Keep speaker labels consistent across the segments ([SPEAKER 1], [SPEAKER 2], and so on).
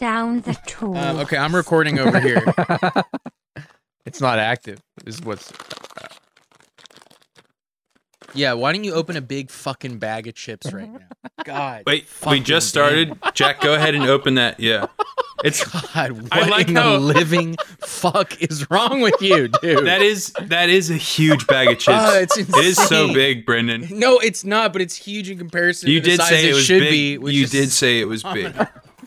[SPEAKER 1] down the tool.
[SPEAKER 2] Um, okay, I'm recording over here. it's not active. Is what's. uh. Yeah, why don't you open a big fucking bag of chips right now? God.
[SPEAKER 3] Wait, we
[SPEAKER 2] fucking
[SPEAKER 3] just started. Jack, go ahead and open that. Yeah. It's
[SPEAKER 2] damn. God, what
[SPEAKER 3] I like
[SPEAKER 2] in the
[SPEAKER 3] how-
[SPEAKER 2] living fuck is wrong with you, dude?
[SPEAKER 3] that is that is a huge bag of chips.
[SPEAKER 2] Oh, it's
[SPEAKER 3] it is so
[SPEAKER 2] insane.
[SPEAKER 3] big, Brendan.
[SPEAKER 2] no, it's not, but it's huge in comparison.
[SPEAKER 3] You
[SPEAKER 2] to the
[SPEAKER 3] did
[SPEAKER 2] size
[SPEAKER 3] say it was
[SPEAKER 2] should
[SPEAKER 3] big.
[SPEAKER 2] be. which
[SPEAKER 3] you
[SPEAKER 2] is-
[SPEAKER 3] did say it was big.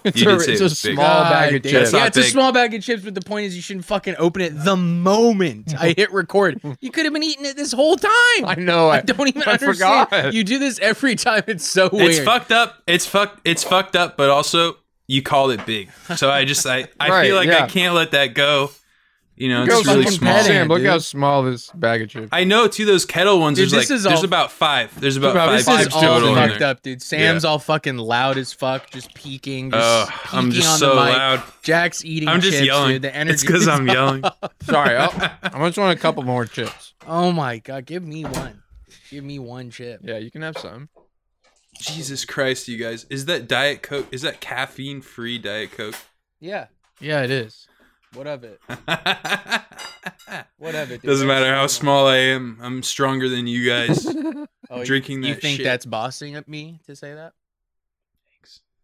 [SPEAKER 4] It's
[SPEAKER 3] You
[SPEAKER 4] a,
[SPEAKER 3] did say
[SPEAKER 4] it's
[SPEAKER 3] it
[SPEAKER 4] a
[SPEAKER 3] was big.
[SPEAKER 4] small bag of
[SPEAKER 2] God
[SPEAKER 4] chips.
[SPEAKER 3] That's
[SPEAKER 2] damn. Yeah,
[SPEAKER 3] not
[SPEAKER 2] it's a
[SPEAKER 3] big.
[SPEAKER 2] small bag of chips, but the point is you shouldn't fucking open it the moment I hit record. You could have been eating it this whole time.
[SPEAKER 4] I know.
[SPEAKER 2] I don't even
[SPEAKER 4] I
[SPEAKER 2] understand.
[SPEAKER 4] forgot.
[SPEAKER 2] You do this every time. It's so weird.
[SPEAKER 3] It's fucked up. It's fucked. It's fucked up. But also, you called it big. So I just I I
[SPEAKER 4] Right,
[SPEAKER 3] feel like
[SPEAKER 4] yeah.
[SPEAKER 3] I can't let that go. You know,
[SPEAKER 4] Look how
[SPEAKER 3] it's really
[SPEAKER 4] fucking
[SPEAKER 3] small.
[SPEAKER 4] Sam, look
[SPEAKER 2] dude.
[SPEAKER 4] how small this bag of chips.
[SPEAKER 3] I know too. Those kettle ones.
[SPEAKER 2] Dude,
[SPEAKER 3] there's
[SPEAKER 2] this
[SPEAKER 3] like
[SPEAKER 2] is
[SPEAKER 3] there's
[SPEAKER 2] all-
[SPEAKER 3] about five. There's about
[SPEAKER 4] about
[SPEAKER 3] five
[SPEAKER 2] This
[SPEAKER 4] five
[SPEAKER 2] is
[SPEAKER 3] chips
[SPEAKER 2] all
[SPEAKER 3] total in
[SPEAKER 2] fucked
[SPEAKER 3] there.
[SPEAKER 2] up, dude. Sam's all fucking loud as fuck, just peeking. Just
[SPEAKER 3] Oh,
[SPEAKER 2] peeking
[SPEAKER 3] I'm just
[SPEAKER 2] on
[SPEAKER 3] so
[SPEAKER 2] the mic.
[SPEAKER 3] loud.
[SPEAKER 2] Jack's eating.
[SPEAKER 3] I'm just
[SPEAKER 2] chips,
[SPEAKER 3] yelling.
[SPEAKER 2] Dude. The energy.
[SPEAKER 3] it's because
[SPEAKER 2] is-
[SPEAKER 3] I'm yelling.
[SPEAKER 4] Sorry, oh. I'll, I just want a couple more chips.
[SPEAKER 2] Oh my god! Give me one. Give me one chip.
[SPEAKER 4] Yeah, you can have some.
[SPEAKER 3] Jesus Christ, you guys! Is that Diet Coke? Is that caffeine-free Diet Coke?
[SPEAKER 2] Yeah.
[SPEAKER 4] Yeah, it is.
[SPEAKER 2] What of it? What of it? Dude?
[SPEAKER 3] Doesn't
[SPEAKER 2] That's
[SPEAKER 3] matter how
[SPEAKER 2] so-
[SPEAKER 3] small I am. I'm stronger than you guys.
[SPEAKER 2] Oh, you-
[SPEAKER 3] drinking
[SPEAKER 2] You
[SPEAKER 3] that
[SPEAKER 2] think
[SPEAKER 3] shit.
[SPEAKER 2] that's bossing at me to say that?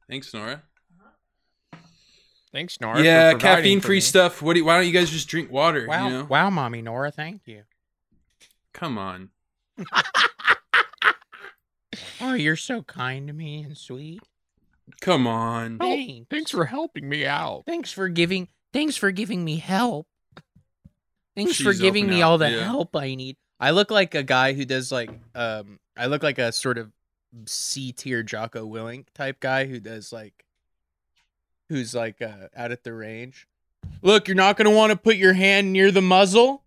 [SPEAKER 3] Thanks, Nora.
[SPEAKER 4] Thanks, Nora.
[SPEAKER 3] yeah,
[SPEAKER 4] for providing for
[SPEAKER 3] caffeine-free
[SPEAKER 4] me.
[SPEAKER 3] stuff. What? Do, why don't you guys just drink water?
[SPEAKER 2] Wow,
[SPEAKER 3] You know?
[SPEAKER 2] wow, mommy Nora, thank you.
[SPEAKER 3] Come on.
[SPEAKER 2] Oh, you're so kind to me and sweet.
[SPEAKER 3] Come on.
[SPEAKER 4] Oh,
[SPEAKER 2] Thanks.
[SPEAKER 4] Thanks for helping me out.
[SPEAKER 2] Thanks for giving. Thanks for giving me help. Thanks for
[SPEAKER 3] She's
[SPEAKER 2] giving
[SPEAKER 3] helping
[SPEAKER 2] me
[SPEAKER 3] out,
[SPEAKER 2] all the
[SPEAKER 3] yeah.
[SPEAKER 2] help I need. I look like a guy who does like um I look like a sort of C tier Jocko Willink type guy who does like who's like uh out at the range. Look, you're not going to want to put your hand near the muzzle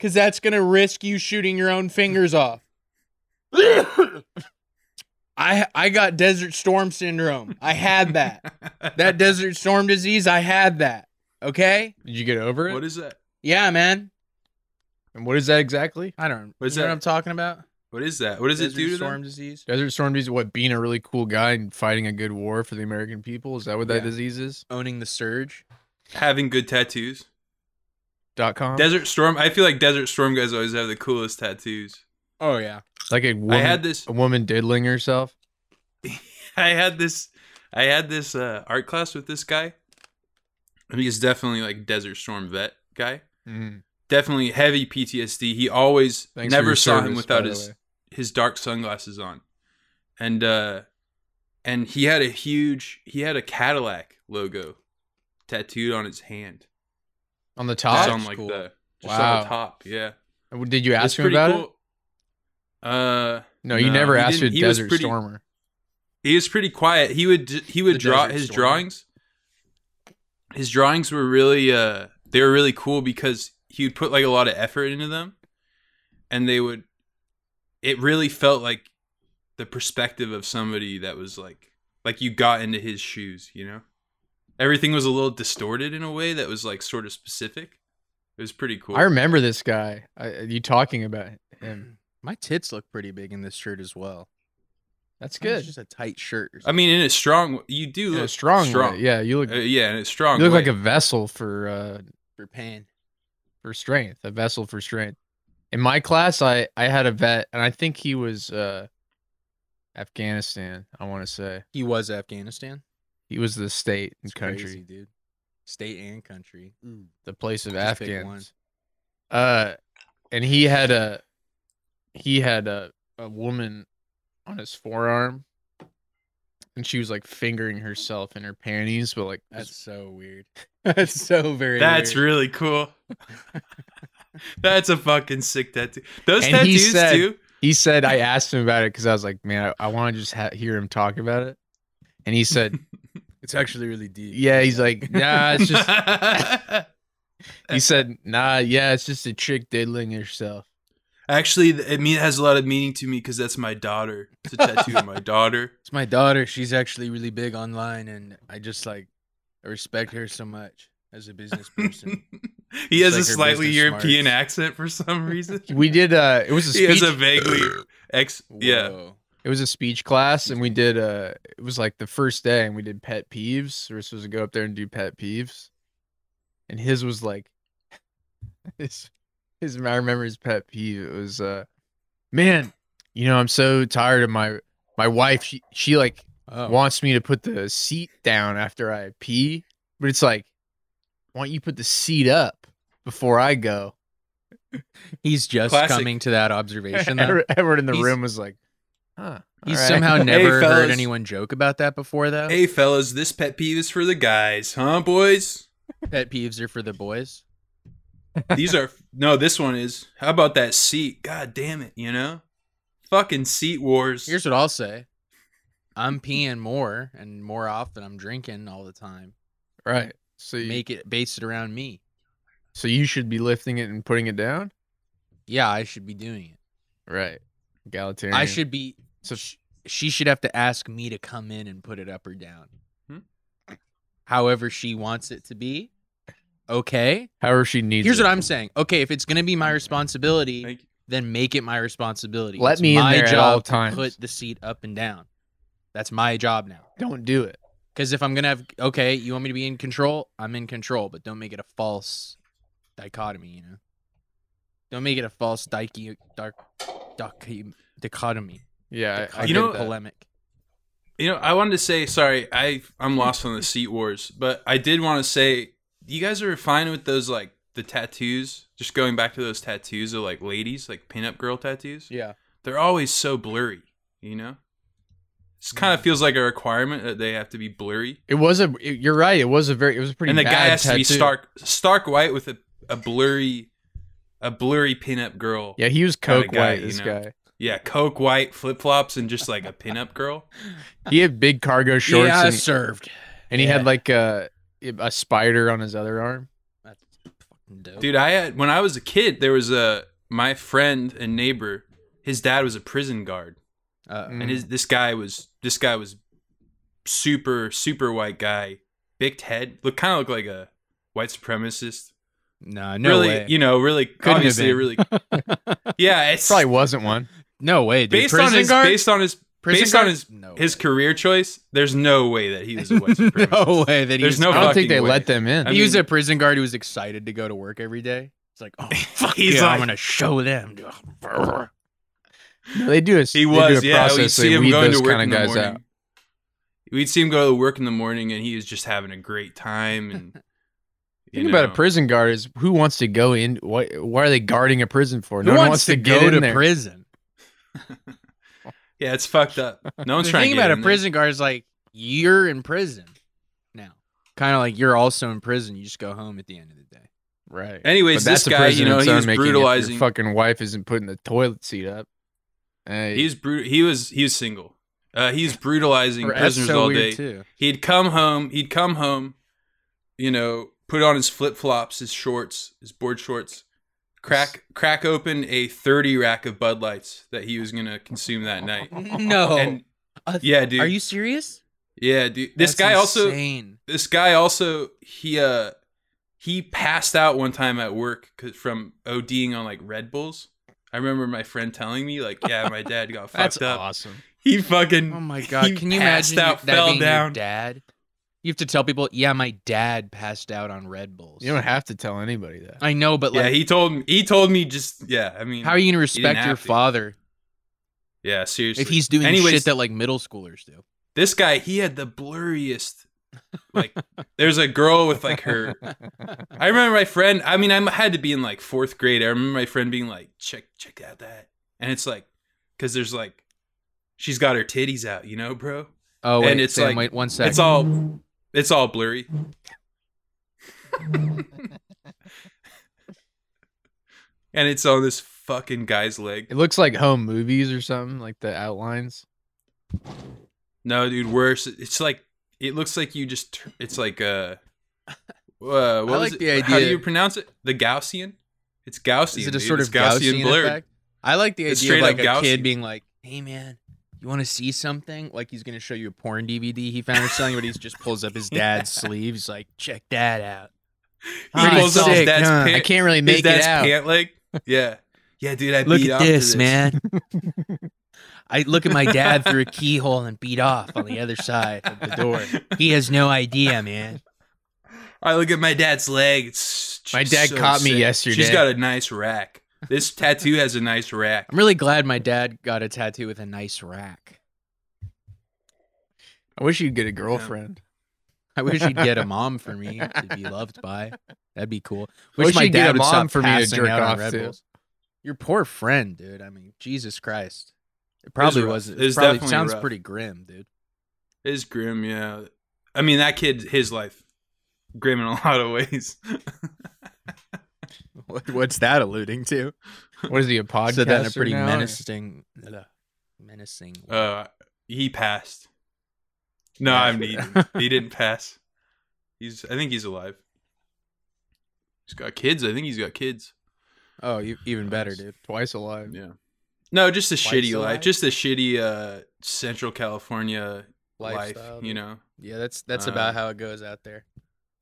[SPEAKER 2] cuz that's going to risk you shooting your own fingers off. I I got desert storm syndrome. I had that. that desert storm disease, I had that. Okay?
[SPEAKER 4] Did you get over it?
[SPEAKER 3] What is that?
[SPEAKER 2] Yeah, man.
[SPEAKER 4] and what is that exactly?
[SPEAKER 2] I don't
[SPEAKER 3] What's
[SPEAKER 2] you know
[SPEAKER 3] that?
[SPEAKER 2] what I'm talking about?
[SPEAKER 3] What is that? What does
[SPEAKER 2] Desert
[SPEAKER 3] it do to
[SPEAKER 2] storm
[SPEAKER 3] them?
[SPEAKER 2] disease?
[SPEAKER 4] Desert Storm disease. What being a really cool guy and fighting a good war for the American people is that what that
[SPEAKER 2] Yeah.
[SPEAKER 4] disease is?
[SPEAKER 2] Owning the surge.
[SPEAKER 3] Having good tattoos.
[SPEAKER 4] Dot com.
[SPEAKER 3] Desert Storm. I feel like Desert Storm guys always have the coolest tattoos.
[SPEAKER 2] Oh yeah.
[SPEAKER 4] like a woman,
[SPEAKER 3] I had this.
[SPEAKER 4] a woman diddling herself.
[SPEAKER 3] I had this. I had this uh, art class with this guy. I mean, he's definitely like Desert Storm vet guy.
[SPEAKER 4] Mm.
[SPEAKER 3] Definitely heavy PTSD. He always
[SPEAKER 4] Thanks for
[SPEAKER 3] never
[SPEAKER 4] your
[SPEAKER 3] saw him
[SPEAKER 4] service, by
[SPEAKER 3] without
[SPEAKER 4] the
[SPEAKER 3] his
[SPEAKER 4] way.
[SPEAKER 3] his dark sunglasses on, and uh, and he had a huge. He had a Cadillac logo tattooed on his hand.
[SPEAKER 4] on the
[SPEAKER 3] Just
[SPEAKER 4] top.
[SPEAKER 3] on like
[SPEAKER 2] cool.
[SPEAKER 3] the just on
[SPEAKER 4] Wow.
[SPEAKER 3] the top. Yeah,
[SPEAKER 4] Did you
[SPEAKER 3] It's
[SPEAKER 4] ask him
[SPEAKER 3] pretty
[SPEAKER 4] about it?
[SPEAKER 3] cool. Uh,
[SPEAKER 4] No, you
[SPEAKER 3] No,
[SPEAKER 4] never
[SPEAKER 3] he
[SPEAKER 4] asked a
[SPEAKER 3] didn't- he was
[SPEAKER 4] Desert
[SPEAKER 3] pretty-
[SPEAKER 4] Stormer.
[SPEAKER 3] he was pretty quiet. He would he would
[SPEAKER 2] The
[SPEAKER 3] draw
[SPEAKER 2] Desert
[SPEAKER 3] his
[SPEAKER 2] Storm.
[SPEAKER 3] drawings. His drawings were really uh they were really cool because he would put like a lot of effort into them, and they would. It really felt like the perspective of somebody that was like like you got into his shoes, you know. Everything was a little distorted in a way that was like sort of specific. It was pretty cool.
[SPEAKER 4] I remember this guy. I, you talking about him?
[SPEAKER 2] My tits look pretty big in this shirt as well.
[SPEAKER 4] That's
[SPEAKER 2] Mine is
[SPEAKER 4] good.
[SPEAKER 2] just a tight shirt. or
[SPEAKER 3] I mean, in a strong, you do
[SPEAKER 4] Yeah,
[SPEAKER 3] look
[SPEAKER 4] strong. way.
[SPEAKER 3] strong.
[SPEAKER 4] Yeah, you look.
[SPEAKER 3] Uh, yeah, in a strong.
[SPEAKER 4] you look
[SPEAKER 3] way.
[SPEAKER 4] like a vessel for uh,
[SPEAKER 2] something for pan.
[SPEAKER 4] for strength. A vessel for strength. In my class, I I had a vet, and I think he was uh, Afghanistan. I want to say
[SPEAKER 2] He was Afghanistan.
[SPEAKER 4] he was the state and
[SPEAKER 2] It's
[SPEAKER 4] country,
[SPEAKER 2] crazy, dude. State and country.
[SPEAKER 4] the place of
[SPEAKER 2] Just pick one.
[SPEAKER 4] Afghans. Uh, and he had a he had a a woman on his forearm, and she was like fingering herself in her panties, but like
[SPEAKER 2] That's so weird. That's so very
[SPEAKER 3] That's
[SPEAKER 2] weird.
[SPEAKER 3] really cool. That's a fucking sick tattoo. Those
[SPEAKER 4] And he
[SPEAKER 3] tattoos
[SPEAKER 4] said-
[SPEAKER 3] too.
[SPEAKER 4] He said I asked him about it because I was like, man, I, I want to just ha- hear him talk about it. And he said,
[SPEAKER 2] It's actually really deep.
[SPEAKER 4] yeah. He's like, nah, it's just.
[SPEAKER 3] just
[SPEAKER 4] He said, nah, yeah, it's just a chick diddling herself.
[SPEAKER 3] actually th- it mean it has a lot of meaning to me because that's my daughter. It's a tattoo of my daughter.
[SPEAKER 2] It's my daughter. She's actually really big online, and I just like I respect her so much as a business person.
[SPEAKER 3] he has
[SPEAKER 2] like her
[SPEAKER 3] a slightly
[SPEAKER 2] business
[SPEAKER 3] European
[SPEAKER 2] smarts.
[SPEAKER 3] accent for some reason.
[SPEAKER 4] We did. uh It was a
[SPEAKER 3] he
[SPEAKER 4] speech.
[SPEAKER 3] has a vaguely ex. Yeah,
[SPEAKER 2] Whoa.
[SPEAKER 4] It was a speech class, and we did. Uh, it was like the first day, and we did pet peeves. We were supposed to go up there and do pet peeves, and his was like, his, his. I remember his pet peeve. It was, uh, man, you know, I'm so tired of my my wife. She she like
[SPEAKER 2] Oh.
[SPEAKER 4] wants me to put the seat down after I pee, but it's like, why don't you put the seat up before I go?
[SPEAKER 2] He's just
[SPEAKER 3] Classic.
[SPEAKER 2] coming to that observation. Though.
[SPEAKER 4] Every- Everyone in the
[SPEAKER 2] He's-
[SPEAKER 4] room was like, huh.
[SPEAKER 2] He's
[SPEAKER 4] all right.
[SPEAKER 2] somehow
[SPEAKER 3] Hey,
[SPEAKER 2] never heard
[SPEAKER 3] fellas.
[SPEAKER 2] anyone joke about that before, though.
[SPEAKER 3] Hey, fellas, this pet peeve is for the guys, huh, boys?
[SPEAKER 2] Pet peeves are for the boys.
[SPEAKER 3] These are no. This one is. How about that seat? God damn it! You know, fucking seat wars.
[SPEAKER 2] Here's what I'll say: I'm peeing more and more often. I'm drinking all the time.
[SPEAKER 4] Right. So you,
[SPEAKER 2] Make it base it around me.
[SPEAKER 4] so you should be lifting it and putting it down?
[SPEAKER 2] Yeah, I should be doing it.
[SPEAKER 4] Right. Egalitarian.
[SPEAKER 2] I should be.
[SPEAKER 4] So-
[SPEAKER 2] sh- she should have to ask me to come in and put it up or down,
[SPEAKER 3] Hmm?
[SPEAKER 2] however she wants it to be. Okay.
[SPEAKER 4] However, she needs
[SPEAKER 2] Here's
[SPEAKER 4] it.
[SPEAKER 2] what I'm saying. Okay, if it's gonna be my responsibility,
[SPEAKER 3] Thank you.
[SPEAKER 2] then make it my responsibility.
[SPEAKER 4] Let
[SPEAKER 2] It's
[SPEAKER 4] me in
[SPEAKER 2] my
[SPEAKER 4] there at
[SPEAKER 2] job
[SPEAKER 4] all
[SPEAKER 2] to
[SPEAKER 4] times.
[SPEAKER 2] Put the seat up and down. That's my job now.
[SPEAKER 4] Don't do it.
[SPEAKER 2] Because if I'm gonna have okay, you want me to be in control? I'm in control, but don't make it a false dichotomy. You know, don't make it a false dike dark duck dichotomy.
[SPEAKER 4] Yeah. I, I
[SPEAKER 2] dichotomy
[SPEAKER 3] You
[SPEAKER 4] get
[SPEAKER 3] know-
[SPEAKER 4] that.
[SPEAKER 2] polemic.
[SPEAKER 3] You know, I wanted to say sorry. I I'm lost on the seat wars, but I did want to say you guys are fine with those like the tattoos. Just going back to those tattoos of like ladies, like pinup girl tattoos.
[SPEAKER 2] Yeah,
[SPEAKER 3] They're always so blurry. You know, this kind of feels like a requirement that they have to be blurry,
[SPEAKER 4] It was a, it- you're right. It was a very, it was a pretty
[SPEAKER 3] and the guy
[SPEAKER 4] bad
[SPEAKER 3] has to be
[SPEAKER 4] tattoo.
[SPEAKER 3] stark stark white with a a blurry a blurry pinup girl.
[SPEAKER 4] Yeah. He was
[SPEAKER 3] Kinda
[SPEAKER 4] Coke
[SPEAKER 3] guy,
[SPEAKER 4] White,
[SPEAKER 3] you
[SPEAKER 4] this
[SPEAKER 3] know.
[SPEAKER 4] guy.
[SPEAKER 3] Yeah, coke white flip flops and just like a pinup girl.
[SPEAKER 4] He had big cargo shorts
[SPEAKER 2] yeah,
[SPEAKER 4] and,
[SPEAKER 2] served.
[SPEAKER 4] and he
[SPEAKER 2] yeah.
[SPEAKER 4] had like a, a spider on his other arm.
[SPEAKER 2] That's fucking dope.
[SPEAKER 3] Dude, I had when I was a kid, there was a my friend and neighbor. His dad was a prison guard,
[SPEAKER 2] Uh,
[SPEAKER 4] Mm.
[SPEAKER 3] and his this guy was this guy was super super white guy, big head, look kind of looked like a white supremacist.
[SPEAKER 2] no, no
[SPEAKER 3] really,
[SPEAKER 2] way.
[SPEAKER 3] you know, really
[SPEAKER 2] have
[SPEAKER 3] obviously
[SPEAKER 2] been.
[SPEAKER 3] really. yeah, it's
[SPEAKER 4] Probably wasn't one.
[SPEAKER 2] no way. Dude.
[SPEAKER 3] based on
[SPEAKER 2] Prison
[SPEAKER 3] his
[SPEAKER 2] guard?
[SPEAKER 3] based on his
[SPEAKER 2] Prison
[SPEAKER 3] based on
[SPEAKER 2] guard?
[SPEAKER 3] his-
[SPEAKER 2] no
[SPEAKER 3] his
[SPEAKER 2] way.
[SPEAKER 3] career choice. There's no way that he was a white supremacist.
[SPEAKER 2] no way that he
[SPEAKER 3] There's
[SPEAKER 2] was
[SPEAKER 3] no
[SPEAKER 4] I don't think
[SPEAKER 3] fucking
[SPEAKER 4] they
[SPEAKER 3] way.
[SPEAKER 4] let them in.
[SPEAKER 3] I
[SPEAKER 2] he was
[SPEAKER 3] mean-
[SPEAKER 2] a prison guard who was excited to go to work every day. It's like, oh fuck
[SPEAKER 3] He's
[SPEAKER 2] yeah, I'm
[SPEAKER 3] like-
[SPEAKER 2] gonna show them. Brr.
[SPEAKER 4] No, they do a,
[SPEAKER 3] He
[SPEAKER 4] they
[SPEAKER 3] was,
[SPEAKER 4] do a
[SPEAKER 3] yeah.
[SPEAKER 4] process.
[SPEAKER 3] We'd see
[SPEAKER 4] they
[SPEAKER 3] him
[SPEAKER 4] weed
[SPEAKER 3] going
[SPEAKER 4] those
[SPEAKER 3] to work
[SPEAKER 4] kinda
[SPEAKER 3] in the
[SPEAKER 4] guys
[SPEAKER 3] morning.
[SPEAKER 4] out.
[SPEAKER 3] We'd see him go to work in the morning, and he was just having a great time. And you
[SPEAKER 4] Think about
[SPEAKER 3] know.
[SPEAKER 4] a prison guard is who wants to go in? Why, why are they guarding a prison for?
[SPEAKER 2] Who wants, to,
[SPEAKER 4] get
[SPEAKER 2] go
[SPEAKER 4] in
[SPEAKER 2] to
[SPEAKER 4] there.
[SPEAKER 2] prison?
[SPEAKER 3] Yeah, it's fucked up. No one's
[SPEAKER 2] the
[SPEAKER 3] trying
[SPEAKER 2] thing
[SPEAKER 3] to get
[SPEAKER 2] about a
[SPEAKER 3] in there.
[SPEAKER 2] prison guard is like you're in prison now, kind of like you're also in prison. You just go home at the end of the day.
[SPEAKER 4] Right.
[SPEAKER 3] Anyways,
[SPEAKER 4] But that's
[SPEAKER 3] this
[SPEAKER 4] a
[SPEAKER 3] guy,
[SPEAKER 4] prison
[SPEAKER 3] you know,
[SPEAKER 4] its
[SPEAKER 3] he
[SPEAKER 4] own
[SPEAKER 3] was
[SPEAKER 4] making if your
[SPEAKER 3] brutalizing.
[SPEAKER 4] fucking wife isn't putting the toilet seat up. Hey,
[SPEAKER 3] He was brutal. He was he was single. Uh, he was brutalizing
[SPEAKER 2] That's
[SPEAKER 3] prisoners
[SPEAKER 2] so
[SPEAKER 3] all
[SPEAKER 2] weird
[SPEAKER 3] day.
[SPEAKER 2] too.
[SPEAKER 3] He'd come home. He'd come home. You know, put on his flip flops, his shorts, his board shorts. Crack crack open a thirty rack of Bud Lights that he was gonna consume that night.
[SPEAKER 2] No,
[SPEAKER 3] And
[SPEAKER 2] Uh,
[SPEAKER 3] yeah, dude.
[SPEAKER 2] are you serious?
[SPEAKER 3] Yeah, dude. This
[SPEAKER 2] That's
[SPEAKER 3] guy also
[SPEAKER 2] insane.
[SPEAKER 3] this guy also he uh he passed out one time at work 'cause- from ODing on like Red Bulls. I remember my friend telling me like, yeah, my dad got
[SPEAKER 4] that's
[SPEAKER 3] fucked up.
[SPEAKER 4] awesome.
[SPEAKER 3] He fucking
[SPEAKER 2] Oh my god!
[SPEAKER 3] he
[SPEAKER 2] Can you
[SPEAKER 3] passed
[SPEAKER 2] imagine
[SPEAKER 3] out,
[SPEAKER 2] that
[SPEAKER 3] fell
[SPEAKER 2] being your
[SPEAKER 3] down.
[SPEAKER 2] dad? You have to tell people, yeah, my dad passed out on Red Bulls.
[SPEAKER 4] You don't have to tell anybody that.
[SPEAKER 2] I know, but like,
[SPEAKER 3] yeah, he told me he told me just yeah, I mean
[SPEAKER 2] how are you gonna respect your
[SPEAKER 3] have to.
[SPEAKER 2] father
[SPEAKER 3] Yeah, seriously.
[SPEAKER 2] if he's doing
[SPEAKER 3] Anyways-
[SPEAKER 2] shit that like middle schoolers do?
[SPEAKER 3] this guy, he had the blurriest like there's a girl with like her I remember my friend. I mean, I had to be in like fourth grade. I remember my friend being like, "Check, check out that," and it's like, because there's like, she's got her titties out, you know, bro.
[SPEAKER 2] Oh,
[SPEAKER 3] And
[SPEAKER 2] wait,
[SPEAKER 3] it's
[SPEAKER 2] Sam,
[SPEAKER 3] like-
[SPEAKER 2] wait one second.
[SPEAKER 3] It's all, it's all blurry. and it's on this fucking guy's leg.
[SPEAKER 4] It looks like home movies or something, like the outlines.
[SPEAKER 3] No, dude, worse. It's like, it looks like you just. tur- It's like uh, uh what was
[SPEAKER 2] like
[SPEAKER 3] it?
[SPEAKER 2] the
[SPEAKER 3] How do
[SPEAKER 2] idea-
[SPEAKER 3] you pronounce it? The Gaussian. It's Gaussian.
[SPEAKER 2] Is it a
[SPEAKER 3] dude.
[SPEAKER 2] sort
[SPEAKER 3] It's
[SPEAKER 2] of Gaussian,
[SPEAKER 3] blur?
[SPEAKER 2] effect? I like the
[SPEAKER 3] It's
[SPEAKER 2] idea of like
[SPEAKER 3] straight
[SPEAKER 2] a
[SPEAKER 3] up
[SPEAKER 2] kid
[SPEAKER 3] Gaussian.
[SPEAKER 2] being like, "Hey man, you want to see something?" Like he's gonna show you a porn DVD he found or something, but he just pulls up his dad's sleeves, like, "Check that out."
[SPEAKER 3] He
[SPEAKER 2] Pretty
[SPEAKER 3] pulls up his
[SPEAKER 2] sick,
[SPEAKER 3] dad's
[SPEAKER 2] huh?
[SPEAKER 3] pants.
[SPEAKER 4] I can't really
[SPEAKER 3] His
[SPEAKER 4] make it
[SPEAKER 3] dad's
[SPEAKER 4] out.
[SPEAKER 3] pant leg. Yeah, yeah, dude. I
[SPEAKER 2] Look
[SPEAKER 3] beat
[SPEAKER 2] at
[SPEAKER 3] off to
[SPEAKER 2] this, man. I look at my dad through a keyhole and beat off on the other side of the door. He has no idea, man.
[SPEAKER 3] I look at my dad's leg. It's
[SPEAKER 4] My dad
[SPEAKER 3] so
[SPEAKER 4] caught me
[SPEAKER 3] sick.
[SPEAKER 4] yesterday.
[SPEAKER 3] She's got a nice rack. This tattoo has a nice rack.
[SPEAKER 2] I'm really glad my dad got a tattoo with a nice rack.
[SPEAKER 4] I wish you'd get a girlfriend.
[SPEAKER 2] I wish he'd get a mom for me to be loved by. That'd be cool.
[SPEAKER 4] Wish
[SPEAKER 2] my
[SPEAKER 4] you'd get
[SPEAKER 2] dad
[SPEAKER 4] a
[SPEAKER 2] would
[SPEAKER 4] mom
[SPEAKER 2] stop
[SPEAKER 4] for me to
[SPEAKER 2] passing
[SPEAKER 4] jerk
[SPEAKER 2] out on
[SPEAKER 4] off
[SPEAKER 2] Red
[SPEAKER 4] to.
[SPEAKER 2] Bulls. Your poor friend, dude. I mean, Jesus Christ. It probably
[SPEAKER 3] rough.
[SPEAKER 2] was. It,
[SPEAKER 3] It was
[SPEAKER 2] probably
[SPEAKER 3] definitely
[SPEAKER 2] sounds
[SPEAKER 3] rough.
[SPEAKER 2] pretty grim, dude.
[SPEAKER 3] It's grim, yeah. I mean, that kid, his life, grim in a lot of ways.
[SPEAKER 2] What, what's that alluding to?
[SPEAKER 4] What is he a podcast?
[SPEAKER 2] Said that in a pretty menacing, ugh, menacing. way.
[SPEAKER 3] Uh, he passed. No,
[SPEAKER 2] Yeah.
[SPEAKER 3] I'm needing. He didn't pass. He's. I think he's alive. He's got kids. I think he's got kids.
[SPEAKER 2] oh, you, even better, dude.
[SPEAKER 4] Twice alive.
[SPEAKER 3] Yeah. No, just a
[SPEAKER 2] Twice
[SPEAKER 3] shitty
[SPEAKER 2] alive?
[SPEAKER 3] life. Just a shitty uh Central California life.
[SPEAKER 2] Lifestyle,
[SPEAKER 3] You
[SPEAKER 2] dude.
[SPEAKER 3] know,
[SPEAKER 2] Yeah, that's that's
[SPEAKER 3] Uh,
[SPEAKER 2] about how it goes out there.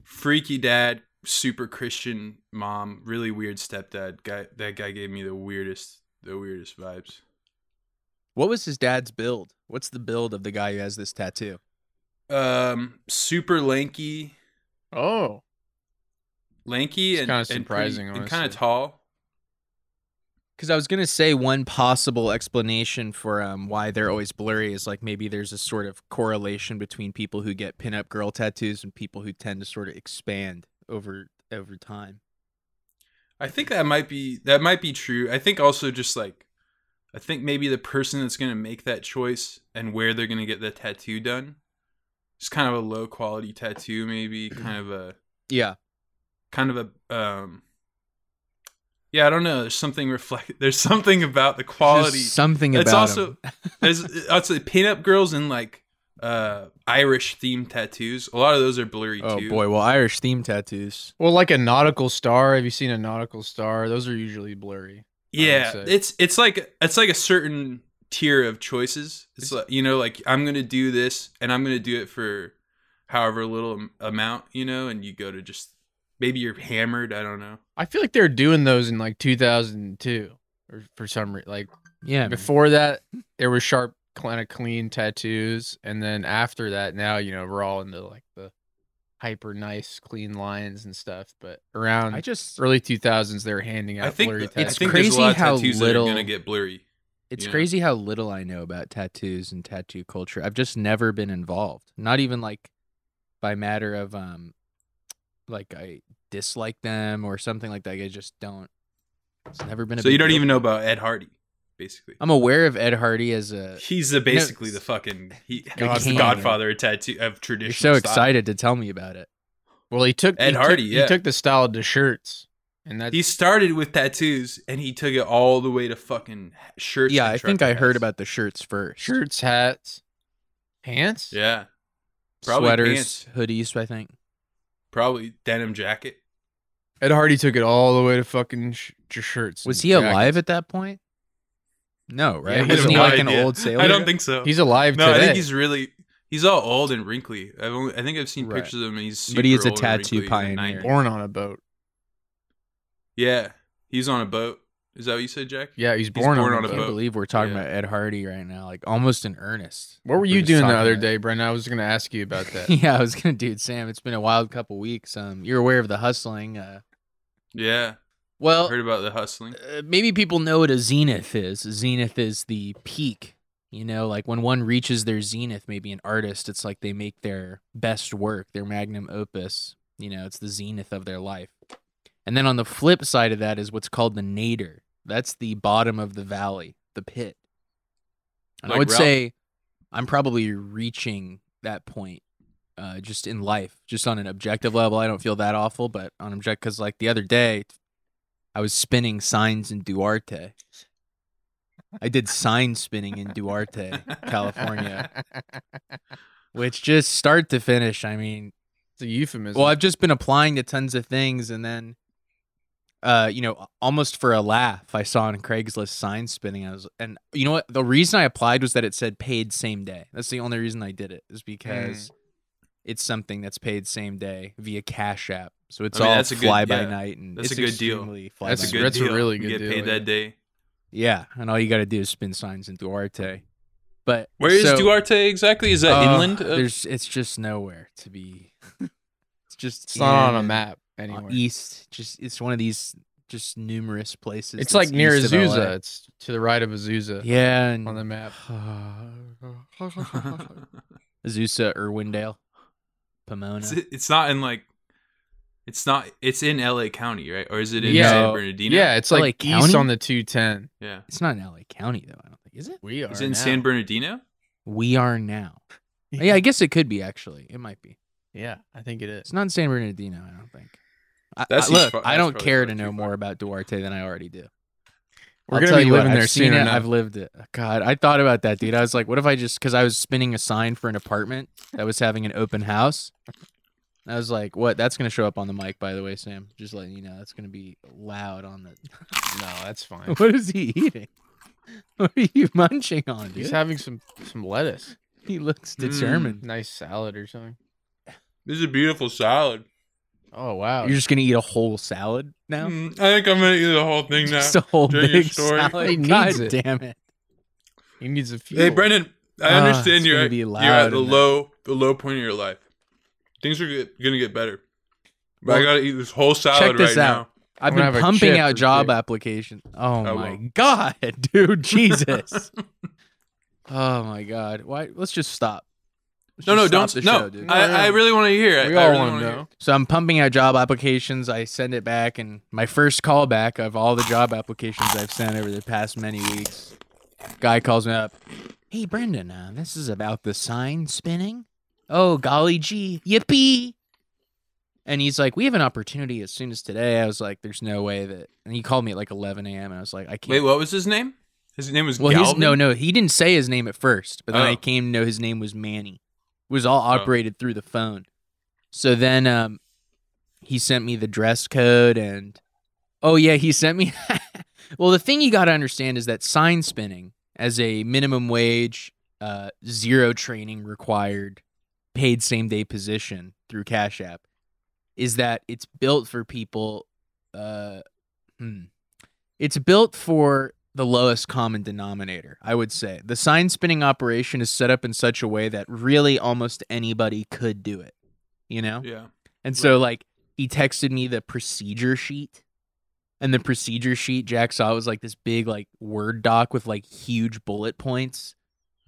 [SPEAKER 3] freaky dad, super Christian mom, really weird stepdad. Guy. That guy gave me the weirdest, the weirdest vibes.
[SPEAKER 2] What was his dad's build? What's the build of the guy who has this tattoo?
[SPEAKER 3] Um, super lanky,
[SPEAKER 4] Oh,
[SPEAKER 3] lanky,
[SPEAKER 4] It's
[SPEAKER 3] and
[SPEAKER 4] kinda
[SPEAKER 3] and pretty-
[SPEAKER 4] surprising,
[SPEAKER 3] and kind of
[SPEAKER 4] honestly.
[SPEAKER 3] tall.
[SPEAKER 2] Because I was gonna say one possible explanation for um, why they're always blurry is like maybe there's a sort of correlation between people who get pinup girl tattoos and people who tend to sort of expand over over time.
[SPEAKER 3] I think that might be that might be true. I think also just like I think maybe the person that's going to make that choice and where they're going to get the tattoo done. It's kind of a low quality tattoo maybe, kind of a
[SPEAKER 2] Yeah,
[SPEAKER 3] kind of a um Yeah, I don't know. There's something reflect there's something about the quality.
[SPEAKER 2] There's something about
[SPEAKER 3] It's also
[SPEAKER 2] him.
[SPEAKER 3] there's also pinup girls and like uh Irish themed tattoos. A lot of those are blurry
[SPEAKER 2] Oh
[SPEAKER 3] too.
[SPEAKER 2] boy, well Irish theme tattoos.
[SPEAKER 4] well, like a nautical star. Have you seen a nautical star? Those are usually blurry.
[SPEAKER 3] Yeah,
[SPEAKER 4] say.
[SPEAKER 3] it's it's like it's like a certain tier of choices. It's like you know, like I'm gonna do this, and I'm gonna do it for however little am- amount, you know. And you go to just maybe you're hammered. I don't know.
[SPEAKER 4] I feel like they were doing those in like 2002 or for some reason. Like
[SPEAKER 2] Yeah, man.
[SPEAKER 4] before that, there were sharp, kind of clean tattoos, and then after that, now you know we're all into like the hyper nice, clean lines and stuff. But around
[SPEAKER 2] I just
[SPEAKER 4] early 2000s, they were handing out
[SPEAKER 3] I think
[SPEAKER 4] blurry
[SPEAKER 3] th- I
[SPEAKER 4] tattoos.
[SPEAKER 3] think there's
[SPEAKER 2] crazy
[SPEAKER 3] a lot of
[SPEAKER 2] how
[SPEAKER 3] tattoos
[SPEAKER 2] little-
[SPEAKER 3] that are gonna get blurry.
[SPEAKER 2] It's
[SPEAKER 3] Yeah.
[SPEAKER 2] crazy how little I know about tattoos and tattoo culture. I've just never been involved. Not even like by matter of um like I dislike them or something like that. I just don't it's never been a
[SPEAKER 3] So you
[SPEAKER 2] big
[SPEAKER 3] don't
[SPEAKER 2] deal.
[SPEAKER 3] even know about Ed Hardy, basically.
[SPEAKER 2] I'm aware of Ed Hardy as a
[SPEAKER 3] He's the basically the fucking he,
[SPEAKER 2] God-
[SPEAKER 3] he's the
[SPEAKER 2] King.
[SPEAKER 3] godfather of tattoo of tradition.
[SPEAKER 2] You're so excited to tell me about it.
[SPEAKER 4] Well, he took
[SPEAKER 3] Ed
[SPEAKER 4] he took-
[SPEAKER 3] Hardy, yeah.
[SPEAKER 4] He took the style to shirts, and that's
[SPEAKER 3] He started with tattoos and he took it all the way to fucking shirts.
[SPEAKER 2] yeah,
[SPEAKER 3] and
[SPEAKER 2] I think
[SPEAKER 3] trucker
[SPEAKER 2] I heard
[SPEAKER 3] hats.
[SPEAKER 2] about the shirts first.
[SPEAKER 4] shirts, hats, pants.
[SPEAKER 3] Yeah, probably
[SPEAKER 2] sweaters, hoodies, I think.
[SPEAKER 3] probably denim jacket.
[SPEAKER 4] Ed Hardy took it all the way to fucking sh- sh- shirts.
[SPEAKER 2] Was
[SPEAKER 4] and
[SPEAKER 2] he
[SPEAKER 4] jackets.
[SPEAKER 2] alive at that point? No, right?
[SPEAKER 4] Yeah, he
[SPEAKER 2] Wasn't
[SPEAKER 4] was
[SPEAKER 2] he like an
[SPEAKER 3] alive, yeah.
[SPEAKER 2] old sailor?
[SPEAKER 3] I don't think so.
[SPEAKER 4] He's alive
[SPEAKER 3] no,
[SPEAKER 4] today.
[SPEAKER 3] I think he's really he's all old and wrinkly. I've only, I think I've seen
[SPEAKER 2] Right.
[SPEAKER 3] pictures of him. And he's super
[SPEAKER 2] But he is a
[SPEAKER 3] old and
[SPEAKER 2] tattoo
[SPEAKER 3] wrinkly in the
[SPEAKER 2] pioneer.
[SPEAKER 3] 90s.
[SPEAKER 4] born on a boat.
[SPEAKER 3] Yeah, he's on a boat. Is that what you said, Jack?
[SPEAKER 4] Yeah, he's
[SPEAKER 3] born
[SPEAKER 4] born, on,
[SPEAKER 3] on
[SPEAKER 4] a
[SPEAKER 2] I
[SPEAKER 4] boat.
[SPEAKER 2] can't believe we're talking
[SPEAKER 3] Yeah.
[SPEAKER 2] about Ed Hardy right now, like almost in earnest.
[SPEAKER 4] What were
[SPEAKER 2] We're
[SPEAKER 4] you
[SPEAKER 2] just
[SPEAKER 4] doing the
[SPEAKER 2] talking
[SPEAKER 4] other
[SPEAKER 2] about-
[SPEAKER 4] day, Brendan? I was going to ask you about that.
[SPEAKER 2] yeah, I was gonna, dude. Sam, it's been a wild couple weeks. Um, you're aware of the hustling. Uh,
[SPEAKER 3] Yeah,
[SPEAKER 2] well,
[SPEAKER 3] heard about the hustling.
[SPEAKER 2] uh, maybe people know what a zenith is. Zenith is the peak. You know, like when one reaches their zenith, maybe an artist, it's like they make their best work, their magnum opus. You know, it's the zenith of their life. And then on the flip side of that is what's called the nadir. That's the bottom of the valley, the pit. And I
[SPEAKER 3] Like
[SPEAKER 2] would
[SPEAKER 3] Ralph.
[SPEAKER 2] say I'm probably reaching that point uh, just in life, just on an objective level. I don't feel that awful, but on object, because like the other day, I was spinning signs in Duarte. I did sign spinning in Duarte, California, which just start to finish. I mean,
[SPEAKER 4] it's a euphemism.
[SPEAKER 2] well, I've just been applying to tons of things, and then, uh, you know, almost for a laugh, I saw on Craigslist sign spinning. I was, and you know what? The reason I applied was that it said paid same day. That's the only reason I did it is
[SPEAKER 3] Mm.
[SPEAKER 2] because it's something that's paid same day via Cash App. So it's
[SPEAKER 3] I mean,
[SPEAKER 2] all
[SPEAKER 3] that's a good-
[SPEAKER 2] fly by
[SPEAKER 3] yeah.
[SPEAKER 2] night, and
[SPEAKER 3] That's
[SPEAKER 2] it's
[SPEAKER 3] a good deal.
[SPEAKER 2] extremely Fly by
[SPEAKER 4] That's a
[SPEAKER 2] night.
[SPEAKER 4] good- that's a really
[SPEAKER 3] You
[SPEAKER 4] good
[SPEAKER 3] get
[SPEAKER 4] deal,
[SPEAKER 3] paid
[SPEAKER 4] yeah.
[SPEAKER 3] that day.
[SPEAKER 2] Yeah, and all you got to do is spin signs in Duarte. But
[SPEAKER 3] Where is
[SPEAKER 2] so,
[SPEAKER 3] Duarte exactly? Is that
[SPEAKER 2] uh,
[SPEAKER 3] inland? of-
[SPEAKER 2] There's it's just nowhere to be. it's just
[SPEAKER 4] It's not on a
[SPEAKER 2] in-
[SPEAKER 4] map
[SPEAKER 2] uh,
[SPEAKER 4] anywhere.
[SPEAKER 2] East, just it's one of these just numerous places.
[SPEAKER 4] It's
[SPEAKER 2] that's
[SPEAKER 4] like near
[SPEAKER 2] east of LA.
[SPEAKER 4] Azusa. It's to the right of Azusa
[SPEAKER 2] Yeah, and
[SPEAKER 4] on the map.
[SPEAKER 2] Azusa, Irwindale, Pomona.
[SPEAKER 3] Is it- it's not in like. It's not. It's in L.A. County, right? Or is it in
[SPEAKER 4] Yeah.
[SPEAKER 3] San Bernardino?
[SPEAKER 4] Yeah, it's
[SPEAKER 2] LA
[SPEAKER 4] like east
[SPEAKER 2] County?
[SPEAKER 4] on the 210.
[SPEAKER 3] Yeah.
[SPEAKER 2] It's not in LA County though. I don't think is it.
[SPEAKER 4] We are.
[SPEAKER 3] It's in San Bernardino.
[SPEAKER 2] We are now. Oh, yeah, I guess it could be actually. It might be.
[SPEAKER 4] Yeah, I think it is.
[SPEAKER 2] It's not in San Bernardino. I don't think. I,
[SPEAKER 3] That
[SPEAKER 2] I-
[SPEAKER 3] seems
[SPEAKER 2] look,
[SPEAKER 3] far-
[SPEAKER 2] I
[SPEAKER 3] that's
[SPEAKER 2] don't
[SPEAKER 3] probably
[SPEAKER 2] care
[SPEAKER 3] far
[SPEAKER 2] to
[SPEAKER 3] too
[SPEAKER 2] know
[SPEAKER 3] far.
[SPEAKER 2] more about Duarte than I already do.
[SPEAKER 4] We're
[SPEAKER 2] I'll
[SPEAKER 4] gonna
[SPEAKER 2] tell
[SPEAKER 4] be
[SPEAKER 2] you what,
[SPEAKER 4] living
[SPEAKER 2] I've
[SPEAKER 4] there
[SPEAKER 2] seen
[SPEAKER 4] soon
[SPEAKER 2] it,
[SPEAKER 4] enough.
[SPEAKER 2] I've lived it. God, I thought about that, dude. I was like, what if I just because I was spinning a sign for an apartment that was having an open house. I was like, what? That's gonna show up on the mic, by the way, Sam. Just letting you know, that's gonna be loud on the.
[SPEAKER 4] No, that's fine.
[SPEAKER 2] what is he eating? What are you munching on, dude?
[SPEAKER 4] He's having some some lettuce.
[SPEAKER 2] he looks
[SPEAKER 3] Mm.
[SPEAKER 2] determined.
[SPEAKER 4] Nice salad or something.
[SPEAKER 3] This is a beautiful salad.
[SPEAKER 4] Oh wow.
[SPEAKER 2] You're just gonna eat a whole salad now?
[SPEAKER 3] Mm, I think I'm gonna eat the whole thing now.
[SPEAKER 2] Just a whole
[SPEAKER 3] During your
[SPEAKER 2] big
[SPEAKER 3] story.
[SPEAKER 2] salad.
[SPEAKER 4] He needs
[SPEAKER 2] God
[SPEAKER 4] it.
[SPEAKER 2] damn it!
[SPEAKER 4] he needs a few.
[SPEAKER 3] hey, Brendan, I
[SPEAKER 2] Ah,
[SPEAKER 3] understand
[SPEAKER 2] it's
[SPEAKER 3] you're
[SPEAKER 2] gonna
[SPEAKER 3] at,
[SPEAKER 2] be
[SPEAKER 3] you're
[SPEAKER 2] loud
[SPEAKER 3] at the
[SPEAKER 2] in there.
[SPEAKER 3] low the low point of your life. Things are get, gonna get better, but I
[SPEAKER 2] Well,
[SPEAKER 3] gotta eat this whole salad
[SPEAKER 2] check this
[SPEAKER 3] right
[SPEAKER 2] out. I've
[SPEAKER 4] I'm gonna
[SPEAKER 2] been
[SPEAKER 4] have a
[SPEAKER 2] pumping
[SPEAKER 4] chip
[SPEAKER 2] out
[SPEAKER 4] for
[SPEAKER 2] job
[SPEAKER 4] sure.
[SPEAKER 2] applications. Oh,
[SPEAKER 3] Oh,
[SPEAKER 2] my
[SPEAKER 3] well.
[SPEAKER 2] god, dude,
[SPEAKER 3] now.
[SPEAKER 2] Jesus! oh my god, why? Let's just stop. Let's
[SPEAKER 3] no,
[SPEAKER 2] just
[SPEAKER 3] no,
[SPEAKER 2] stop
[SPEAKER 3] don't.
[SPEAKER 2] the
[SPEAKER 3] no,
[SPEAKER 2] show, dude.
[SPEAKER 4] No, no.
[SPEAKER 3] I, I really want to hear it.
[SPEAKER 4] we
[SPEAKER 3] I
[SPEAKER 4] all
[SPEAKER 3] really
[SPEAKER 4] want
[SPEAKER 3] wanna
[SPEAKER 4] to
[SPEAKER 3] hear
[SPEAKER 4] know.
[SPEAKER 3] it.
[SPEAKER 2] So I'm pumping out job applications. I send it back, and my first callback of all the job applications I've sent over the past many weeks. Guy calls me up. Hey, Brendan, uh, this is about the sign spinning. Oh, golly gee, yippee! And he's like, "We have an opportunity as soon as today." I was like, "There's no way that." And he called me at like 11 a.m. and I was like, "I can't."
[SPEAKER 3] Wait, what was his name? His name was
[SPEAKER 2] Well, his,
[SPEAKER 3] Galvin.
[SPEAKER 2] no, no, he didn't say his name at first, but then I
[SPEAKER 3] Oh.
[SPEAKER 2] came to know his name was Manny. It was all operated through the phone. So then um, he sent me the dress code and oh yeah, he sent me. well, the thing you got to understand is that sign spinning as a minimum wage, uh, zero training required, paid same day position through Cash App, is that it's built for people. Uh, hmm it's built for the lowest common denominator, I would say. The sign spinning operation is set up in such a way that really almost anybody could do it, you know?
[SPEAKER 3] Yeah.
[SPEAKER 2] And so, like, he texted me the procedure sheet. And the procedure sheet Jack saw was like this big, like, Word doc with like huge bullet points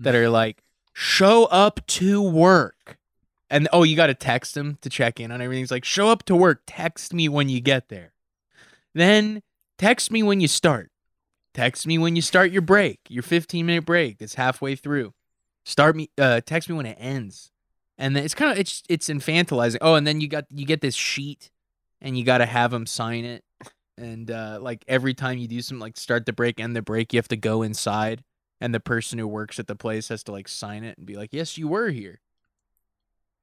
[SPEAKER 2] that are like, show up to work. And oh, you got to text him to check in on everything. He's like, show up to work. Text me when you get there. Then text me when you start. Text me when you start your break, your 15 minute break that's halfway through. Start me, uh, text me when it ends and then it's kind of it's it's infantilizing. Oh, and then you got you get this sheet, and you got to have them sign it, and uh, like every time you do some like start the break, end the break, you have to go inside, and the person who works at the place has to like sign it and be like, "Yes, you were here."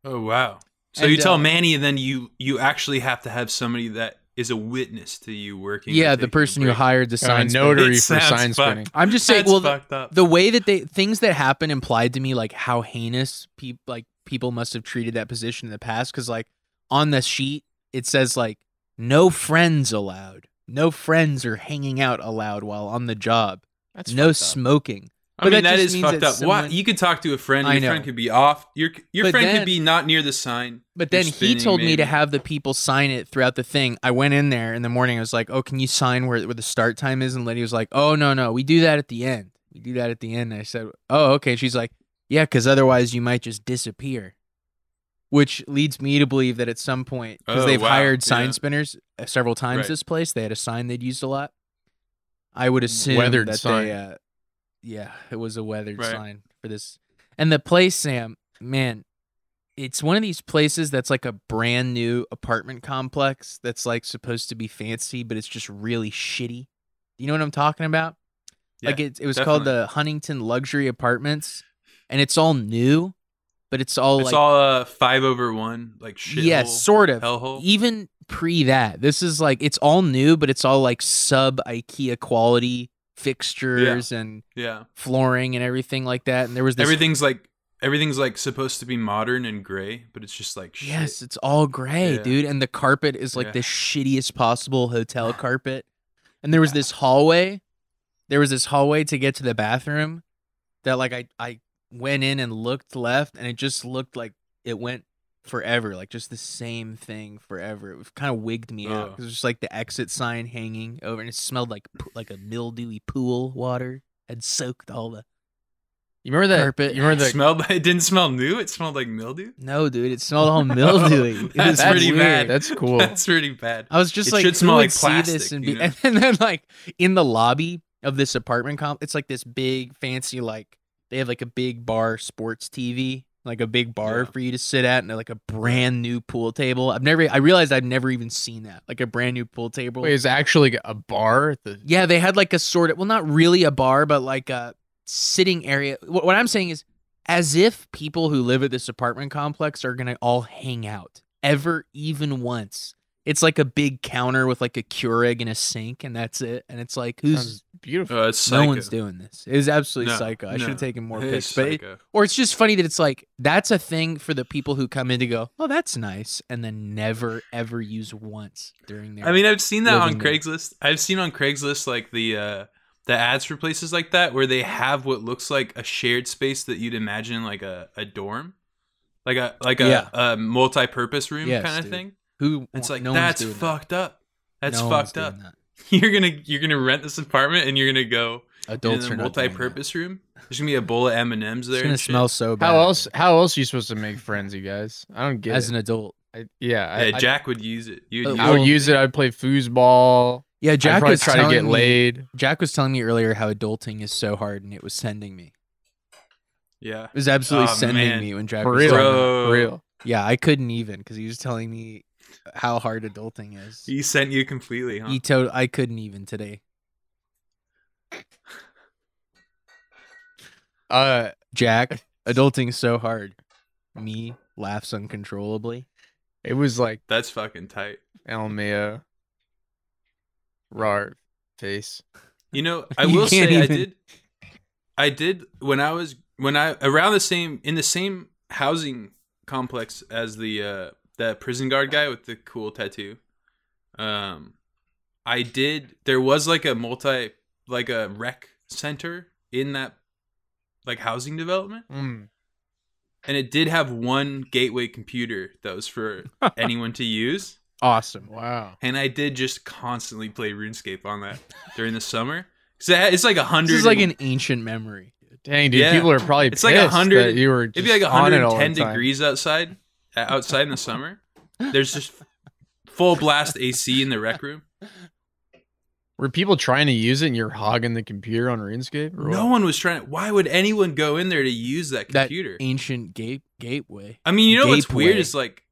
[SPEAKER 3] Oh wow. So
[SPEAKER 2] And,
[SPEAKER 3] you tell
[SPEAKER 2] uh,
[SPEAKER 3] Manny, and then you you actually have to have somebody that is a witness to you working.
[SPEAKER 2] yeah,
[SPEAKER 3] or
[SPEAKER 2] the
[SPEAKER 3] taking a
[SPEAKER 2] person who
[SPEAKER 3] break.
[SPEAKER 2] hired the
[SPEAKER 4] a
[SPEAKER 2] sign.
[SPEAKER 4] notary
[SPEAKER 3] It
[SPEAKER 4] for
[SPEAKER 3] sounds
[SPEAKER 4] sign
[SPEAKER 3] fucked.
[SPEAKER 4] spinning.
[SPEAKER 2] I'm just saying.
[SPEAKER 3] That's
[SPEAKER 2] Well, the,
[SPEAKER 3] fucked up.
[SPEAKER 2] the way that they things that happened implied to me like how heinous people like people must have treated that position in the past because like on the sheet it says like no friends allowed no friends are hanging out allowed while on the job
[SPEAKER 4] That's
[SPEAKER 2] no
[SPEAKER 4] fucked up.
[SPEAKER 2] smoking
[SPEAKER 3] I
[SPEAKER 2] But
[SPEAKER 3] mean,
[SPEAKER 2] that
[SPEAKER 3] that
[SPEAKER 2] just
[SPEAKER 3] is
[SPEAKER 2] means
[SPEAKER 3] fucked
[SPEAKER 2] that
[SPEAKER 3] up. Why
[SPEAKER 2] someone-
[SPEAKER 3] you could talk to a friend.
[SPEAKER 2] I
[SPEAKER 3] Your
[SPEAKER 2] know.
[SPEAKER 3] friend could be off. Your your
[SPEAKER 2] But
[SPEAKER 3] friend
[SPEAKER 2] then-
[SPEAKER 3] could be not near the sign.
[SPEAKER 2] but
[SPEAKER 3] You're
[SPEAKER 2] then he
[SPEAKER 3] spinning,
[SPEAKER 2] told me
[SPEAKER 3] maybe.
[SPEAKER 2] to have the people sign it throughout the thing i went in there in the morning i was like oh can you sign where, where the start time is and lady was like oh no no we do that at the end we do that at the end and i said oh okay she's like yeah because otherwise you might just disappear which leads me to believe that at some point because
[SPEAKER 3] Oh,
[SPEAKER 2] they've
[SPEAKER 3] wow.
[SPEAKER 2] hired sign
[SPEAKER 3] Yeah.
[SPEAKER 2] spinners uh, several times
[SPEAKER 3] Right. Mm,
[SPEAKER 2] this place they had a sign they'd used a lot i would assume
[SPEAKER 4] Weathered
[SPEAKER 2] that
[SPEAKER 4] sign.
[SPEAKER 2] they uh, yeah it was a weathered
[SPEAKER 3] Right.
[SPEAKER 2] sign for this and the place sam man it's one of these places that's like a brand new apartment complex that's like supposed to be fancy but it's just really shitty you know what i'm talking about
[SPEAKER 3] Yeah,
[SPEAKER 2] like it, it was called
[SPEAKER 3] definitely.
[SPEAKER 2] the huntington luxury apartments and it's all new but it's all
[SPEAKER 3] It's
[SPEAKER 2] like
[SPEAKER 3] all uh, five over one, like shit.
[SPEAKER 2] yes sort of E-
[SPEAKER 3] hellhole.
[SPEAKER 2] even pre that this is like it's all new but it's all like sub ikea quality fixtures and
[SPEAKER 3] Yeah,
[SPEAKER 2] flooring and everything like that and there was this
[SPEAKER 3] everything's like everything's like supposed to be modern and gray, but it's just like shit.
[SPEAKER 2] Yes, it's all gray,
[SPEAKER 3] Yeah.
[SPEAKER 2] dude. And the carpet is like
[SPEAKER 3] Yeah.
[SPEAKER 2] the shittiest possible hotel carpet. And there was this hallway there was this hallway to get to the bathroom that like I I went in and looked left and it just looked like it went forever, like just the same thing forever. It kind of wigged me out
[SPEAKER 3] Ugh.
[SPEAKER 2] because just like the exit sign hanging over and it smelled like p- like a mildewy pool water had soaked all the
[SPEAKER 4] You remember that?
[SPEAKER 2] Carpet.
[SPEAKER 4] You remember
[SPEAKER 3] It
[SPEAKER 4] that?
[SPEAKER 3] smelled like, it didn't smell new. It smelled like mildew.
[SPEAKER 2] No, dude, it smelled all mildewy. It was
[SPEAKER 3] That's pretty
[SPEAKER 2] weird.
[SPEAKER 3] bad.
[SPEAKER 4] That's cool.
[SPEAKER 3] That's pretty bad.
[SPEAKER 2] I was just
[SPEAKER 3] It
[SPEAKER 2] like,
[SPEAKER 3] should
[SPEAKER 2] who
[SPEAKER 3] smell
[SPEAKER 2] would
[SPEAKER 3] like
[SPEAKER 2] see this
[SPEAKER 3] plastic,
[SPEAKER 2] and, be,
[SPEAKER 3] you know?
[SPEAKER 2] and then like in the lobby of this apartment comp, it's like this big fancy like they have like a big bar sports TV, like a big bar
[SPEAKER 3] Yeah.
[SPEAKER 2] for you to sit at, and like a brand new pool table. I've never, I realized I've never even seen that, like a brand new pool table.
[SPEAKER 4] Wait, is actually a bar? at The
[SPEAKER 2] Yeah, they had like a sort of well, not really a bar, but like a sitting area. What, what I'm saying is, as if people who live at this apartment complex are gonna all hang out ever, even once. It's like a big counter with like a Keurig and a sink, and that's it. And it's like, who's
[SPEAKER 4] sounds beautiful.
[SPEAKER 3] Uh, it's psycho.
[SPEAKER 2] no one's doing this? It was absolutely
[SPEAKER 3] No,
[SPEAKER 2] psycho. I
[SPEAKER 3] no.
[SPEAKER 2] should have taken more
[SPEAKER 3] It is
[SPEAKER 2] pics, but it-
[SPEAKER 3] psycho.
[SPEAKER 2] or it's just funny that it's like that's a thing for the people who come in to go, oh, that's nice, and then never ever use once during their.
[SPEAKER 3] I mean, I've seen that on
[SPEAKER 2] living there.
[SPEAKER 3] Craigslist. I've seen on Craigslist like the uh the ads for places like that where they have what looks like a shared space that you'd imagine like a, a dorm, like a like a,
[SPEAKER 2] Yeah.
[SPEAKER 3] a multi-purpose room
[SPEAKER 2] Yes,
[SPEAKER 3] kind of
[SPEAKER 2] dude.
[SPEAKER 3] thing.
[SPEAKER 2] who
[SPEAKER 3] It's
[SPEAKER 2] wa-
[SPEAKER 3] like
[SPEAKER 2] no one's
[SPEAKER 3] that's
[SPEAKER 2] doing that.
[SPEAKER 3] fucked up. That's
[SPEAKER 2] No one's
[SPEAKER 3] fucked up.
[SPEAKER 2] doing that.
[SPEAKER 3] You're gonna you're gonna rent this apartment and you're gonna go
[SPEAKER 2] Adults
[SPEAKER 3] in
[SPEAKER 2] are
[SPEAKER 3] a
[SPEAKER 2] not doing that.
[SPEAKER 3] multi-purpose room. There's gonna be a bowl of M and M's there.
[SPEAKER 2] It's gonna
[SPEAKER 3] and shit.
[SPEAKER 2] smell so bad.
[SPEAKER 4] How else? How else are you supposed to make friends, you guys? I don't get
[SPEAKER 2] As
[SPEAKER 4] it.
[SPEAKER 2] an adult,
[SPEAKER 4] I- yeah, I,
[SPEAKER 3] Yeah, Jack would use it. You'd
[SPEAKER 2] Oh,
[SPEAKER 3] use
[SPEAKER 4] I, I would
[SPEAKER 2] Well-
[SPEAKER 4] use it. I'd play foosball.
[SPEAKER 2] yeah.
[SPEAKER 4] Jack I'd
[SPEAKER 2] Jack
[SPEAKER 4] probably
[SPEAKER 2] was
[SPEAKER 4] try to
[SPEAKER 2] telling
[SPEAKER 4] get
[SPEAKER 2] me,
[SPEAKER 4] laid.
[SPEAKER 2] Jack was telling me earlier how adulting is so hard, and it was sending me.
[SPEAKER 3] it. Yeah.
[SPEAKER 2] It was absolutely
[SPEAKER 3] Oh,
[SPEAKER 2] sending
[SPEAKER 3] man.
[SPEAKER 2] me when Jack
[SPEAKER 4] For
[SPEAKER 2] was
[SPEAKER 4] real.
[SPEAKER 2] telling me.
[SPEAKER 3] Bro.
[SPEAKER 4] For real.
[SPEAKER 2] Yeah, I couldn't even because he was telling me how hard adulting is.
[SPEAKER 3] He sent you completely, huh?
[SPEAKER 2] He told I couldn't even today.
[SPEAKER 4] Uh,
[SPEAKER 2] Jack, adulting's so hard. Me laughs uncontrollably.
[SPEAKER 4] it was like oh,
[SPEAKER 3] That's fucking tight.
[SPEAKER 4] Elmeo, Rar face.
[SPEAKER 3] You know, I
[SPEAKER 2] You
[SPEAKER 3] will say
[SPEAKER 2] can't
[SPEAKER 3] I
[SPEAKER 2] even-
[SPEAKER 3] did I did when I was when I around the same in the same housing complex as the uh that prison guard guy with the cool tattoo. Um I did there was like a multi like a rec center in that like housing development
[SPEAKER 4] Mm.
[SPEAKER 3] and it did have one gateway computer that was for anyone to use
[SPEAKER 2] Awesome.
[SPEAKER 4] Wow.
[SPEAKER 3] and I did just constantly play RuneScape on that during the summer. So it's like a
[SPEAKER 2] This
[SPEAKER 3] hundred.
[SPEAKER 2] is like
[SPEAKER 3] and-
[SPEAKER 2] an ancient memory.
[SPEAKER 4] Dang, dude,
[SPEAKER 3] Yeah.
[SPEAKER 4] people are probably
[SPEAKER 3] It's
[SPEAKER 4] pissed
[SPEAKER 3] like a hundred-
[SPEAKER 4] that you were
[SPEAKER 3] it'd
[SPEAKER 4] just
[SPEAKER 3] be like
[SPEAKER 4] on it all the
[SPEAKER 3] 110
[SPEAKER 4] time.
[SPEAKER 3] degrees outside, uh, outside in the summer. There's just full blast AC in the rec room.
[SPEAKER 4] Were people trying to use it and you're hogging the computer on RuneScape? or
[SPEAKER 3] No
[SPEAKER 4] what?
[SPEAKER 3] one was trying. to... Why would anyone go in there to use that
[SPEAKER 2] That
[SPEAKER 3] computer?
[SPEAKER 2] ancient gate gateway.
[SPEAKER 3] I mean, you know what's weird
[SPEAKER 2] Gateway.
[SPEAKER 3] is like,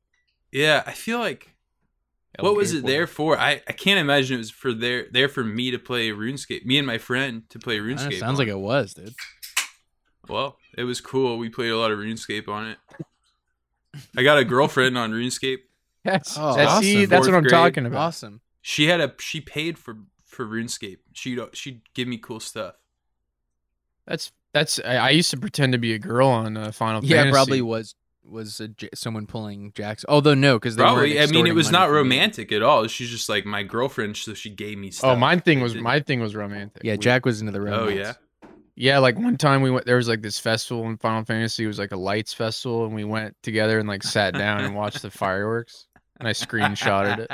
[SPEAKER 3] yeah, I feel like
[SPEAKER 4] El
[SPEAKER 3] what was it
[SPEAKER 4] Gateway.
[SPEAKER 3] there for? I, I can't imagine it was for there there for me to play RuneScape. Me and my friend to play
[SPEAKER 2] Kinda
[SPEAKER 3] RuneScape.
[SPEAKER 2] sounds
[SPEAKER 3] on.
[SPEAKER 2] like it was, dude.
[SPEAKER 3] Well, it was cool. We played a lot of RuneScape on it. I got a girlfriend on RuneScape.
[SPEAKER 4] That's,
[SPEAKER 2] Oh,
[SPEAKER 4] that's,
[SPEAKER 2] awesome.
[SPEAKER 4] see, that's what
[SPEAKER 3] Fourth
[SPEAKER 4] I'm
[SPEAKER 3] grade.
[SPEAKER 4] talking about.
[SPEAKER 2] Awesome.
[SPEAKER 3] She had a she paid for for RuneScape. She would she'd give me cool stuff.
[SPEAKER 4] That's that's. I, I used to pretend to be a girl on uh, Final
[SPEAKER 2] Yeah,
[SPEAKER 4] Fantasy.
[SPEAKER 2] probably was was a J- someone pulling Jack's. Although no, because
[SPEAKER 3] Probably. I mean, it was not romantic at all. She's just like my girlfriend, so she gave me stuff.
[SPEAKER 4] Oh, my thing was
[SPEAKER 3] Did-
[SPEAKER 4] my thing was romantic.
[SPEAKER 2] Yeah,
[SPEAKER 4] We-
[SPEAKER 2] Jack was into the
[SPEAKER 3] Oh
[SPEAKER 2] romance.
[SPEAKER 3] yeah.
[SPEAKER 4] Yeah, like one time we went. There was like this festival in Final Fantasy. It was like a lights festival, and we went together and like sat down and watched the fireworks. And I screenshotted it,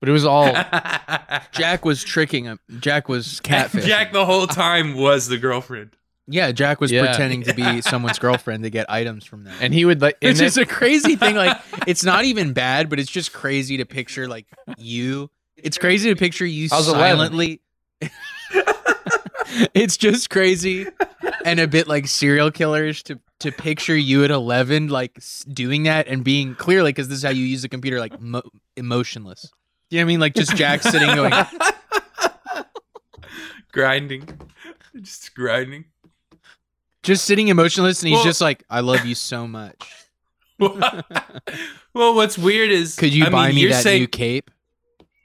[SPEAKER 4] but it was all
[SPEAKER 3] Jack.
[SPEAKER 2] Jack was tricking him. Jack was catfish.
[SPEAKER 3] Jack the whole time was the girlfriend.
[SPEAKER 2] yeah, Jack was
[SPEAKER 4] Yeah.
[SPEAKER 2] pretending to be someone's girlfriend to get items from them.
[SPEAKER 4] and he would like. And
[SPEAKER 2] which
[SPEAKER 4] then,
[SPEAKER 2] is a crazy thing. Like, it's not even bad, but it's just crazy to picture like you. It's crazy to picture you
[SPEAKER 4] I was 11.
[SPEAKER 2] silently. it's just crazy and a bit like serial killers to to picture you at 11 like s- doing that and being clearly because this is how you use a computer like mo- emotionless you know what i mean like just jack sitting going
[SPEAKER 3] grinding, just grinding.
[SPEAKER 2] just sitting emotionless and he's
[SPEAKER 3] Well-
[SPEAKER 2] just like i love you so much
[SPEAKER 3] well, what's weird is
[SPEAKER 2] could you
[SPEAKER 3] I
[SPEAKER 2] buy
[SPEAKER 3] mean,
[SPEAKER 2] me
[SPEAKER 3] you're
[SPEAKER 2] that
[SPEAKER 3] saying,
[SPEAKER 2] new cape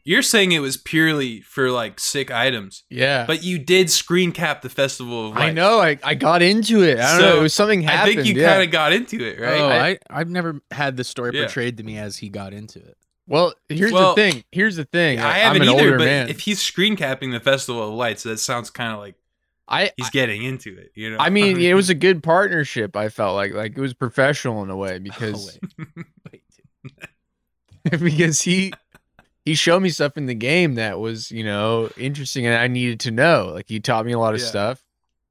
[SPEAKER 3] You're saying it was purely for like sick items,
[SPEAKER 4] yeah,
[SPEAKER 3] but you did screen cap the festival of lights.
[SPEAKER 4] I know. I, I got into it. I don't
[SPEAKER 3] So,
[SPEAKER 4] know. It was something
[SPEAKER 3] I
[SPEAKER 4] happened.
[SPEAKER 3] think you
[SPEAKER 4] yeah.
[SPEAKER 3] kind of got into it, right?
[SPEAKER 2] oh
[SPEAKER 3] I-
[SPEAKER 2] I, I have never had the story
[SPEAKER 3] Yeah.
[SPEAKER 2] portrayed to me as he got into it
[SPEAKER 4] Well, here's
[SPEAKER 3] Well,
[SPEAKER 4] the thing. Here's the thing.
[SPEAKER 3] I
[SPEAKER 4] I'm
[SPEAKER 3] haven't
[SPEAKER 4] an
[SPEAKER 3] either,
[SPEAKER 4] older
[SPEAKER 3] but
[SPEAKER 4] man.
[SPEAKER 3] if he's screen capping the Festival of Lights, that sounds kind of like
[SPEAKER 4] I
[SPEAKER 3] He's getting into it, you know.
[SPEAKER 4] I mean, it was a good partnership. I felt like like it was professional in a way because
[SPEAKER 2] oh, wait. Wait, dude.
[SPEAKER 4] because he he showed me stuff in the game that was you know interesting and I needed to know. Like he taught me a lot of
[SPEAKER 3] Yeah.
[SPEAKER 4] stuff.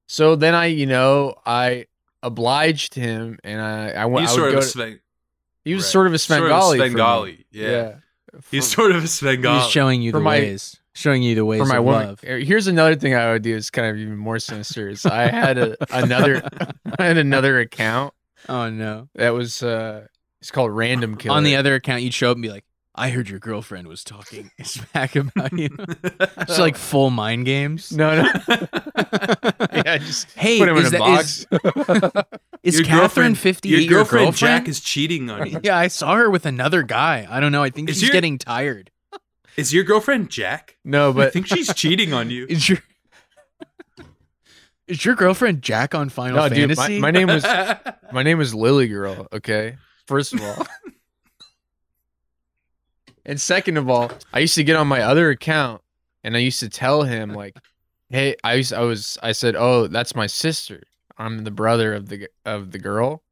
[SPEAKER 4] So then I you know I obliged him and I I went.
[SPEAKER 3] he's
[SPEAKER 4] I would
[SPEAKER 3] sort
[SPEAKER 4] go
[SPEAKER 3] of a
[SPEAKER 4] to-
[SPEAKER 3] Sven-
[SPEAKER 4] he was
[SPEAKER 3] right.
[SPEAKER 4] sort of a
[SPEAKER 3] sort of a
[SPEAKER 4] Svengali. for me.
[SPEAKER 3] Svengali, yeah. He's
[SPEAKER 4] For-
[SPEAKER 3] sort of a
[SPEAKER 2] He was
[SPEAKER 3] Svengali.
[SPEAKER 2] showing you
[SPEAKER 4] For
[SPEAKER 2] the
[SPEAKER 4] my-
[SPEAKER 2] ways, showing you the ways
[SPEAKER 4] for my
[SPEAKER 2] of
[SPEAKER 4] woman.
[SPEAKER 2] love.
[SPEAKER 4] Uh, Here's another thing I would do. It's kind of even more sinister. Is I had a, another I had another account
[SPEAKER 2] Oh no!
[SPEAKER 4] that was uh it's called Random Killer.
[SPEAKER 2] On the other account, you'd show up and be like, "I heard your girlfriend was talking smack about you." Just like full mind games.
[SPEAKER 4] no no
[SPEAKER 2] yeah,
[SPEAKER 4] yeah just
[SPEAKER 2] hey,
[SPEAKER 4] put him
[SPEAKER 2] is,
[SPEAKER 4] in a
[SPEAKER 2] that, is,
[SPEAKER 4] box.
[SPEAKER 2] is
[SPEAKER 3] Your
[SPEAKER 2] Catherine
[SPEAKER 3] girlfriend-
[SPEAKER 2] fifty
[SPEAKER 3] your
[SPEAKER 2] eight
[SPEAKER 3] girlfriend,
[SPEAKER 2] your girlfriend?
[SPEAKER 3] Jack is cheating on you.
[SPEAKER 2] yeah, I saw her with another guy. I don't know. I think
[SPEAKER 3] Is
[SPEAKER 2] she's
[SPEAKER 3] your-
[SPEAKER 2] getting tired.
[SPEAKER 3] Is your girlfriend Jack?
[SPEAKER 4] no,
[SPEAKER 3] I
[SPEAKER 4] but
[SPEAKER 3] think she's cheating on you.
[SPEAKER 2] Is your is your girlfriend Jack on Final
[SPEAKER 4] no, dude. My,
[SPEAKER 2] Fantasy?
[SPEAKER 4] my name was my name was Lily Girl. Okay, first of all, and second of all, I used to get on my other account and I used to tell him like, "Hey, I used I was I said, oh, that's my sister. I'm the brother of the g- of the girl,"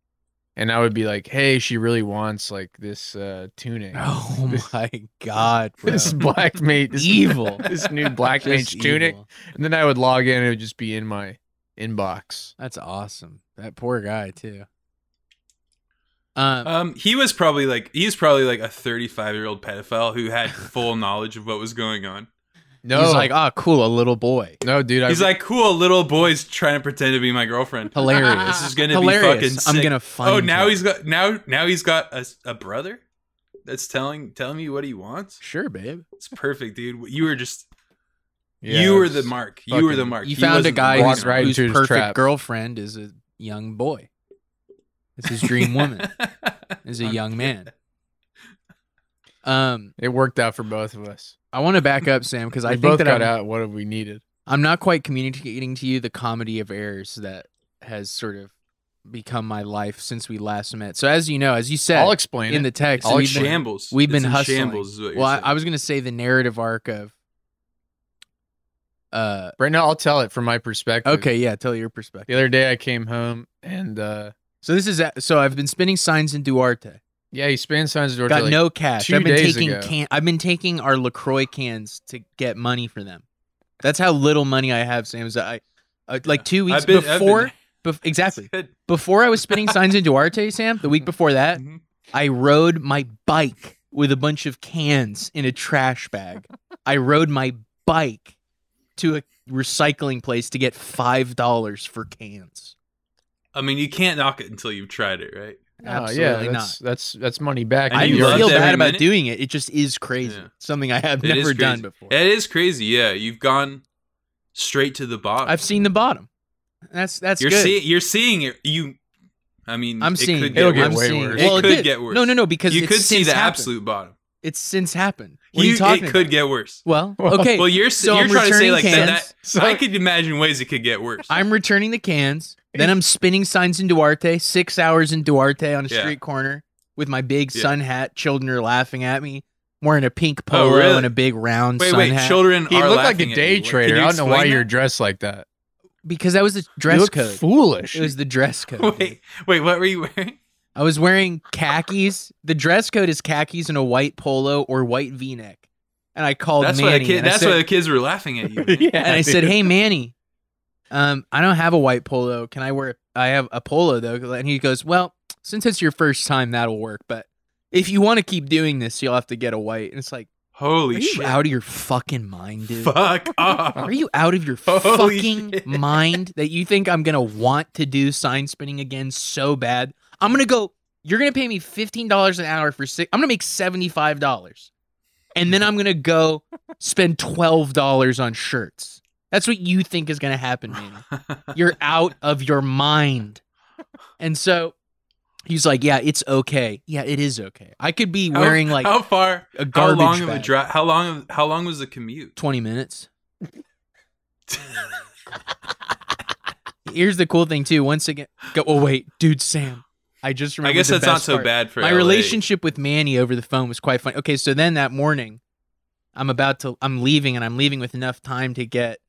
[SPEAKER 4] and I would be like, "Hey, she really wants like this uh tunic,
[SPEAKER 2] oh
[SPEAKER 4] This-
[SPEAKER 2] my god, bro.
[SPEAKER 4] this black mate, this,
[SPEAKER 2] evil.
[SPEAKER 4] this new black mage
[SPEAKER 2] Just
[SPEAKER 4] tunic."
[SPEAKER 2] evil.
[SPEAKER 4] And then I would log in and it would just be in my inbox.
[SPEAKER 2] That's awesome. That poor guy too.
[SPEAKER 4] Uh,
[SPEAKER 2] Um,
[SPEAKER 3] Um, he was probably like he's probably like a 35 year old pedophile who had full knowledge of what was going on.
[SPEAKER 4] No,
[SPEAKER 2] he's like, ah, cool, a little boy.
[SPEAKER 4] no, dude. I,
[SPEAKER 3] He's like, cool, little boy's trying to pretend to be my girlfriend.
[SPEAKER 2] Hilarious.
[SPEAKER 3] This is gonna
[SPEAKER 2] Hilarious.
[SPEAKER 3] be fucking. Sick.
[SPEAKER 2] I'm gonna find.
[SPEAKER 3] Oh, now
[SPEAKER 2] him.
[SPEAKER 3] he's got now now he's got a, s- a brother that's telling telling me what he wants.
[SPEAKER 2] sure, babe.
[SPEAKER 3] It's perfect, dude. You were just
[SPEAKER 4] Yeah,
[SPEAKER 3] you were
[SPEAKER 4] it's-
[SPEAKER 3] the mark. You were the
[SPEAKER 4] fucking-
[SPEAKER 3] mark.
[SPEAKER 2] You
[SPEAKER 3] He
[SPEAKER 2] found a
[SPEAKER 3] wasn't the
[SPEAKER 2] guy
[SPEAKER 3] mark.
[SPEAKER 2] whose
[SPEAKER 4] right
[SPEAKER 2] whose
[SPEAKER 4] into his
[SPEAKER 2] perfect
[SPEAKER 4] trap.
[SPEAKER 2] girlfriend is a young boy. It's his dream woman. Is a young man. Um,
[SPEAKER 4] It worked out for both of us.
[SPEAKER 2] I want to back up, Sam, because
[SPEAKER 4] We
[SPEAKER 2] I
[SPEAKER 4] both
[SPEAKER 2] think that
[SPEAKER 4] got
[SPEAKER 2] I'm,
[SPEAKER 4] out what we needed.
[SPEAKER 2] I'm not quite communicating to you the comedy of errors that has sort of become my life since we last met. So, as you know, as you
[SPEAKER 4] I'll
[SPEAKER 2] said
[SPEAKER 4] explain
[SPEAKER 2] in
[SPEAKER 4] it.
[SPEAKER 2] the text,
[SPEAKER 4] I'll
[SPEAKER 2] we've been-
[SPEAKER 3] shambles.
[SPEAKER 2] we've
[SPEAKER 3] It's
[SPEAKER 2] been
[SPEAKER 3] in
[SPEAKER 2] hustling.
[SPEAKER 3] Shambles is what you're
[SPEAKER 2] well, I,
[SPEAKER 3] saying.
[SPEAKER 2] I was gonna say the narrative arc of. Uh,
[SPEAKER 4] right now, I'll tell it from my perspective.
[SPEAKER 2] okay, yeah, tell your perspective.
[SPEAKER 4] The other day, I came home and uh
[SPEAKER 2] So this is a- so I've been spinning signs in Duarte.
[SPEAKER 4] yeah, he spanned signs door.
[SPEAKER 2] Got
[SPEAKER 4] like, oh,
[SPEAKER 2] no cash.
[SPEAKER 4] two
[SPEAKER 2] I've been
[SPEAKER 4] days
[SPEAKER 2] taking
[SPEAKER 4] ago.
[SPEAKER 2] can. I've been taking our Lacroix cans to get money for them. That's how little money I have, Sam. Is that I, uh, like two weeks
[SPEAKER 3] I've been- I've been-
[SPEAKER 2] before, bef- exactly
[SPEAKER 3] Good.
[SPEAKER 2] before I was spinning signs in Duarte, Sam. The week before that,
[SPEAKER 3] Mhm.
[SPEAKER 2] I rode my bike with a bunch of cans in a trash bag. I rode my bike to a recycling place to get five dollars for cans.
[SPEAKER 3] I mean, you can't knock it until you've tried it, right?
[SPEAKER 4] Oh,
[SPEAKER 2] Absolutely
[SPEAKER 4] yeah,
[SPEAKER 2] not.
[SPEAKER 4] that's, that's that's money back.
[SPEAKER 3] And
[SPEAKER 2] I
[SPEAKER 3] you
[SPEAKER 4] you
[SPEAKER 2] didn't
[SPEAKER 3] loved
[SPEAKER 2] feel
[SPEAKER 4] love
[SPEAKER 3] every
[SPEAKER 4] that.
[SPEAKER 2] bad about
[SPEAKER 3] minute?
[SPEAKER 2] doing it. It just is crazy.
[SPEAKER 3] Yeah.
[SPEAKER 2] Something I have
[SPEAKER 3] It is
[SPEAKER 2] never done
[SPEAKER 3] crazy.
[SPEAKER 2] before.
[SPEAKER 3] It is crazy. Yeah, you've gone straight to the bottom.
[SPEAKER 2] I've seen the bottom. That's that's
[SPEAKER 3] you're
[SPEAKER 2] good.
[SPEAKER 3] seeing. You're seeing it. You. I mean,
[SPEAKER 2] I'm
[SPEAKER 3] it
[SPEAKER 2] seeing.
[SPEAKER 3] Could
[SPEAKER 2] it.
[SPEAKER 3] get
[SPEAKER 4] It'll get
[SPEAKER 2] I'm
[SPEAKER 3] worse.
[SPEAKER 4] way
[SPEAKER 2] seeing
[SPEAKER 4] worse.
[SPEAKER 2] Well,
[SPEAKER 3] It could get worse.
[SPEAKER 2] No, no, no. Because
[SPEAKER 3] You
[SPEAKER 2] it's
[SPEAKER 3] could see
[SPEAKER 2] since
[SPEAKER 3] the
[SPEAKER 2] happened.
[SPEAKER 3] absolute bottom.
[SPEAKER 2] It's since happened. What are you
[SPEAKER 3] it
[SPEAKER 2] talking
[SPEAKER 3] could
[SPEAKER 2] about?
[SPEAKER 3] get worse.
[SPEAKER 2] well,
[SPEAKER 4] Well,
[SPEAKER 2] okay.
[SPEAKER 3] Well, you're
[SPEAKER 2] so
[SPEAKER 3] you're
[SPEAKER 2] I'm
[SPEAKER 3] trying to say
[SPEAKER 2] returning
[SPEAKER 3] like that,
[SPEAKER 2] cans.
[SPEAKER 3] that. I could imagine ways it could get worse.
[SPEAKER 2] I'm returning the cans. Then I'm spinning signs in Duarte. Six hours in Duarte on a
[SPEAKER 3] Yeah.
[SPEAKER 2] street corner with my big
[SPEAKER 3] Yeah. Oh,
[SPEAKER 2] sun hat. Children are laughing at me. I'm wearing a pink polo
[SPEAKER 3] really?
[SPEAKER 2] and a big round
[SPEAKER 3] wait,
[SPEAKER 2] sun
[SPEAKER 3] wait.
[SPEAKER 2] hat.
[SPEAKER 3] Children
[SPEAKER 4] He
[SPEAKER 3] are
[SPEAKER 4] looked like
[SPEAKER 3] laughing
[SPEAKER 4] a
[SPEAKER 3] at
[SPEAKER 4] day
[SPEAKER 3] you. Can
[SPEAKER 4] trader.
[SPEAKER 3] you
[SPEAKER 4] I don't know why
[SPEAKER 3] explain
[SPEAKER 4] you're
[SPEAKER 3] that?
[SPEAKER 4] dressed like that.
[SPEAKER 2] Because that was the
[SPEAKER 4] you
[SPEAKER 2] dress
[SPEAKER 4] look
[SPEAKER 2] code.
[SPEAKER 4] foolish.
[SPEAKER 2] It was the dress code. dude.
[SPEAKER 3] Wait, wait. What were you wearing?
[SPEAKER 2] I was wearing khakis. The dress code is khakis and a white polo or white V-neck. And I called
[SPEAKER 3] That's why the
[SPEAKER 2] Manny.
[SPEAKER 3] kid.
[SPEAKER 2] and I
[SPEAKER 3] That's
[SPEAKER 2] said-
[SPEAKER 3] why the kids were laughing at you. man.
[SPEAKER 4] yeah,
[SPEAKER 2] and I
[SPEAKER 4] dude.
[SPEAKER 2] said, "Hey, Manny, um, I don't have a white polo. Can I wear? I have a polo though." And he goes, "Well, since it's your first time, that'll work. But if you want to keep doing this, you'll have to get a white." And it's like,
[SPEAKER 3] Holy
[SPEAKER 2] are you
[SPEAKER 3] shit!
[SPEAKER 2] out of your fucking mind, dude?
[SPEAKER 3] Fuck off.
[SPEAKER 2] Are you out of your
[SPEAKER 3] Holy
[SPEAKER 2] fucking
[SPEAKER 3] shit.
[SPEAKER 2] mind that you think I'm gonna want to do sign spinning again so bad? I'm gonna go. You're gonna pay me fifteen dollars an hour for six. I'm gonna make seventy five dollars, and then I'm gonna go spend twelve dollars on shirts. That's what you think is gonna happen, man. You're out of your mind. And so he's like, "Yeah, it's okay. Yeah, it is okay. I could be
[SPEAKER 3] How-
[SPEAKER 2] wearing like
[SPEAKER 3] how far?
[SPEAKER 2] a
[SPEAKER 3] How
[SPEAKER 2] garbage
[SPEAKER 3] long of a
[SPEAKER 2] bag.
[SPEAKER 3] drive? How long? Of, how long was the commute?
[SPEAKER 2] Twenty minutes." Here's the cool thing too. Once again, go. Oh wait, dude, Sam. I just remember.
[SPEAKER 3] I guess that's not so bad for
[SPEAKER 2] My
[SPEAKER 3] LA.
[SPEAKER 2] relationship with Manny over the phone was quite funny. Okay, so then that morning, I'm about to. I'm leaving, and I'm leaving with enough time to get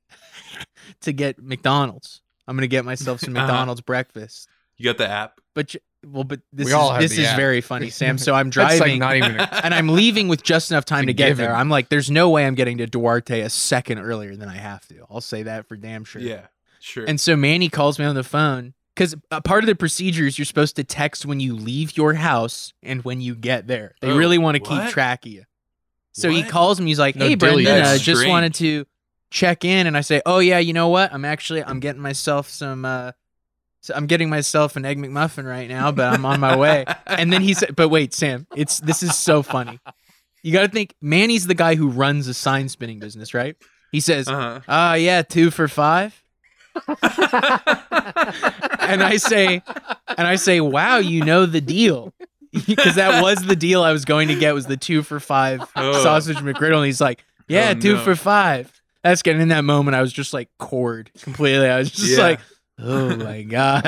[SPEAKER 2] to get McDonald's. I'm gonna get myself some
[SPEAKER 3] Uh-huh.
[SPEAKER 2] McDonald's breakfast.
[SPEAKER 3] You got the app.
[SPEAKER 2] But j- well, but this
[SPEAKER 4] We
[SPEAKER 2] is
[SPEAKER 4] all have
[SPEAKER 2] this
[SPEAKER 4] the
[SPEAKER 2] is
[SPEAKER 4] app.
[SPEAKER 2] very funny, Sam. So I'm
[SPEAKER 4] That's
[SPEAKER 2] driving
[SPEAKER 4] like not even. A,
[SPEAKER 2] and I'm leaving with just enough time
[SPEAKER 4] It's a
[SPEAKER 2] to get
[SPEAKER 4] given.
[SPEAKER 2] there. I'm like, there's no way I'm getting to Duarte a second earlier than I have to. I'll say that for damn sure.
[SPEAKER 3] Yeah, sure.
[SPEAKER 2] And so Manny calls me on the phone because a part of the procedure is you're supposed to text when you leave your house and when you get there. They
[SPEAKER 3] Oh,
[SPEAKER 2] really want to keep
[SPEAKER 3] what?
[SPEAKER 2] track of you. So he
[SPEAKER 3] What?
[SPEAKER 2] calls me. He's like,
[SPEAKER 4] No
[SPEAKER 2] "Hey,
[SPEAKER 4] dilly
[SPEAKER 2] Brendan, uh,
[SPEAKER 3] That's
[SPEAKER 2] just
[SPEAKER 3] strange.
[SPEAKER 2] wanted to check in." And I say, "Oh yeah, you know what? I'm actually I'm getting myself some. Uh, so I'm getting myself an egg McMuffin right now, but I'm on my way." And then he said, "But wait, Sam, it's this is so funny. You got to think Manny's the guy who runs a sign spinning business, right?" He says,
[SPEAKER 3] uh-huh.
[SPEAKER 2] "Ah, yeah, two for five. and I say, and I say, "Wow, you know the deal," because that was the deal I was going to get was the two for five
[SPEAKER 3] Oh.
[SPEAKER 2] sausage McGriddle. And he's like, "Yeah,
[SPEAKER 3] Oh,
[SPEAKER 2] two
[SPEAKER 3] no.
[SPEAKER 2] for five. That's getting in that moment. I was just like cord completely. I was just
[SPEAKER 3] Yeah.
[SPEAKER 2] like, "Oh my god."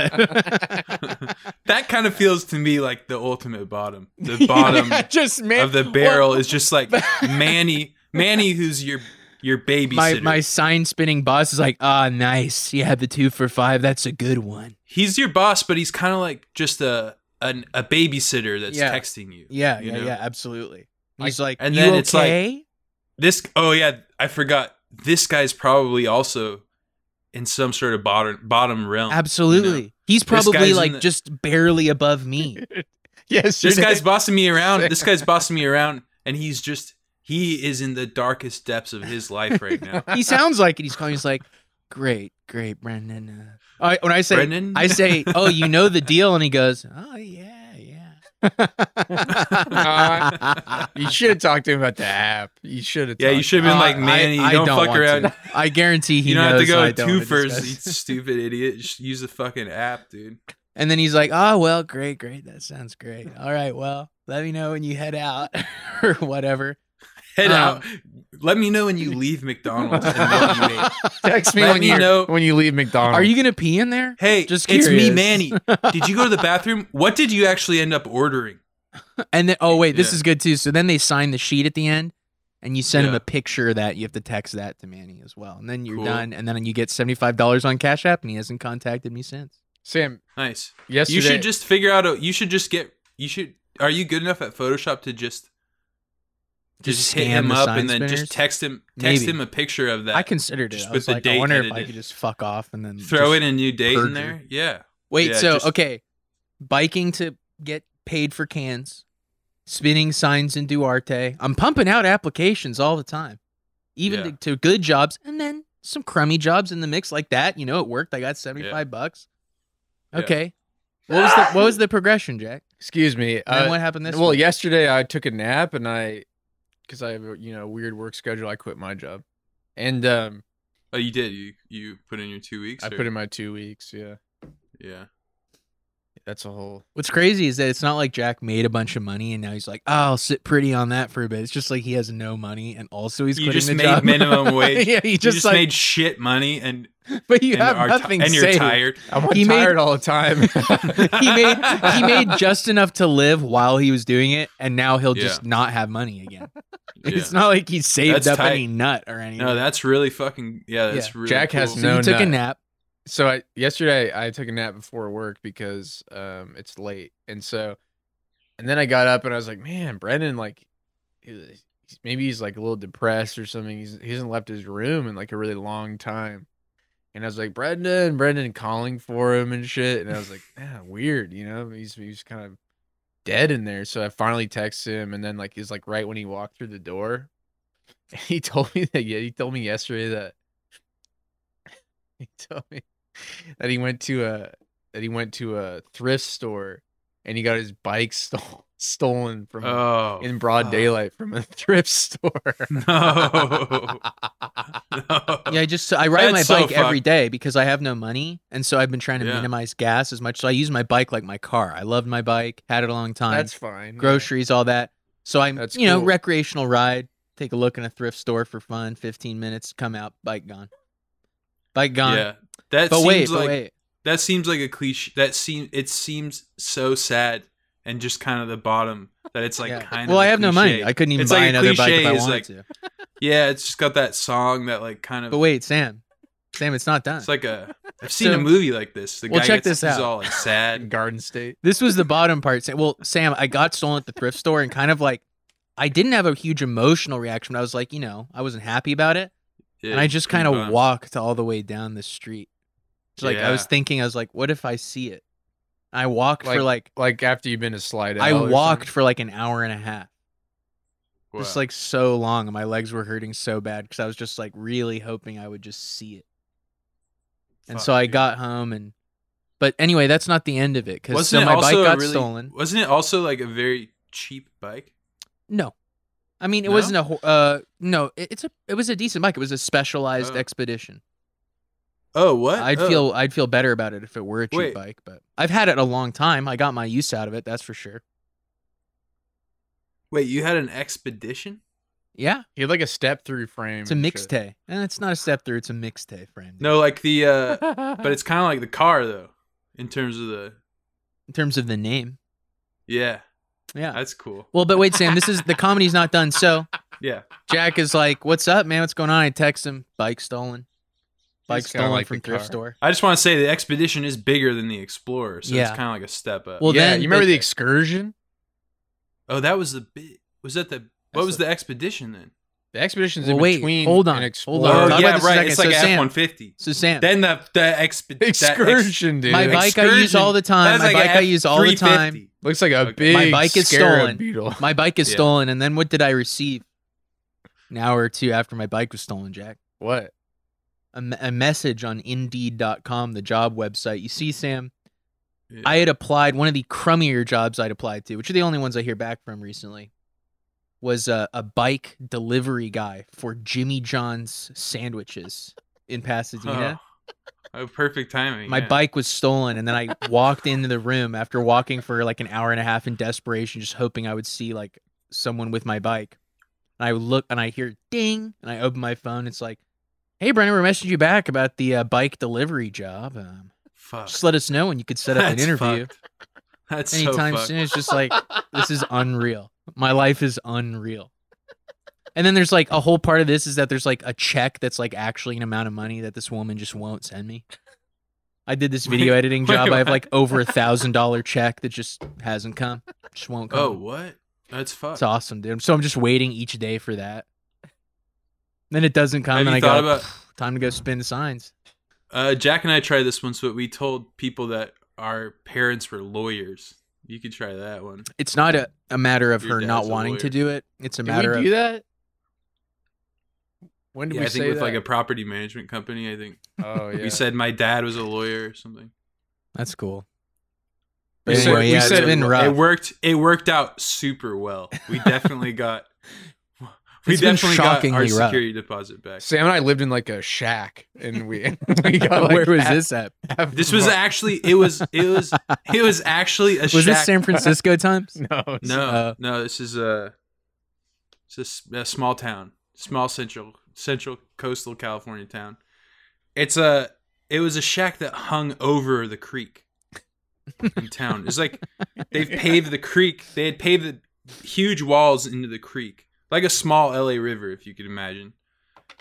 [SPEAKER 3] that kind of feels to me like the ultimate bottom. The bottom
[SPEAKER 4] Yeah, just man,
[SPEAKER 3] of the
[SPEAKER 4] what-
[SPEAKER 3] barrel is just like Manny. Manny, who's your your babysitter?
[SPEAKER 2] my my sign spinning boss is like, "Ah, nice. You had the two for five. That's a good one."
[SPEAKER 3] he's your boss, but he's kind of like just a an, a babysitter that's
[SPEAKER 2] Yeah.
[SPEAKER 3] texting you.
[SPEAKER 2] Yeah,
[SPEAKER 3] you
[SPEAKER 2] yeah,
[SPEAKER 3] know?
[SPEAKER 2] yeah, absolutely. He's like,
[SPEAKER 3] and
[SPEAKER 2] "You
[SPEAKER 3] then it's like-
[SPEAKER 2] okay?"
[SPEAKER 3] This. Oh yeah, I forgot. This guy's probably also in some sort of bottom bottom realm.
[SPEAKER 2] Absolutely. He's
[SPEAKER 3] This
[SPEAKER 2] probably
[SPEAKER 3] guy's in
[SPEAKER 2] like
[SPEAKER 3] the-
[SPEAKER 2] just barely above me.
[SPEAKER 4] yes,
[SPEAKER 3] This
[SPEAKER 4] you're-
[SPEAKER 3] guy's bossing me around. This guy's bossing me around, and he's just he is in the darkest depths of his life right now.
[SPEAKER 2] he sounds like it. He's calling. He's like, great, great, Brendan. Uh, I- when I say,
[SPEAKER 3] Brendan,
[SPEAKER 2] I say, oh, you know the deal, and he goes, oh yeah, yeah.
[SPEAKER 4] Uh, You should have talked to him about the app. You should have.
[SPEAKER 3] yeah, you
[SPEAKER 4] talked-
[SPEAKER 3] should have been
[SPEAKER 2] Uh,
[SPEAKER 3] like, Manny,
[SPEAKER 2] I- I
[SPEAKER 3] don't,
[SPEAKER 2] don't
[SPEAKER 3] fuck
[SPEAKER 2] want
[SPEAKER 3] around.
[SPEAKER 2] to. I guarantee he
[SPEAKER 3] You don't have
[SPEAKER 2] knows
[SPEAKER 3] to go
[SPEAKER 2] I don't wanna
[SPEAKER 3] two first, you
[SPEAKER 2] discuss.
[SPEAKER 3] stupid idiot. Just use the fucking app, dude.
[SPEAKER 2] And then he's like, oh well, great, great. That sounds great. All right, well, let me know when you head out or whatever.
[SPEAKER 3] Head
[SPEAKER 2] Um,
[SPEAKER 3] out. Let me know when you leave McDonald's and what you ate.
[SPEAKER 4] Text me
[SPEAKER 3] Let
[SPEAKER 4] when
[SPEAKER 3] me
[SPEAKER 4] you
[SPEAKER 3] know-
[SPEAKER 4] when you leave McDonald's.
[SPEAKER 2] Are you gonna pee in there?
[SPEAKER 3] Hey,
[SPEAKER 2] Just
[SPEAKER 3] it's me,
[SPEAKER 2] curious.
[SPEAKER 3] Manny. Did you go to the bathroom? What did you actually end up ordering?
[SPEAKER 2] And then, oh wait, this
[SPEAKER 3] Yeah.
[SPEAKER 2] is good too. So then they sign the sheet at the end, and you send him
[SPEAKER 3] Yeah.
[SPEAKER 2] a picture of that. You have to text that to Manny as well, and then you're
[SPEAKER 3] Cool.
[SPEAKER 2] done. And then you get seventy five dollars on Cash App, and he hasn't contacted me since.
[SPEAKER 4] Sam?
[SPEAKER 3] Nice.
[SPEAKER 4] Yesterday,
[SPEAKER 3] You should just figure out. A, you should just get. You should. Are you good enough at Photoshop to just
[SPEAKER 2] Just
[SPEAKER 3] just, hit
[SPEAKER 2] scan
[SPEAKER 3] him
[SPEAKER 2] the
[SPEAKER 3] up
[SPEAKER 2] sign
[SPEAKER 3] and then
[SPEAKER 2] spinners?
[SPEAKER 3] just text him text
[SPEAKER 2] Maybe.
[SPEAKER 3] him a picture of that?
[SPEAKER 2] I considered it.
[SPEAKER 3] just
[SPEAKER 2] I
[SPEAKER 3] put
[SPEAKER 2] was
[SPEAKER 3] the
[SPEAKER 2] like, I
[SPEAKER 3] date
[SPEAKER 2] wonder if
[SPEAKER 3] edited.
[SPEAKER 2] I could just fuck off and then
[SPEAKER 3] throw
[SPEAKER 2] just-
[SPEAKER 3] in a new date
[SPEAKER 2] perjure.
[SPEAKER 3] in there. Yeah.
[SPEAKER 2] Wait,
[SPEAKER 3] yeah,
[SPEAKER 2] so
[SPEAKER 3] just-
[SPEAKER 2] okay, biking to get paid for cans, spinning signs in Duarte. I'm pumping out applications all the time, even
[SPEAKER 3] Yeah.
[SPEAKER 2] to, to good jobs, and then some crummy jobs in the mix like that. You know, it worked. I got seventy five bucks.
[SPEAKER 3] Yeah.
[SPEAKER 2] Okay. What was the what was the progression, Jack?
[SPEAKER 4] excuse me.
[SPEAKER 2] And then
[SPEAKER 4] uh,
[SPEAKER 2] what happened this?
[SPEAKER 4] well,
[SPEAKER 2] week?
[SPEAKER 4] yesterday I took a nap and I, because I have a you know weird work schedule, I quit my job, and um,
[SPEAKER 3] Oh, you did. You you put in your two weeks.
[SPEAKER 4] I
[SPEAKER 3] or-
[SPEAKER 4] put in my two weeks. Yeah,
[SPEAKER 3] Yeah.
[SPEAKER 4] that's a whole.
[SPEAKER 2] What's crazy is that it's not like Jack made a bunch of money and now he's like, oh, I'll sit pretty on that for a bit. It's just like he has no money and also he's
[SPEAKER 3] you
[SPEAKER 2] quitting
[SPEAKER 3] just
[SPEAKER 2] the
[SPEAKER 3] made
[SPEAKER 2] job.
[SPEAKER 3] minimum wage.
[SPEAKER 2] yeah, he
[SPEAKER 3] You
[SPEAKER 2] just,
[SPEAKER 3] just,
[SPEAKER 2] like,
[SPEAKER 3] made shit money and
[SPEAKER 2] but you
[SPEAKER 3] and,
[SPEAKER 2] have
[SPEAKER 3] are ti-
[SPEAKER 2] nothing
[SPEAKER 3] and you're
[SPEAKER 2] saved.
[SPEAKER 3] tired.
[SPEAKER 4] I'm
[SPEAKER 2] He made-
[SPEAKER 4] tired all the time.
[SPEAKER 2] he made he made just enough to live while he was doing it, and now he'll just not have money again. It's
[SPEAKER 3] Yeah.
[SPEAKER 2] not like he saved
[SPEAKER 3] That's
[SPEAKER 2] up
[SPEAKER 3] tight.
[SPEAKER 2] any nut or anything.
[SPEAKER 3] No, that's really fucking. Yeah, that's really.
[SPEAKER 4] Jack has
[SPEAKER 3] cool.
[SPEAKER 2] so
[SPEAKER 4] no
[SPEAKER 2] he took a
[SPEAKER 4] nut.
[SPEAKER 2] nap.
[SPEAKER 4] so I yesterday I took a nap before work because um it's late and so and then I got up and I was like man Brennan like he- he's- maybe he's like a little depressed or something he's, he hasn't left his room in like a really long time and I was like Brendan Brendan calling for him and shit and I was like ah weird you know he's he's kind of dead in there so I finally texted him and then like he's like right when he walked through the door he told me that yeah he told me yesterday that he told me that he went to a that he went to a thrift store and he got his bike stole, stolen from a-
[SPEAKER 3] Oh
[SPEAKER 4] in broad
[SPEAKER 3] fuck.
[SPEAKER 4] daylight from a thrift store.
[SPEAKER 3] No. no.
[SPEAKER 2] Yeah, I just I ride my
[SPEAKER 3] That's so
[SPEAKER 2] bike every
[SPEAKER 3] fucked.
[SPEAKER 2] day because I have no money, and so I've been trying to
[SPEAKER 3] Yeah.
[SPEAKER 2] minimize gas as much. So I use my bike like my car. I loved my bike, had it a long time.
[SPEAKER 4] That's fine. yeah.
[SPEAKER 2] groceries, all that. So I'm
[SPEAKER 4] That's
[SPEAKER 2] you know
[SPEAKER 4] cool.
[SPEAKER 2] recreational ride. Take a look in a thrift store for fun. Fifteen minutes, come out, bike gone, bike gone.
[SPEAKER 3] Yeah. That
[SPEAKER 2] but
[SPEAKER 3] seems
[SPEAKER 2] wait,
[SPEAKER 3] like
[SPEAKER 2] but wait.
[SPEAKER 3] that seems like a cliche. That seem it seems so sad and just kind of the bottom that it's like
[SPEAKER 2] Yeah.
[SPEAKER 3] kind of.
[SPEAKER 2] well,
[SPEAKER 3] I
[SPEAKER 2] I have no money. I couldn't even
[SPEAKER 3] It's
[SPEAKER 2] buy
[SPEAKER 3] like a
[SPEAKER 2] another bike if
[SPEAKER 3] cliche
[SPEAKER 2] I
[SPEAKER 3] is
[SPEAKER 2] wanted
[SPEAKER 3] like-
[SPEAKER 2] to.
[SPEAKER 3] yeah, it's just got that song that like kind of.
[SPEAKER 2] But wait, Sam, Sam, it's not done.
[SPEAKER 3] It's like a. I've seen a
[SPEAKER 2] So-
[SPEAKER 3] movie like this. The
[SPEAKER 2] Well,
[SPEAKER 3] guy
[SPEAKER 2] check
[SPEAKER 3] gets,
[SPEAKER 2] this
[SPEAKER 3] he's
[SPEAKER 2] out.
[SPEAKER 3] all like sad.
[SPEAKER 4] Garden State.
[SPEAKER 2] this was the bottom part. Sam. Well, Sam, I got stolen at the thrift store and kind of like I didn't have a huge emotional reaction. But I was like, you know, I wasn't happy about it, and I just kind of
[SPEAKER 3] walked.
[SPEAKER 2] walked all the way down the street. So, like I was
[SPEAKER 3] Yeah.
[SPEAKER 2] thinking, I was like, what if I see it? I walked for like
[SPEAKER 4] Like after you've been to Slide
[SPEAKER 2] I
[SPEAKER 4] L or
[SPEAKER 2] walked
[SPEAKER 4] something.
[SPEAKER 2] for like an hour and a half. Just like so long, and my legs were hurting so bad because I was just like really hoping I would just see it. And so I got home and, but anyway, that's not the end of it because so
[SPEAKER 3] Wasn't it
[SPEAKER 2] my bike
[SPEAKER 3] also a
[SPEAKER 2] got
[SPEAKER 3] really-
[SPEAKER 2] stolen.
[SPEAKER 3] Wasn't it also like a very cheap bike?
[SPEAKER 2] No, I mean it
[SPEAKER 3] No?
[SPEAKER 2] wasn't a ho- uh no it, it's a it was a decent bike. It was a specialized
[SPEAKER 3] Oh.
[SPEAKER 2] expedition.
[SPEAKER 3] Oh, what?
[SPEAKER 2] I'd
[SPEAKER 3] Oh.
[SPEAKER 2] feel I'd feel better about it if it were a cheap
[SPEAKER 3] Wait.
[SPEAKER 2] bike, but I've had it a long time. I got my use out of it, that's for sure.
[SPEAKER 3] Wait, you had an expedition?
[SPEAKER 2] Yeah,
[SPEAKER 4] He had like a step through frame.
[SPEAKER 2] it's a mixtape, and it's not a step through. It's a mixtape, friend.
[SPEAKER 3] No, like the. uh
[SPEAKER 4] but
[SPEAKER 3] But it's kind of like the car though, in terms of the.
[SPEAKER 2] in terms of the name,
[SPEAKER 3] Yeah,
[SPEAKER 2] yeah.
[SPEAKER 3] that's cool.
[SPEAKER 2] Well, but wait, Sam, this is the comedy's not done. So
[SPEAKER 3] Yeah,
[SPEAKER 2] Jack is like, "What's up, man? What's going on?" I text him, "Bike stolen, bike
[SPEAKER 4] It's kinda
[SPEAKER 2] stolen
[SPEAKER 4] like
[SPEAKER 2] from
[SPEAKER 4] the
[SPEAKER 2] thrift
[SPEAKER 4] car.
[SPEAKER 2] store."
[SPEAKER 3] I just want to say the expedition is bigger than the explorer, so
[SPEAKER 2] Yeah.
[SPEAKER 3] it's kind of like a step up.
[SPEAKER 2] Well,
[SPEAKER 4] yeah,
[SPEAKER 2] then
[SPEAKER 4] you remember
[SPEAKER 2] the-
[SPEAKER 4] the excursion?
[SPEAKER 3] oh, that was the bit. Was that the? What
[SPEAKER 4] That's
[SPEAKER 3] was
[SPEAKER 4] the-
[SPEAKER 3] the, expedition then?
[SPEAKER 4] The expedition's
[SPEAKER 2] Well,
[SPEAKER 4] in
[SPEAKER 2] wait,
[SPEAKER 4] between.
[SPEAKER 2] hold on,
[SPEAKER 4] an
[SPEAKER 2] hold on.
[SPEAKER 4] explorer.
[SPEAKER 2] Talk
[SPEAKER 3] oh
[SPEAKER 2] about
[SPEAKER 3] yeah,
[SPEAKER 2] this a
[SPEAKER 3] right.
[SPEAKER 2] second.
[SPEAKER 3] It's like
[SPEAKER 2] So,
[SPEAKER 3] an F
[SPEAKER 2] Sam-
[SPEAKER 3] one fifty.
[SPEAKER 2] So Sam,
[SPEAKER 3] Then the the exp That ex-
[SPEAKER 4] excursion, dude.
[SPEAKER 2] my bike I use
[SPEAKER 3] excursion-
[SPEAKER 2] all the time.
[SPEAKER 3] that's
[SPEAKER 2] My
[SPEAKER 3] like
[SPEAKER 2] bike
[SPEAKER 3] an
[SPEAKER 2] I use all the time.
[SPEAKER 3] F350.
[SPEAKER 4] looks like a
[SPEAKER 3] Okay.
[SPEAKER 4] big.
[SPEAKER 2] My bike is
[SPEAKER 4] scarab
[SPEAKER 2] stolen.
[SPEAKER 4] Beetle.
[SPEAKER 2] My bike is
[SPEAKER 3] Yeah.
[SPEAKER 2] stolen, and then what did I receive? An hour or two after my bike was stolen, Jack,
[SPEAKER 4] What?
[SPEAKER 2] a, me- a message on Indeed.com, the job website. You see, Sam,
[SPEAKER 3] Yeah.
[SPEAKER 2] I had applied one of the crummier jobs I'd applied to, which are the only ones I hear back from recently. Was a, a bike delivery guy for Jimmy John's sandwiches in Pasadena.
[SPEAKER 3] Oh, Oh, perfect timing.
[SPEAKER 2] My
[SPEAKER 3] yeah.
[SPEAKER 2] bike was stolen, and then I walked into the room after walking for like an hour and a half in desperation, just hoping I would see like someone with my bike. And I look and I hear ding, and I open my phone. It's like, "Hey, Brennan, we're messaging you back about the uh, bike delivery job. Um,
[SPEAKER 3] Fuck.
[SPEAKER 2] just let us know when you could set up an
[SPEAKER 3] That's
[SPEAKER 2] interview
[SPEAKER 3] fucked. That's
[SPEAKER 2] anytime
[SPEAKER 3] so fucked.
[SPEAKER 2] soon." It's just like this is unreal. My life is unreal. And then there's like a whole part of this is that there's like a check that's like actually an amount of money that this woman just won't send me. I did this video
[SPEAKER 3] Wait,
[SPEAKER 2] editing
[SPEAKER 3] wait,
[SPEAKER 2] job. I have
[SPEAKER 3] what?
[SPEAKER 2] like over a thousand dollar check that just hasn't come, just won't come.
[SPEAKER 3] Oh, what? That's fucked.
[SPEAKER 2] it's awesome, dude. So I'm just waiting each day for that. Then it doesn't come,
[SPEAKER 3] Have
[SPEAKER 2] and
[SPEAKER 3] you
[SPEAKER 2] I
[SPEAKER 3] thought
[SPEAKER 2] go,
[SPEAKER 3] about-
[SPEAKER 2] "Pff, time to go spin signs.
[SPEAKER 3] Uh, Jack and I tried this once, but we told people that our parents were lawyers. You could try that one.
[SPEAKER 2] It's not a, a matter of
[SPEAKER 3] Your
[SPEAKER 2] her not
[SPEAKER 3] dad's a
[SPEAKER 2] wanting to
[SPEAKER 3] lawyer.
[SPEAKER 2] do it. It's a
[SPEAKER 4] Did
[SPEAKER 2] matter
[SPEAKER 4] we
[SPEAKER 2] of
[SPEAKER 4] do that? When did
[SPEAKER 3] Yeah,
[SPEAKER 4] we
[SPEAKER 3] I think
[SPEAKER 4] say
[SPEAKER 3] with
[SPEAKER 4] that?
[SPEAKER 3] like a property management company. I think
[SPEAKER 4] oh yeah.
[SPEAKER 3] we said my dad was a lawyer or something.
[SPEAKER 2] that's cool.
[SPEAKER 4] We
[SPEAKER 2] But
[SPEAKER 4] said-
[SPEAKER 2] anyway,
[SPEAKER 4] we
[SPEAKER 2] yeah,
[SPEAKER 4] said
[SPEAKER 2] it's been
[SPEAKER 4] it-
[SPEAKER 2] rough.
[SPEAKER 3] It worked. It worked out super well. We definitely got. We
[SPEAKER 2] It's been
[SPEAKER 3] definitely got our
[SPEAKER 2] shockingly rough.
[SPEAKER 3] security deposit back.
[SPEAKER 4] Sam and I lived in like a shack, and we. we got, like,
[SPEAKER 2] Where was
[SPEAKER 4] half-
[SPEAKER 2] this at?
[SPEAKER 4] half
[SPEAKER 3] This was
[SPEAKER 4] bar-
[SPEAKER 3] actually. It was. It was. It was actually a.
[SPEAKER 2] Was this
[SPEAKER 3] shack-
[SPEAKER 2] San Francisco times?
[SPEAKER 4] no.
[SPEAKER 3] No,
[SPEAKER 2] uh,
[SPEAKER 3] no. This is a. It's a s- a, small town, small central central coastal California town. It's a. It was a shack that hung over the creek. In town, it's like they've paved the creek. They had paved the huge walls into the creek, like a small LA river, if you could imagine.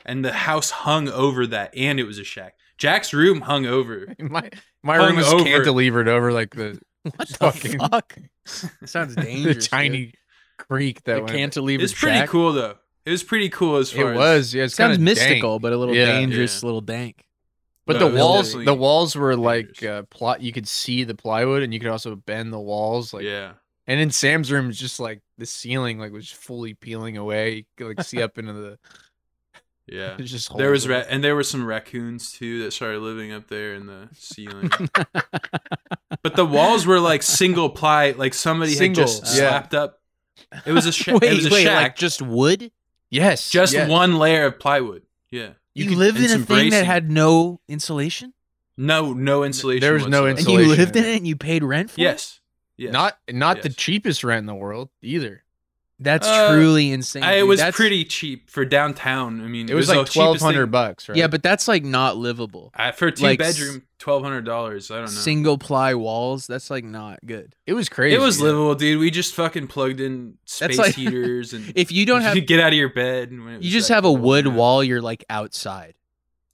[SPEAKER 3] And the house hung over that, and it was a shack. Jack's room hung over.
[SPEAKER 4] My my
[SPEAKER 3] Hung
[SPEAKER 4] room was
[SPEAKER 3] over.
[SPEAKER 4] cantilevered over like the
[SPEAKER 2] What the
[SPEAKER 4] Fucking-
[SPEAKER 2] fuck? Sounds
[SPEAKER 4] the
[SPEAKER 2] dangerous.
[SPEAKER 4] tiny creek that
[SPEAKER 2] dude. the
[SPEAKER 4] went.
[SPEAKER 2] cantilever.
[SPEAKER 3] It's pretty
[SPEAKER 2] shack.
[SPEAKER 3] cool though. It was pretty cool as
[SPEAKER 4] it
[SPEAKER 3] far as
[SPEAKER 4] was. Yeah, it's
[SPEAKER 2] Sounds
[SPEAKER 4] kinda
[SPEAKER 2] mystical,
[SPEAKER 4] dank.
[SPEAKER 2] but a little
[SPEAKER 4] Yeah.
[SPEAKER 2] dangerous,
[SPEAKER 3] Yeah.
[SPEAKER 2] little dank.
[SPEAKER 3] No,
[SPEAKER 4] But the
[SPEAKER 3] it was
[SPEAKER 4] walls,
[SPEAKER 3] definitely
[SPEAKER 4] the walls were like uh,
[SPEAKER 3] dangerous.
[SPEAKER 4] plot. You could see the plywood, and you could also bend the walls. Like,
[SPEAKER 3] yeah.
[SPEAKER 4] and in Sam's room, it's just like the ceiling, like was fully peeling away. You could like see up into the.
[SPEAKER 3] Yeah.
[SPEAKER 4] There's just
[SPEAKER 3] There
[SPEAKER 4] holes
[SPEAKER 3] was
[SPEAKER 4] in it.
[SPEAKER 3] ra- and there were some raccoons too that started living up there in the ceiling. but the walls were like single ply, like somebody
[SPEAKER 4] Single,
[SPEAKER 3] had just
[SPEAKER 4] yeah.
[SPEAKER 3] slapped up. It was a sh-
[SPEAKER 2] wait,
[SPEAKER 3] it was a
[SPEAKER 2] wait,
[SPEAKER 3] shack,
[SPEAKER 2] like just wood?
[SPEAKER 4] Yes,
[SPEAKER 3] just
[SPEAKER 4] yes.
[SPEAKER 3] one layer of plywood. Yeah,
[SPEAKER 2] You,
[SPEAKER 4] could-
[SPEAKER 2] lived
[SPEAKER 3] and
[SPEAKER 2] in a
[SPEAKER 3] some
[SPEAKER 2] thing that
[SPEAKER 3] bracing.
[SPEAKER 2] had no insulation,
[SPEAKER 3] no, no insulation.
[SPEAKER 4] there was no
[SPEAKER 3] whatsoever.
[SPEAKER 4] insulation.
[SPEAKER 2] and you lived in
[SPEAKER 4] in
[SPEAKER 2] it, and you paid rent for it.
[SPEAKER 3] Yes, yes.
[SPEAKER 4] Not not the
[SPEAKER 3] Yes.
[SPEAKER 4] cheapest rent in the world either.
[SPEAKER 2] that's
[SPEAKER 3] Uh,
[SPEAKER 2] truly insane.
[SPEAKER 3] I, it
[SPEAKER 2] dude.
[SPEAKER 3] was
[SPEAKER 2] That's-
[SPEAKER 3] pretty cheap for downtown. I mean,
[SPEAKER 4] It was,
[SPEAKER 3] Mm, the
[SPEAKER 4] like
[SPEAKER 3] cheapest
[SPEAKER 4] twelve hundred
[SPEAKER 3] thing-
[SPEAKER 4] bucks, right?
[SPEAKER 2] Yeah, but that's like not livable.
[SPEAKER 3] Uh, for a two
[SPEAKER 2] like,
[SPEAKER 3] bedroom, twelve hundred dollars. I don't know.
[SPEAKER 2] Single ply walls. That's like not good.
[SPEAKER 4] it was crazy.
[SPEAKER 3] it was
[SPEAKER 4] yeah.
[SPEAKER 3] livable, dude. We just fucking plugged in space
[SPEAKER 2] like-
[SPEAKER 3] heaters and
[SPEAKER 2] If you don't have,
[SPEAKER 3] you get out of your bed. And "Oh, when it
[SPEAKER 2] you
[SPEAKER 3] was
[SPEAKER 2] just
[SPEAKER 3] that
[SPEAKER 2] have a
[SPEAKER 3] cold,
[SPEAKER 2] wood
[SPEAKER 3] yeah.
[SPEAKER 2] wall. You're like outside.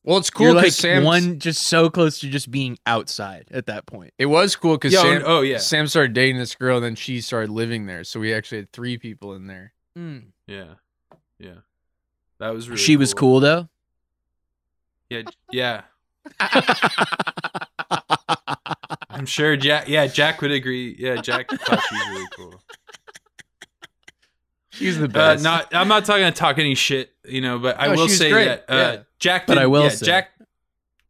[SPEAKER 4] Well, it's cool
[SPEAKER 2] You're like
[SPEAKER 4] because Sam.
[SPEAKER 2] one just so close to just being outside at that point.
[SPEAKER 4] It was cool because
[SPEAKER 3] Yeah, oh,
[SPEAKER 4] Sam,
[SPEAKER 3] oh yeah,
[SPEAKER 4] Sam started dating this girl, and then she started living there. So we actually had three people in there.
[SPEAKER 3] yeah, yeah. That was really.
[SPEAKER 2] she was cool though.
[SPEAKER 3] Yeah, yeah. I'm sure Jack. Yeah, Jack would agree. Yeah, Jack thought she was really cool.
[SPEAKER 4] She's the
[SPEAKER 3] Uh,
[SPEAKER 4] best.
[SPEAKER 3] not, I'm not talking to talk any shit, you know. But I
[SPEAKER 4] No,
[SPEAKER 3] will
[SPEAKER 4] she was
[SPEAKER 3] say
[SPEAKER 4] great,
[SPEAKER 3] that uh,
[SPEAKER 4] yeah.
[SPEAKER 3] Jack.
[SPEAKER 2] But
[SPEAKER 3] did-
[SPEAKER 2] I will
[SPEAKER 3] yeah,
[SPEAKER 2] say-
[SPEAKER 3] Jack.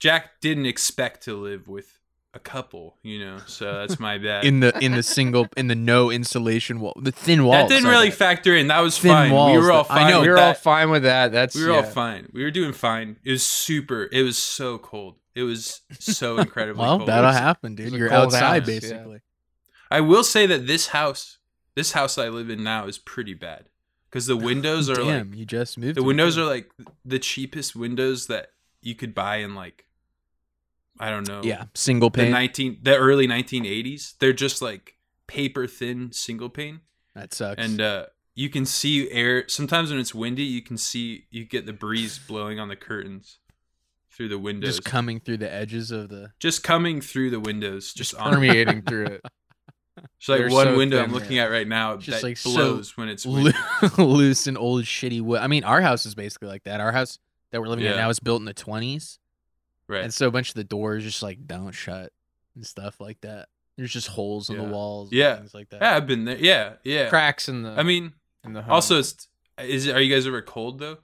[SPEAKER 3] Jack didn't expect to live with a couple, you know. So that's my bad.
[SPEAKER 2] In the in the single in the no insulation wall, the thin wall.
[SPEAKER 3] that didn't really factor in. That was
[SPEAKER 2] Thin
[SPEAKER 3] fine. we
[SPEAKER 2] walls
[SPEAKER 3] were all
[SPEAKER 2] that- I
[SPEAKER 3] fine.
[SPEAKER 2] know,
[SPEAKER 3] with
[SPEAKER 4] we were all
[SPEAKER 3] that.
[SPEAKER 4] fine with that. That's
[SPEAKER 3] we were all
[SPEAKER 4] yeah.
[SPEAKER 3] fine. We were doing fine. It was super. It was so cold. It was so incredibly
[SPEAKER 2] Well,
[SPEAKER 3] cold.
[SPEAKER 2] that'll happen,
[SPEAKER 4] It
[SPEAKER 2] dude.
[SPEAKER 4] was a
[SPEAKER 2] You're
[SPEAKER 4] cold
[SPEAKER 2] outside
[SPEAKER 3] house, yeah.
[SPEAKER 2] basically.
[SPEAKER 3] I will say that this house, this house I live in now, is pretty bad because the windows are
[SPEAKER 2] Damn,
[SPEAKER 3] like
[SPEAKER 2] you just moved.
[SPEAKER 3] the windows are like the cheapest windows that you could buy in like I don't know,
[SPEAKER 2] yeah, single
[SPEAKER 3] the
[SPEAKER 2] pane.
[SPEAKER 3] nineteen the early nineteen eighties. They're just like paper thin single pane,
[SPEAKER 2] That sucks.
[SPEAKER 3] and uh, you can see air. Sometimes when it's windy, you can see you get the breeze blowing on the curtains through the windows.
[SPEAKER 2] just coming through the edges of the.
[SPEAKER 3] just coming through the windows, just, on
[SPEAKER 4] permeating through it.
[SPEAKER 3] It's like
[SPEAKER 4] They're
[SPEAKER 3] one
[SPEAKER 4] so
[SPEAKER 3] window
[SPEAKER 4] thin,
[SPEAKER 3] I'm looking
[SPEAKER 4] yeah.
[SPEAKER 3] at right now
[SPEAKER 2] Just,
[SPEAKER 3] that
[SPEAKER 2] like, so
[SPEAKER 3] blows when it's
[SPEAKER 2] loo-
[SPEAKER 3] windy.
[SPEAKER 2] loose and old shitty wood. I mean, our house is basically like that. Our house that we're living in
[SPEAKER 3] Yeah.
[SPEAKER 2] now is built in the twenties,
[SPEAKER 3] right.
[SPEAKER 2] and so a bunch of the doors just like don't shut and stuff like that. There's just holes in
[SPEAKER 3] Yeah.
[SPEAKER 2] the walls, and
[SPEAKER 3] Yeah.
[SPEAKER 2] things like that.
[SPEAKER 3] yeah, I've been there. Yeah, yeah.
[SPEAKER 4] Cracks in the.
[SPEAKER 3] I mean,
[SPEAKER 4] in
[SPEAKER 2] Um,
[SPEAKER 4] the home.
[SPEAKER 3] also, it's, is are you guys ever cold though?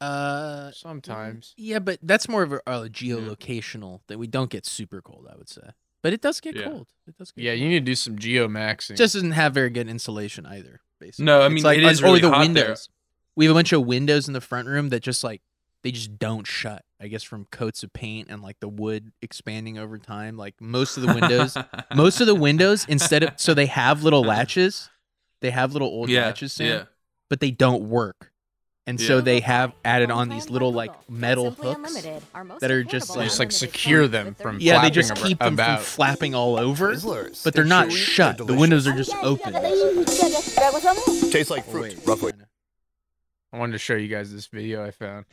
[SPEAKER 2] Uh,
[SPEAKER 4] sometimes
[SPEAKER 2] yeah, but that's more of a, a geolocational that we don't get super cold. I would say, but it does get
[SPEAKER 3] Yeah.
[SPEAKER 2] cold. It does. Get
[SPEAKER 4] yeah,
[SPEAKER 2] cold.
[SPEAKER 4] you need to do some geo maxing.
[SPEAKER 2] It just doesn't have very good insulation either. Basically,
[SPEAKER 3] No, I
[SPEAKER 2] It's
[SPEAKER 3] mean
[SPEAKER 2] like-
[SPEAKER 3] it is
[SPEAKER 2] or
[SPEAKER 3] really
[SPEAKER 2] the
[SPEAKER 3] hot
[SPEAKER 2] windows.
[SPEAKER 3] there.
[SPEAKER 2] We have a bunch of windows in the front room that just like they just don't shut. I guess from coats of paint and like the wood expanding over time. Like most of the windows, most of the windows instead of so they have little latches. They have little old
[SPEAKER 3] yeah,
[SPEAKER 2] latches, Sam,
[SPEAKER 3] yeah,
[SPEAKER 2] but they don't work. And so
[SPEAKER 3] Yeah.
[SPEAKER 2] they have added on these little like metal hooks. that are just, like-
[SPEAKER 4] Just, like, secure them from
[SPEAKER 2] Yeah, they
[SPEAKER 4] flapping
[SPEAKER 2] just
[SPEAKER 4] abr-
[SPEAKER 2] keep them from
[SPEAKER 4] about.
[SPEAKER 2] flapping all over,
[SPEAKER 1] Twizzlers.
[SPEAKER 2] but they're not
[SPEAKER 1] chewy,
[SPEAKER 2] shut. The
[SPEAKER 1] delicious.
[SPEAKER 2] windows are just open.
[SPEAKER 1] Tastes like
[SPEAKER 2] Oh, wait,
[SPEAKER 1] fruit, roughly.
[SPEAKER 2] kinda.
[SPEAKER 4] I wanted to show you guys this video I found.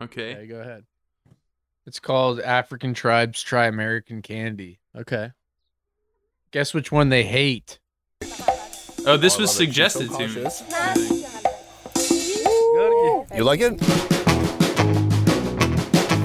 [SPEAKER 3] okay.
[SPEAKER 2] Okay, go ahead.
[SPEAKER 4] It's called African Tribes Try American Candy.
[SPEAKER 2] Okay.
[SPEAKER 4] Guess which one they hate?
[SPEAKER 3] Oh, this
[SPEAKER 1] Oh,
[SPEAKER 3] was
[SPEAKER 1] I love it. She's so
[SPEAKER 3] suggested to me.
[SPEAKER 1] cautious. You like it?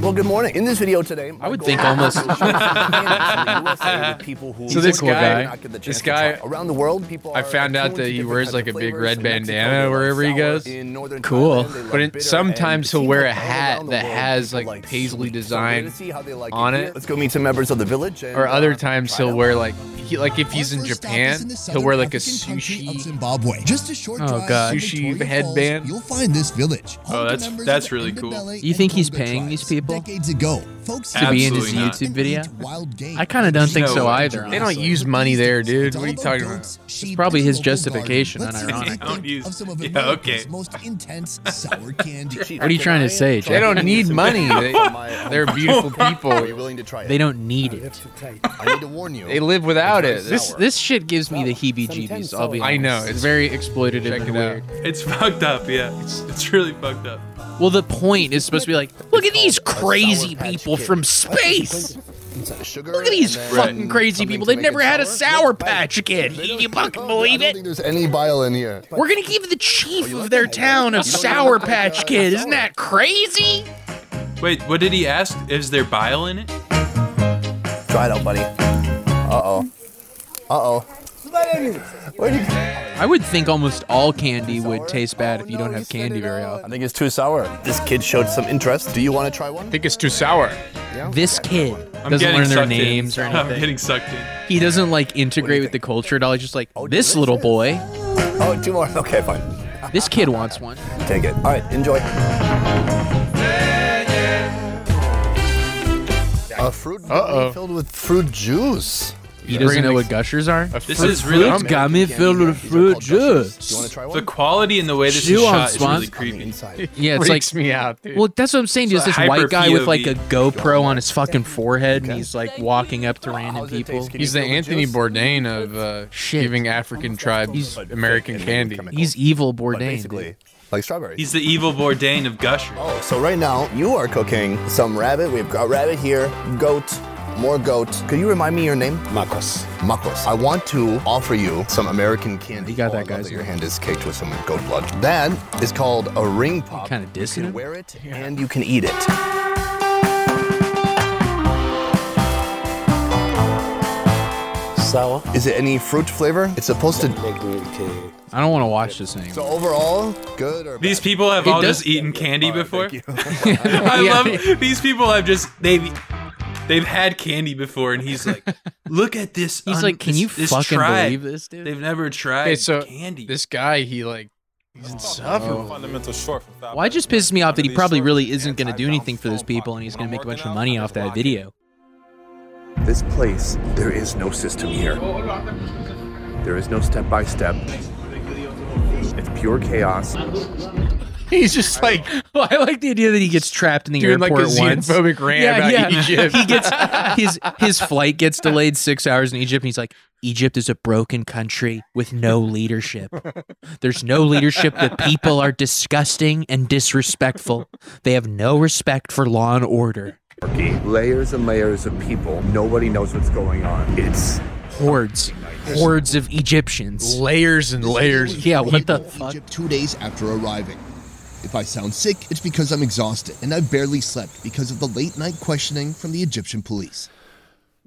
[SPEAKER 1] Well, good morning. In this video today, my
[SPEAKER 2] would
[SPEAKER 1] goal
[SPEAKER 2] think
[SPEAKER 1] is to
[SPEAKER 2] almost-
[SPEAKER 1] showcase the USA to people who
[SPEAKER 4] So this
[SPEAKER 1] unfortunately
[SPEAKER 4] guy-
[SPEAKER 1] did not get the
[SPEAKER 4] this
[SPEAKER 1] chance to
[SPEAKER 4] guy-
[SPEAKER 1] try. around the world, people.
[SPEAKER 4] I
[SPEAKER 1] are
[SPEAKER 4] found out
[SPEAKER 1] attuned
[SPEAKER 4] that
[SPEAKER 1] to
[SPEAKER 4] he
[SPEAKER 1] different
[SPEAKER 4] wears,
[SPEAKER 1] types
[SPEAKER 4] like,
[SPEAKER 1] of
[SPEAKER 4] a big
[SPEAKER 1] flavors.
[SPEAKER 4] red
[SPEAKER 1] In Mexico,
[SPEAKER 4] bandana
[SPEAKER 1] they love
[SPEAKER 4] wherever he
[SPEAKER 1] sour.
[SPEAKER 4] goes.
[SPEAKER 1] In northern
[SPEAKER 2] Cool.
[SPEAKER 1] Thailand, they love
[SPEAKER 4] But it,
[SPEAKER 1] bitter,
[SPEAKER 4] sometimes
[SPEAKER 1] and
[SPEAKER 4] he'll
[SPEAKER 1] it
[SPEAKER 4] wear a
[SPEAKER 1] seems like all
[SPEAKER 4] hat
[SPEAKER 1] around the
[SPEAKER 4] that
[SPEAKER 1] world,
[SPEAKER 4] has
[SPEAKER 1] people
[SPEAKER 4] like
[SPEAKER 1] like
[SPEAKER 4] paisley
[SPEAKER 1] sweet. So we're
[SPEAKER 4] design,
[SPEAKER 1] gonna see how they like
[SPEAKER 4] on
[SPEAKER 1] here.
[SPEAKER 4] it.
[SPEAKER 1] Let's go meet some members of the village. and,
[SPEAKER 4] or
[SPEAKER 1] uh,
[SPEAKER 4] other times
[SPEAKER 1] try it
[SPEAKER 4] he'll
[SPEAKER 1] out.
[SPEAKER 4] wear like he, like if he's in
[SPEAKER 5] Our first stop is in
[SPEAKER 4] Japan,
[SPEAKER 5] the
[SPEAKER 4] he'll wear like a
[SPEAKER 5] southern African country of
[SPEAKER 4] sushi.
[SPEAKER 5] Zimbabwe. Just a short
[SPEAKER 2] Oh,
[SPEAKER 5] drive
[SPEAKER 2] God.
[SPEAKER 5] from
[SPEAKER 4] Sushi
[SPEAKER 5] Victoria
[SPEAKER 4] headband.
[SPEAKER 5] Falls, you'll find this village. home to
[SPEAKER 3] that's-
[SPEAKER 5] members
[SPEAKER 3] that's
[SPEAKER 5] of the
[SPEAKER 3] really cool.
[SPEAKER 5] Ndebele
[SPEAKER 2] You
[SPEAKER 5] and
[SPEAKER 2] think he's
[SPEAKER 5] Tonga
[SPEAKER 2] paying these
[SPEAKER 5] tribes.
[SPEAKER 2] people?
[SPEAKER 5] Decades ago, folks
[SPEAKER 3] To be in his
[SPEAKER 5] hunted
[SPEAKER 2] YouTube
[SPEAKER 5] and
[SPEAKER 2] video?
[SPEAKER 5] ate wild game.
[SPEAKER 2] I kinda don't
[SPEAKER 3] think so
[SPEAKER 2] either,
[SPEAKER 4] They don't use money there, dude.
[SPEAKER 5] It's
[SPEAKER 4] What are
[SPEAKER 5] all
[SPEAKER 4] you talking
[SPEAKER 5] goats,
[SPEAKER 4] about?
[SPEAKER 5] sheep, and
[SPEAKER 2] probably his
[SPEAKER 5] local garden.
[SPEAKER 2] justification,
[SPEAKER 5] Let's see
[SPEAKER 2] unironic.
[SPEAKER 5] what they
[SPEAKER 3] I don't
[SPEAKER 5] think
[SPEAKER 3] use-
[SPEAKER 5] of some of
[SPEAKER 3] Yeah,
[SPEAKER 5] America's
[SPEAKER 3] okay.
[SPEAKER 5] most intense sour candy.
[SPEAKER 2] What are you trying to say, Jack?
[SPEAKER 4] They don't need money. They, they're beautiful
[SPEAKER 3] Oh,
[SPEAKER 1] Are you
[SPEAKER 4] people.
[SPEAKER 1] willing to try it?
[SPEAKER 2] They don't need it.
[SPEAKER 1] I need to warn you.
[SPEAKER 4] They live without it.
[SPEAKER 1] This-
[SPEAKER 4] This
[SPEAKER 2] This shit gives me the heebie-jeebies. I'll be honest.
[SPEAKER 4] I know,
[SPEAKER 2] It's
[SPEAKER 4] it's-
[SPEAKER 2] very exploitative
[SPEAKER 4] check
[SPEAKER 2] and
[SPEAKER 4] it out.
[SPEAKER 2] weird.
[SPEAKER 3] It's fucked up. Yeah, it's, it's really fucked up.
[SPEAKER 2] Well, the point is supposed to be like, look at these crazy people from space.
[SPEAKER 1] Sugar
[SPEAKER 2] Look at these
[SPEAKER 1] and then
[SPEAKER 2] fucking crazy
[SPEAKER 1] something
[SPEAKER 2] people.
[SPEAKER 1] to
[SPEAKER 2] They've
[SPEAKER 1] make it
[SPEAKER 2] never had a Sour
[SPEAKER 1] sour
[SPEAKER 2] Patch Kid.
[SPEAKER 1] They don't
[SPEAKER 2] You
[SPEAKER 1] do Oh,
[SPEAKER 2] fucking
[SPEAKER 1] coke.
[SPEAKER 2] believe
[SPEAKER 1] I don't
[SPEAKER 2] it?
[SPEAKER 1] think there's any bile in here.
[SPEAKER 2] We're gonna give the chief of their town a Sour Patch Kid. Isn't that crazy?
[SPEAKER 3] Wait, what did he ask? Is there bile in it?
[SPEAKER 1] Try it out, buddy. Uh oh. Uh oh. Where'd you?
[SPEAKER 2] I would think almost all candy
[SPEAKER 1] would taste bad if you don't have candy
[SPEAKER 2] very
[SPEAKER 1] I think it's too sour. This kid showed some interest. Do you want to try one?
[SPEAKER 4] I think it's too sour.
[SPEAKER 2] This kid
[SPEAKER 3] I'm
[SPEAKER 2] doesn't
[SPEAKER 3] getting
[SPEAKER 2] learn their
[SPEAKER 3] sucked in.
[SPEAKER 2] names or
[SPEAKER 3] I'm
[SPEAKER 2] anything.
[SPEAKER 3] getting sucked in.
[SPEAKER 2] He doesn't like integrate with the culture at all. He's just like, this little boy,
[SPEAKER 1] Oh, two more. Okay, fine.
[SPEAKER 2] this kid wants one.
[SPEAKER 1] Take it. All right, enjoy. A fruit
[SPEAKER 4] Uh-oh.
[SPEAKER 1] valley filled with fruit juice.
[SPEAKER 2] He
[SPEAKER 4] Bring
[SPEAKER 2] doesn't know
[SPEAKER 4] the-
[SPEAKER 2] what gushers are.
[SPEAKER 4] A
[SPEAKER 3] This
[SPEAKER 4] fruit
[SPEAKER 3] is really-
[SPEAKER 4] gum.
[SPEAKER 2] Got me filled with
[SPEAKER 1] These are
[SPEAKER 2] fruit
[SPEAKER 1] called gushers.
[SPEAKER 2] juice.
[SPEAKER 1] Do you want to try one?
[SPEAKER 3] The quality and the way this
[SPEAKER 2] Chew
[SPEAKER 3] is
[SPEAKER 2] on,
[SPEAKER 3] shot is really
[SPEAKER 2] Swan.
[SPEAKER 3] creepy.
[SPEAKER 1] inside.
[SPEAKER 2] Yeah, it's like
[SPEAKER 4] freaks me out, dude.
[SPEAKER 2] Well, that's what I'm saying. There's
[SPEAKER 3] It's
[SPEAKER 2] this
[SPEAKER 3] a
[SPEAKER 2] white guy with
[SPEAKER 3] hyper
[SPEAKER 2] like a GoPro on his fucking forehead, and
[SPEAKER 1] Okay.
[SPEAKER 2] he's like walking up to random
[SPEAKER 1] How's it
[SPEAKER 2] people.
[SPEAKER 1] taste? Can you
[SPEAKER 4] He's the
[SPEAKER 1] feel the
[SPEAKER 4] Anthony
[SPEAKER 1] juice?
[SPEAKER 4] Bourdain of uh,
[SPEAKER 2] Shit.
[SPEAKER 4] giving African tribes
[SPEAKER 1] But
[SPEAKER 4] American
[SPEAKER 1] thick and
[SPEAKER 4] candy.
[SPEAKER 1] chemical.
[SPEAKER 2] He's evil
[SPEAKER 1] But
[SPEAKER 2] Bourdain.
[SPEAKER 1] basically,
[SPEAKER 2] dude.
[SPEAKER 1] like strawberries.
[SPEAKER 3] He's the evil Bourdain of Gushers.
[SPEAKER 1] Oh, so right now you are cooking some rabbit. We've got rabbit here, goat, more goat. Could you remind me your name?
[SPEAKER 6] Marcos.
[SPEAKER 1] Makos. I want to offer you some American candy.
[SPEAKER 2] You got
[SPEAKER 1] Oh,
[SPEAKER 2] that,
[SPEAKER 1] I love
[SPEAKER 2] guys.
[SPEAKER 1] Your hand is caked with some goat blood. That is called a ring pop.
[SPEAKER 2] kinda dissing
[SPEAKER 1] You can
[SPEAKER 2] him?
[SPEAKER 1] wear it and you can eat it.
[SPEAKER 6] Sour.
[SPEAKER 1] Is it any fruit flavor? It's supposed to.
[SPEAKER 6] Make milk tea.
[SPEAKER 2] I don't want to watch this anymore.
[SPEAKER 1] So overall, good or
[SPEAKER 3] These
[SPEAKER 1] bad?
[SPEAKER 3] people have
[SPEAKER 2] It
[SPEAKER 3] all
[SPEAKER 2] does-
[SPEAKER 3] just eaten candy
[SPEAKER 1] All right,
[SPEAKER 3] before.
[SPEAKER 1] thank you.
[SPEAKER 3] I
[SPEAKER 2] Yeah.
[SPEAKER 3] love these people have just they've they've had candy before, and he's like, "Look at this."
[SPEAKER 2] He's
[SPEAKER 3] un-
[SPEAKER 2] like, can
[SPEAKER 3] this-
[SPEAKER 2] you
[SPEAKER 3] this
[SPEAKER 2] fucking
[SPEAKER 3] tribe.
[SPEAKER 2] believe this, dude?
[SPEAKER 3] They've never tried
[SPEAKER 4] Okay, so
[SPEAKER 3] candy.
[SPEAKER 4] This guy, he like, he's insufferable.
[SPEAKER 7] Fundamental short for
[SPEAKER 8] uh,
[SPEAKER 2] Why it just pisses me off that he probably really isn't going to do anything for those people and he's going to make a bunch of money off that video.
[SPEAKER 9] This place, there is no system here. There is no step by step. It's pure chaos.
[SPEAKER 4] He's just like
[SPEAKER 2] Well, I like the idea that he gets trapped in the
[SPEAKER 4] doing like a
[SPEAKER 2] airport once.
[SPEAKER 4] xenophobic rant about Egypt.
[SPEAKER 2] He gets his his flight gets delayed six hours in Egypt, and he's like, Egypt is a broken country with no leadership. There's no leadership. The people are disgusting and disrespectful. They have no respect for law and order.
[SPEAKER 9] Layers and layers of people. Nobody knows what's going on. It's
[SPEAKER 2] Hordes, hordes of Egyptians.
[SPEAKER 4] layers and layers.
[SPEAKER 2] Yeah, what the
[SPEAKER 5] People in
[SPEAKER 2] fuck?
[SPEAKER 5] Egypt two days after arriving. If I sound sick, it's because I'm exhausted and I've barely slept because of the late night questioning from the Egyptian police.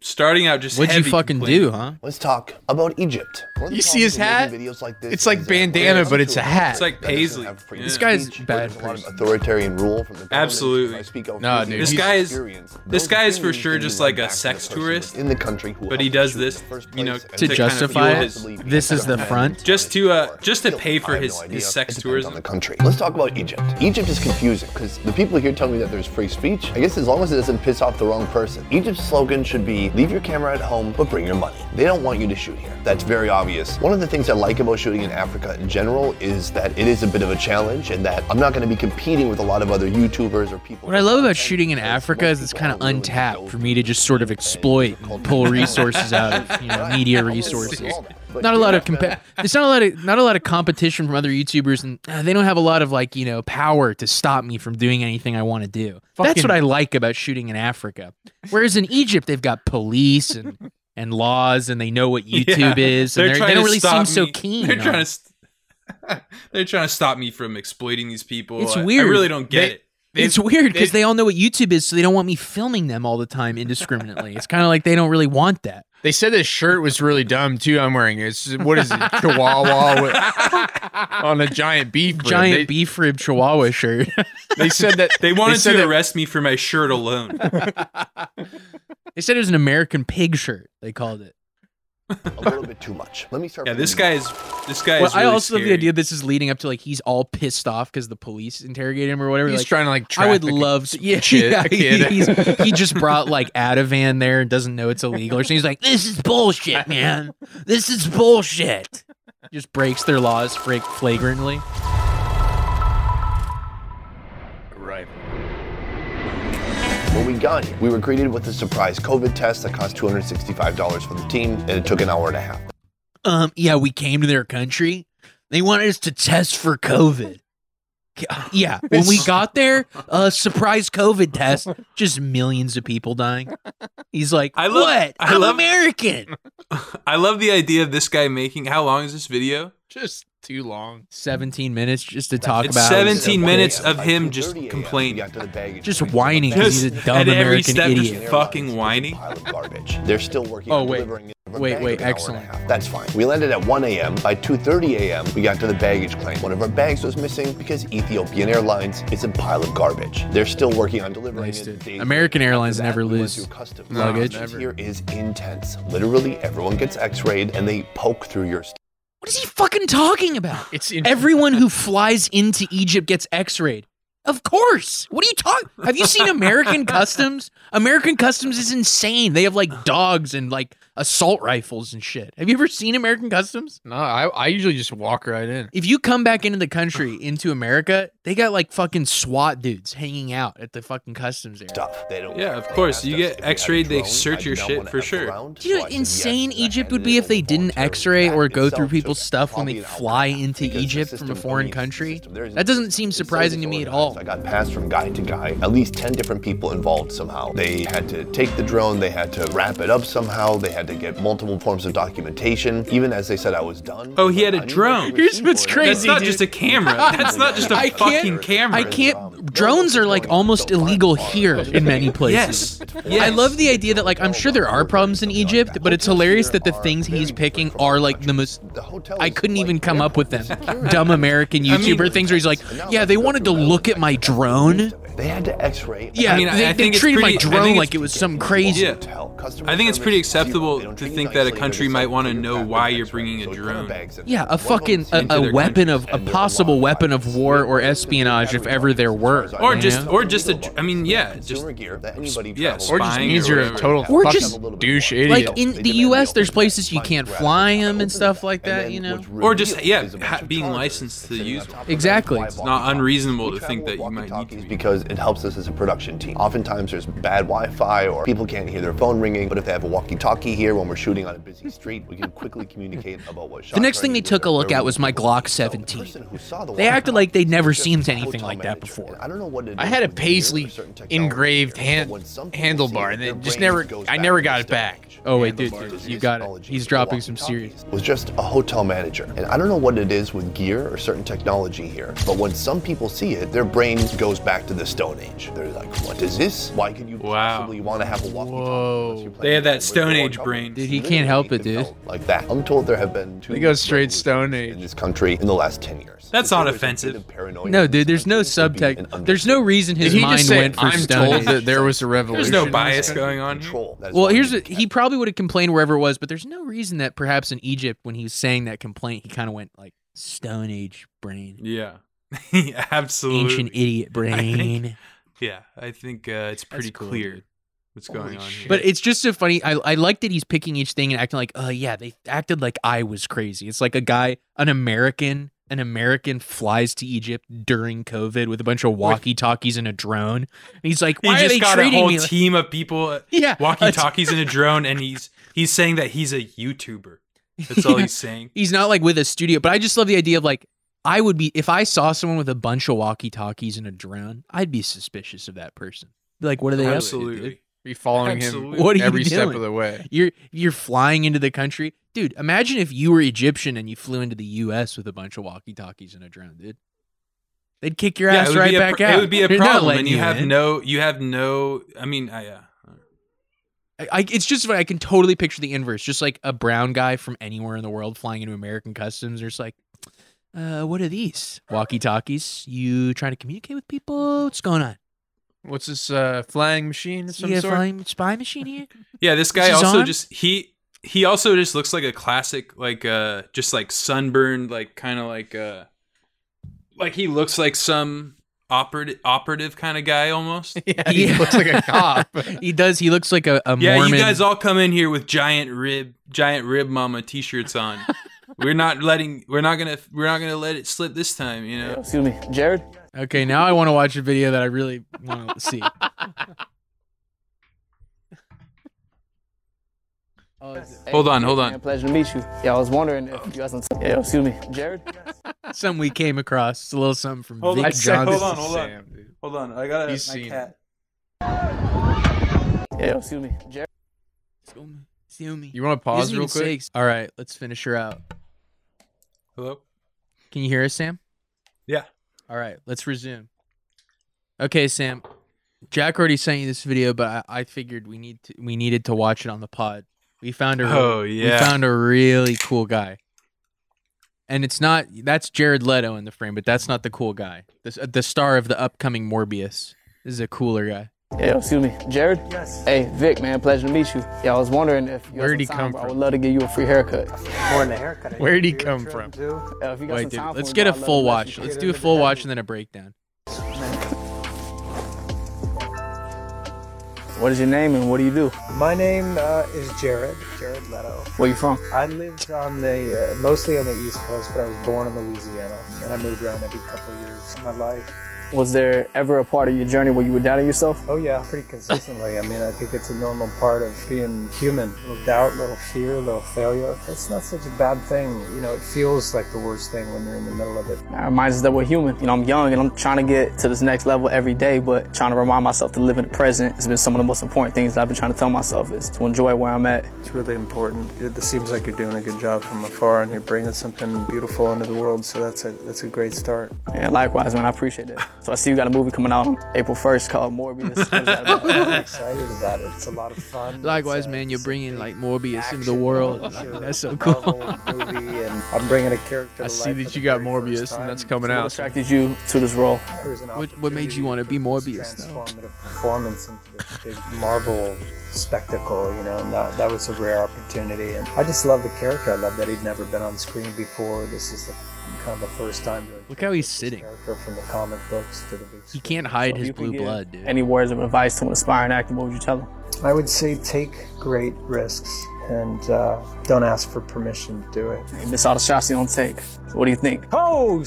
[SPEAKER 3] Starting out just
[SPEAKER 2] What'd you
[SPEAKER 3] heavy
[SPEAKER 2] fucking do,
[SPEAKER 3] complaining.
[SPEAKER 2] huh?
[SPEAKER 1] Let's talk about Egypt. One of the
[SPEAKER 4] You see his hat?
[SPEAKER 1] problems with making Videos like this
[SPEAKER 4] It's like
[SPEAKER 3] uh,
[SPEAKER 1] is that
[SPEAKER 4] bandana,
[SPEAKER 1] we're
[SPEAKER 4] but it's a
[SPEAKER 1] unto
[SPEAKER 4] hat.
[SPEAKER 3] It's like
[SPEAKER 1] that doesn't
[SPEAKER 3] paisley.
[SPEAKER 1] have free
[SPEAKER 3] Yeah.
[SPEAKER 2] This guy's bad
[SPEAKER 1] speech, there's a lot of
[SPEAKER 2] person.
[SPEAKER 1] authoritarian rule from the government.
[SPEAKER 3] Absolutely.
[SPEAKER 1] If I speak out
[SPEAKER 4] Nah,
[SPEAKER 1] freely
[SPEAKER 4] dude,
[SPEAKER 1] of
[SPEAKER 4] This
[SPEAKER 1] my
[SPEAKER 3] guy is-
[SPEAKER 1] experience,
[SPEAKER 3] this
[SPEAKER 1] those
[SPEAKER 3] guy is for
[SPEAKER 1] opinions
[SPEAKER 3] sure
[SPEAKER 1] can be
[SPEAKER 3] just
[SPEAKER 1] led
[SPEAKER 3] like a
[SPEAKER 1] back to the
[SPEAKER 3] sex
[SPEAKER 1] person
[SPEAKER 3] tourist,
[SPEAKER 1] within the country who
[SPEAKER 3] but he
[SPEAKER 1] helped
[SPEAKER 3] does
[SPEAKER 1] shoot in
[SPEAKER 3] this,
[SPEAKER 1] the first
[SPEAKER 3] you know,
[SPEAKER 1] place and
[SPEAKER 3] to
[SPEAKER 1] to kind of
[SPEAKER 3] justify
[SPEAKER 1] fuel
[SPEAKER 3] it.
[SPEAKER 1] his-
[SPEAKER 2] This is the front?
[SPEAKER 3] Just to, uh, just to
[SPEAKER 1] Feel-
[SPEAKER 3] pay for
[SPEAKER 1] I have
[SPEAKER 3] his-
[SPEAKER 1] idea.
[SPEAKER 3] his
[SPEAKER 1] It
[SPEAKER 3] sex
[SPEAKER 1] depends
[SPEAKER 3] tourism.
[SPEAKER 1] on the country. Let's talk about Egypt. Egypt is confusing because the people here tell me that there's free speech. I guess as long as it doesn't piss off the wrong person. Egypt's slogan should be leave your camera at home but bring your money. They don't want you to shoot here. That's very obvious. One of the things I like about shooting in Africa in general is that it is a bit of a challenge and that I'm not going to be competing with a lot of other YouTubers or people.
[SPEAKER 2] What I love about shooting in Africa is it's kind of untapped for me to just sort of exploit, and pull resources out of you know, media resources. Not a lot of compa- there's not a lot of not a lot of competition from other YouTubers, and uh, they don't have a lot of like you know power to stop me from doing anything I want to do. That's what I like about shooting in Africa. Whereas in Egypt, they've got police and and laws, and they know what YouTube
[SPEAKER 3] Yeah.
[SPEAKER 2] is, and
[SPEAKER 3] They're
[SPEAKER 2] they're,
[SPEAKER 3] trying
[SPEAKER 2] they don't
[SPEAKER 3] to
[SPEAKER 2] really seem
[SPEAKER 3] stop
[SPEAKER 2] so
[SPEAKER 3] me-
[SPEAKER 2] keen.
[SPEAKER 3] They're
[SPEAKER 2] on
[SPEAKER 3] trying
[SPEAKER 2] it.
[SPEAKER 3] to. St- they're trying to stop me from exploiting these people.
[SPEAKER 2] It's
[SPEAKER 3] I-
[SPEAKER 2] weird.
[SPEAKER 3] I really don't get
[SPEAKER 4] They-
[SPEAKER 3] it.
[SPEAKER 2] it's weird because they, all know what YouTube is, so they don't want me filming them all the time indiscriminately. it's kind of like they don't really want that.
[SPEAKER 4] They said this shirt was really dumb too. I'm wearing it. It's what is it? Chihuahua with, on a giant beef. rib.
[SPEAKER 2] Giant
[SPEAKER 4] They,
[SPEAKER 2] beef rib chihuahua shirt.
[SPEAKER 4] they said that
[SPEAKER 3] They wanted
[SPEAKER 4] said
[SPEAKER 3] to
[SPEAKER 4] that-
[SPEAKER 3] arrest me for my shirt alone.
[SPEAKER 2] they said it was an American pig shirt. They called it.
[SPEAKER 1] a little bit too much. Let me start.
[SPEAKER 3] Yeah,
[SPEAKER 1] from
[SPEAKER 3] this
[SPEAKER 1] the-
[SPEAKER 3] guy is. This guy
[SPEAKER 2] well,
[SPEAKER 3] is.
[SPEAKER 2] I
[SPEAKER 3] really
[SPEAKER 2] also love the
[SPEAKER 3] scary.
[SPEAKER 2] idea this is leading up to like he's all pissed off because the police interrogate him or whatever.
[SPEAKER 4] he's
[SPEAKER 2] like,
[SPEAKER 4] trying to like.
[SPEAKER 2] I would
[SPEAKER 4] traffic a
[SPEAKER 2] love to. Yeah,
[SPEAKER 4] kid-
[SPEAKER 2] yeah,
[SPEAKER 4] a kid.
[SPEAKER 2] He, he's- he just brought like Ativan there and doesn't know it's illegal. Or something. He's like, this is bullshit, man. This is bullshit. Just breaks their laws fra- flagrantly.
[SPEAKER 1] When we got here, we were greeted with a surprise COVID test that cost $265 for the team, and it took an hour and a half.
[SPEAKER 2] um yeah we came to their country they wanted us to test for covid Ca- yeah when we got there uh surprise covid test just millions of people dying he's like
[SPEAKER 3] I love-
[SPEAKER 2] what
[SPEAKER 3] I
[SPEAKER 2] i'm
[SPEAKER 3] love-
[SPEAKER 2] american
[SPEAKER 3] I love the idea of this guy making. How long is this video?
[SPEAKER 4] just too long.
[SPEAKER 2] 17 minutes just to talk
[SPEAKER 3] It's
[SPEAKER 2] about
[SPEAKER 3] 17
[SPEAKER 1] By
[SPEAKER 3] minutes
[SPEAKER 1] 1 a.m.,
[SPEAKER 3] of
[SPEAKER 1] by
[SPEAKER 3] him
[SPEAKER 1] 2:30
[SPEAKER 3] just
[SPEAKER 1] a.m., we
[SPEAKER 3] complaining.
[SPEAKER 1] got to the baggage
[SPEAKER 2] Just
[SPEAKER 1] claim.
[SPEAKER 2] whining 'cause he's a
[SPEAKER 3] Just
[SPEAKER 2] dumb
[SPEAKER 3] at every
[SPEAKER 2] American
[SPEAKER 3] step, just
[SPEAKER 2] idiot.
[SPEAKER 3] Fucking whining.
[SPEAKER 1] Pile of garbage. They're still working
[SPEAKER 2] Oh,
[SPEAKER 1] on
[SPEAKER 2] wait.
[SPEAKER 1] delivering it. Our
[SPEAKER 2] Wait,
[SPEAKER 1] bag
[SPEAKER 2] wait,
[SPEAKER 1] took an hour and a
[SPEAKER 2] excellent.
[SPEAKER 1] half. That's fine. We landed at 1 a.m. By 2:30 a.m., we got to the baggage claim. One of our bags was missing because Ethiopian Airlines is a pile of garbage. They're still working on delivering
[SPEAKER 2] Nice, dude.
[SPEAKER 1] it. days
[SPEAKER 2] American
[SPEAKER 1] later. After
[SPEAKER 2] Airlines
[SPEAKER 1] that,
[SPEAKER 2] never
[SPEAKER 1] we went
[SPEAKER 2] lose
[SPEAKER 1] through customs.
[SPEAKER 2] No, luggage.
[SPEAKER 1] Customs Here is intense. Literally, everyone gets X-rayed and they poke through your stuff.
[SPEAKER 2] what is he fucking talking about
[SPEAKER 4] It's in-
[SPEAKER 2] everyone who flies into egypt gets x-rayed Of course. What are you talking? Have you seen American Customs? American Customs is insane. They have like dogs and like assault rifles and shit. Have you ever seen American Customs?
[SPEAKER 4] No, I, I usually just walk right in.
[SPEAKER 2] If you come back into the country, into America, they got like fucking SWAT dudes hanging out at the fucking customs area.
[SPEAKER 1] Stuff. They don't.
[SPEAKER 3] Yeah, of
[SPEAKER 1] they
[SPEAKER 3] course.
[SPEAKER 1] asked
[SPEAKER 3] You
[SPEAKER 1] us
[SPEAKER 3] get
[SPEAKER 1] if we had a
[SPEAKER 3] x-rayed, they
[SPEAKER 1] drone. I
[SPEAKER 3] search
[SPEAKER 1] did
[SPEAKER 3] your
[SPEAKER 1] not
[SPEAKER 3] shit
[SPEAKER 1] want
[SPEAKER 3] for
[SPEAKER 1] F
[SPEAKER 3] sure.
[SPEAKER 1] around,
[SPEAKER 2] Do you know
[SPEAKER 1] so I
[SPEAKER 2] how
[SPEAKER 1] said
[SPEAKER 2] insane
[SPEAKER 1] yes, and I
[SPEAKER 2] Egypt
[SPEAKER 1] handed
[SPEAKER 2] would be
[SPEAKER 1] it
[SPEAKER 2] if they didn't
[SPEAKER 1] voluntarily
[SPEAKER 2] X-ray
[SPEAKER 1] back
[SPEAKER 2] or go
[SPEAKER 1] itself
[SPEAKER 2] through
[SPEAKER 1] to
[SPEAKER 2] people's
[SPEAKER 1] them.
[SPEAKER 2] stuff when
[SPEAKER 1] Probably
[SPEAKER 2] they
[SPEAKER 1] an outcome
[SPEAKER 2] fly into
[SPEAKER 1] because the
[SPEAKER 2] Egypt from
[SPEAKER 1] system-
[SPEAKER 2] a
[SPEAKER 1] I
[SPEAKER 2] foreign
[SPEAKER 1] mean, the
[SPEAKER 2] country?
[SPEAKER 1] system- there is
[SPEAKER 2] That
[SPEAKER 1] no
[SPEAKER 2] doesn't seem
[SPEAKER 1] system. It's so
[SPEAKER 2] surprising to me at all.
[SPEAKER 1] disorganized. I got passed from guy to guy. At least 10 different people involved somehow. They had to take the drone, they had to wrap it up somehow, they had to get multiple forms of documentation. Even as they said I was done.
[SPEAKER 3] Oh,
[SPEAKER 1] I was
[SPEAKER 3] he had
[SPEAKER 1] like,
[SPEAKER 3] a
[SPEAKER 1] I need to
[SPEAKER 3] drone.
[SPEAKER 1] get
[SPEAKER 2] Here's what's
[SPEAKER 1] people in.
[SPEAKER 2] crazy,
[SPEAKER 3] That's not
[SPEAKER 2] dude.
[SPEAKER 3] just a camera. That's not just a
[SPEAKER 2] I can't-
[SPEAKER 3] fucking camera.
[SPEAKER 2] I can't. Drones are like almost illegal here in many places.
[SPEAKER 3] Yes. yes.
[SPEAKER 2] I love the idea that like I'm sure there are problems in Egypt, but it's hilarious that the things he's picking are like the most.
[SPEAKER 1] The hotel
[SPEAKER 2] I
[SPEAKER 1] is,
[SPEAKER 2] couldn't
[SPEAKER 1] like,
[SPEAKER 2] even come up with them.
[SPEAKER 1] security.
[SPEAKER 2] Dumb American
[SPEAKER 3] I mean-
[SPEAKER 2] YouTuber things where he's like, yeah, they wanted to look at my drone.
[SPEAKER 1] They had to X-ray.
[SPEAKER 2] Yeah,
[SPEAKER 3] I mean, I-
[SPEAKER 2] they,
[SPEAKER 3] I
[SPEAKER 2] they
[SPEAKER 3] think it's
[SPEAKER 2] treated my
[SPEAKER 3] pretty- I
[SPEAKER 2] drone
[SPEAKER 3] think
[SPEAKER 2] like
[SPEAKER 3] it's-
[SPEAKER 2] it was some crazy.
[SPEAKER 3] Yeah.
[SPEAKER 1] I think it's pretty acceptable to think that a country might want to know why you're bringing a drone.
[SPEAKER 2] Yeah, a fucking a,
[SPEAKER 3] Into
[SPEAKER 2] a
[SPEAKER 3] their
[SPEAKER 2] weapon of a
[SPEAKER 1] and they're
[SPEAKER 2] possible
[SPEAKER 1] alive.
[SPEAKER 2] weapon of war or espionage, if ever there were.
[SPEAKER 3] Or
[SPEAKER 2] you
[SPEAKER 3] just,
[SPEAKER 2] know?
[SPEAKER 3] or just a. I mean, yeah, just yeah,
[SPEAKER 1] or
[SPEAKER 4] Or
[SPEAKER 1] just
[SPEAKER 4] just
[SPEAKER 3] Spying
[SPEAKER 4] means
[SPEAKER 3] or
[SPEAKER 4] you're a
[SPEAKER 3] whatever.
[SPEAKER 4] total
[SPEAKER 2] Or
[SPEAKER 4] fucking
[SPEAKER 2] just-
[SPEAKER 4] douche idiot.
[SPEAKER 2] like in the U.S., there's places you can't fly them and stuff like that. You know.
[SPEAKER 3] Or just, yeah, ha- being licensed to use one.
[SPEAKER 2] Exactly.
[SPEAKER 1] It's
[SPEAKER 3] not unreasonable to think that you might need to be.
[SPEAKER 1] because it helps us as a production team. Oftentimes there's bad Wi-Fi or people can't hear their phone ringing, but if they have a walkie-talkie here when we're shooting on a busy street, we can quickly communicate about what shot.
[SPEAKER 2] The next
[SPEAKER 1] we're
[SPEAKER 2] thing
[SPEAKER 1] gonna
[SPEAKER 2] they
[SPEAKER 1] do,
[SPEAKER 2] took a
[SPEAKER 1] where
[SPEAKER 2] look
[SPEAKER 1] we
[SPEAKER 2] at was
[SPEAKER 1] can
[SPEAKER 2] my
[SPEAKER 1] go.
[SPEAKER 2] Glock
[SPEAKER 1] So the
[SPEAKER 2] 17.
[SPEAKER 1] person who saw the
[SPEAKER 2] They acted
[SPEAKER 1] walkie-talkie
[SPEAKER 2] like they'd never
[SPEAKER 1] was just
[SPEAKER 2] seen
[SPEAKER 1] a
[SPEAKER 2] anything
[SPEAKER 1] hotel
[SPEAKER 2] like that
[SPEAKER 1] manager.
[SPEAKER 2] before.
[SPEAKER 1] I don't know what it
[SPEAKER 4] I
[SPEAKER 1] is
[SPEAKER 4] had a
[SPEAKER 1] with gear or
[SPEAKER 4] Paisley
[SPEAKER 1] certain technology,
[SPEAKER 4] engraved
[SPEAKER 1] but
[SPEAKER 4] hand,
[SPEAKER 1] when some people see
[SPEAKER 4] handlebar,
[SPEAKER 1] it,
[SPEAKER 4] and
[SPEAKER 1] their
[SPEAKER 4] it just
[SPEAKER 1] brain
[SPEAKER 4] never.
[SPEAKER 1] goes
[SPEAKER 4] I
[SPEAKER 1] back
[SPEAKER 4] never
[SPEAKER 1] to
[SPEAKER 4] got
[SPEAKER 1] the
[SPEAKER 4] it back.
[SPEAKER 1] stone age.
[SPEAKER 2] Oh wait, dude,
[SPEAKER 1] Handlebar
[SPEAKER 2] dude,
[SPEAKER 1] is
[SPEAKER 2] you
[SPEAKER 1] used
[SPEAKER 2] got it.
[SPEAKER 1] technology
[SPEAKER 2] He's
[SPEAKER 1] for
[SPEAKER 2] dropping some serious.
[SPEAKER 1] walkie-talkies. Was just a hotel manager, and I don't know what it is with gear or certain technology here, but when some people see it, their brain goes back to the Stone Age. They're like, "What is this? Why could you
[SPEAKER 3] Wow.
[SPEAKER 1] possibly want to have a
[SPEAKER 4] Whoa.
[SPEAKER 1] walkie-talkie?"
[SPEAKER 3] They had that Stone Age brain.
[SPEAKER 2] Dude, he can't help it, dude.
[SPEAKER 1] Like that. I'm told there have been two.
[SPEAKER 4] They go straight
[SPEAKER 1] revolutions
[SPEAKER 4] Stone
[SPEAKER 1] in
[SPEAKER 4] Age.
[SPEAKER 1] this country in the last ten years.
[SPEAKER 3] That's not
[SPEAKER 1] There's a bit
[SPEAKER 3] offensive.
[SPEAKER 1] of paranoia
[SPEAKER 2] No,
[SPEAKER 1] in this
[SPEAKER 2] dude, there's no
[SPEAKER 1] country. It would be an
[SPEAKER 2] subtext. There's no reason
[SPEAKER 4] Did
[SPEAKER 2] his
[SPEAKER 4] he
[SPEAKER 2] mind
[SPEAKER 4] just say
[SPEAKER 2] went for
[SPEAKER 4] I'm
[SPEAKER 2] Stone
[SPEAKER 4] told
[SPEAKER 2] Age."
[SPEAKER 4] that there was a
[SPEAKER 3] There's
[SPEAKER 4] revolution?
[SPEAKER 3] no
[SPEAKER 4] in this
[SPEAKER 3] bias
[SPEAKER 4] country?
[SPEAKER 3] going on. Here.
[SPEAKER 1] control. That is
[SPEAKER 2] Well,
[SPEAKER 1] why
[SPEAKER 2] here's
[SPEAKER 1] we
[SPEAKER 2] a, he probably would have complained wherever it was, but there's no reason that perhaps in Egypt when he was saying that complaint, he kind of went like Stone Age brain,
[SPEAKER 3] Yeah, absolutely.
[SPEAKER 2] ancient idiot brain.
[SPEAKER 3] Yeah, I think uh, it's pretty
[SPEAKER 2] cool,
[SPEAKER 3] clear
[SPEAKER 2] dude.
[SPEAKER 3] what's going on here.
[SPEAKER 2] But it's just so funny. I I like that he's picking each thing and acting like, oh yeah, they acted like I was crazy. It's like a guy, an American, an American flies to Egypt during COVID with a bunch of walkie talkies and a drone, and he's like,
[SPEAKER 3] he
[SPEAKER 2] why are
[SPEAKER 3] just
[SPEAKER 2] they
[SPEAKER 3] got a
[SPEAKER 2] treating
[SPEAKER 3] whole
[SPEAKER 2] me? Like,
[SPEAKER 3] team of people
[SPEAKER 2] yeah,
[SPEAKER 3] walkie
[SPEAKER 2] it's-
[SPEAKER 3] talkies in a drone, and he's he's saying that he's a YouTuber. That's all he's saying.
[SPEAKER 2] he's not like with a studio, but I just love the idea of like I would be if I saw someone with a bunch of walkie talkies and a drone, I'd be suspicious of that person. Be like, what are they up to? dude?
[SPEAKER 3] Absolutely.
[SPEAKER 4] Be following
[SPEAKER 3] Absolutely.
[SPEAKER 4] him
[SPEAKER 2] What are you
[SPEAKER 4] every step
[SPEAKER 2] doing?
[SPEAKER 4] of the way.
[SPEAKER 2] You're you're flying into the country, dude. Imagine if you were Egyptian and you flew into the U.S. with a bunch of walkie talkies and a drone, dude. They'd kick your
[SPEAKER 3] it
[SPEAKER 2] ass
[SPEAKER 3] would
[SPEAKER 2] right
[SPEAKER 3] be a
[SPEAKER 2] back
[SPEAKER 3] pro-
[SPEAKER 2] out.
[SPEAKER 3] It would be a
[SPEAKER 2] They're not
[SPEAKER 3] problem,
[SPEAKER 2] letting
[SPEAKER 3] and you have
[SPEAKER 2] in.
[SPEAKER 3] no, you have no. I mean, I, uh,
[SPEAKER 2] I, I- it's just funny. I can totally picture the inverse. Just like a brown guy from anywhere in the world flying into American customs, or just like, uh, what are these walkie talkies? You trying to communicate with people? What's going on?
[SPEAKER 4] What's this uh, flying machine of some
[SPEAKER 2] you a
[SPEAKER 4] sort?
[SPEAKER 2] flying spy machine here?
[SPEAKER 3] yeah. This guy
[SPEAKER 2] Is
[SPEAKER 3] also
[SPEAKER 2] on?
[SPEAKER 3] just he he also just looks like a classic, like uh, just like sunburned, like kind of like uh, like he looks like some operative operative kind of guy almost.
[SPEAKER 4] yeah, he
[SPEAKER 2] Yeah.
[SPEAKER 4] looks like a cop.
[SPEAKER 2] he does. He looks like a, a
[SPEAKER 3] Yeah,
[SPEAKER 2] Mormon.
[SPEAKER 3] you guys all come in here with giant rib, giant rib mama t-shirts on. we're not letting, we're not gonna, we're not gonna let it slip this time. You know,
[SPEAKER 6] Excuse me, Jared.
[SPEAKER 2] okay, now I want to watch a video that I really want to see.
[SPEAKER 6] Oh,
[SPEAKER 3] Hold on, hold
[SPEAKER 6] Man,
[SPEAKER 3] on.
[SPEAKER 6] pleasure to meet you. Yeah, I was wondering if you had some. Yeah, excuse me, Jared.
[SPEAKER 2] Something we came across. It's a little something from
[SPEAKER 3] Hold on,
[SPEAKER 2] Vic
[SPEAKER 3] I said-
[SPEAKER 2] Johnson.
[SPEAKER 3] hold on, hold on.
[SPEAKER 4] Sam, dude.
[SPEAKER 3] Hold on, I gotta.
[SPEAKER 4] He's my seen cat.
[SPEAKER 6] Yeah, excuse me, Jared.
[SPEAKER 2] Sue me. Sue me.
[SPEAKER 4] You want to
[SPEAKER 2] He doesn't
[SPEAKER 4] pause
[SPEAKER 2] even
[SPEAKER 4] real
[SPEAKER 2] say
[SPEAKER 4] quick?
[SPEAKER 2] ex- All right, let's finish her out.
[SPEAKER 3] Hello.
[SPEAKER 2] Can you hear us, Sam?
[SPEAKER 3] Yeah.
[SPEAKER 2] All right, let's resume. Okay, Sam. Jack already sent you this video, but I, I figured we need to, we needed to watch it on the pod. We found a
[SPEAKER 3] Oh
[SPEAKER 2] we
[SPEAKER 3] yeah.
[SPEAKER 2] found a really cool guy. And it's not that's Jared Leto in the frame, but that's not the cool guy. uh, The, the star of the upcoming Morbius this is a cooler guy.
[SPEAKER 6] Yeah, excuse me, Jared. Yes. Hey, Vic, man, pleasure to meet you. Yeah, I was wondering if you had
[SPEAKER 4] Where'd
[SPEAKER 6] some
[SPEAKER 4] he
[SPEAKER 6] time,
[SPEAKER 4] come
[SPEAKER 6] bro. I
[SPEAKER 4] from?
[SPEAKER 6] would love to give you a free haircut.
[SPEAKER 4] Where'd he come from?
[SPEAKER 6] Yeah, if you got
[SPEAKER 2] Wait,
[SPEAKER 6] some
[SPEAKER 2] dude,
[SPEAKER 6] time for
[SPEAKER 2] let's
[SPEAKER 6] me,
[SPEAKER 2] get
[SPEAKER 6] bro,
[SPEAKER 2] a
[SPEAKER 6] I'd love
[SPEAKER 2] full
[SPEAKER 6] to
[SPEAKER 2] watch.
[SPEAKER 6] meet you.
[SPEAKER 2] Let's do a full watch and then a breakdown.
[SPEAKER 6] What is your name and what do you do?
[SPEAKER 7] My name uh, is Jared, Jared Leto.
[SPEAKER 6] Where you from?
[SPEAKER 7] I lived on the uh, mostly on the East Coast, but I was born in Louisiana, and I moved around every couple of years of my life.
[SPEAKER 6] Was there ever a part of your journey where you were doubting yourself?
[SPEAKER 7] Oh yeah, pretty consistently. I mean, I think it's a normal part of being human. A little doubt, a little fear, a little failure. It's not such a bad thing. You know, it feels like the worst thing when you're in the middle of it.
[SPEAKER 6] It reminds us that we're human. You know, I'm young and I'm trying to get to this next level every day, but trying to remind myself to live in the present has been some of the most important things that I've been trying to tell myself is to enjoy where I'm at.
[SPEAKER 7] It's really important. It seems like you're doing a good job from afar, and you're bringing something beautiful into the world. So that's a that's a great start.
[SPEAKER 6] And likewise, man, I appreciate that. So I see you got a movie coming out on April 1st called Morbius. What is that about?
[SPEAKER 7] I'm excited about it. It's a lot of fun.
[SPEAKER 10] Likewise,
[SPEAKER 7] It's, uh,
[SPEAKER 10] man, you're
[SPEAKER 7] it's
[SPEAKER 10] bringing
[SPEAKER 7] a
[SPEAKER 10] like
[SPEAKER 7] big
[SPEAKER 10] Morbius into the
[SPEAKER 7] action
[SPEAKER 10] world.
[SPEAKER 7] adventure
[SPEAKER 10] Like, that's so cool.
[SPEAKER 7] Marvel movie, and I'm bringing a character.
[SPEAKER 4] I
[SPEAKER 7] to
[SPEAKER 4] see
[SPEAKER 7] life
[SPEAKER 4] that
[SPEAKER 7] for the
[SPEAKER 4] you got
[SPEAKER 7] very first
[SPEAKER 4] Morbius, and
[SPEAKER 7] time.
[SPEAKER 4] that's coming
[SPEAKER 6] What
[SPEAKER 4] out.
[SPEAKER 6] attracted you to this role?
[SPEAKER 7] There's an
[SPEAKER 10] What- what made
[SPEAKER 7] opportunity
[SPEAKER 10] you wanna
[SPEAKER 7] to
[SPEAKER 10] be
[SPEAKER 7] put this
[SPEAKER 10] Morbius, though?
[SPEAKER 7] Transformative performance into this big Marvel spectacle, you know, and that, that was a rare opportunity. And I just love the character. I love that he'd never been on screen before. This is the kind of the first time. to
[SPEAKER 10] Look how he's
[SPEAKER 7] this
[SPEAKER 10] sitting.
[SPEAKER 7] Character from the comic books to the big
[SPEAKER 10] He
[SPEAKER 7] screen.
[SPEAKER 10] can't hide his
[SPEAKER 6] You could
[SPEAKER 10] blue
[SPEAKER 6] give
[SPEAKER 10] blood, dude.
[SPEAKER 6] Any words of advice to an aspiring actor, what would you tell them?
[SPEAKER 7] I would say take great risks and uh, don't ask for permission to do it.
[SPEAKER 6] You miss all the shots you don't take. So what do you think?
[SPEAKER 7] Oh,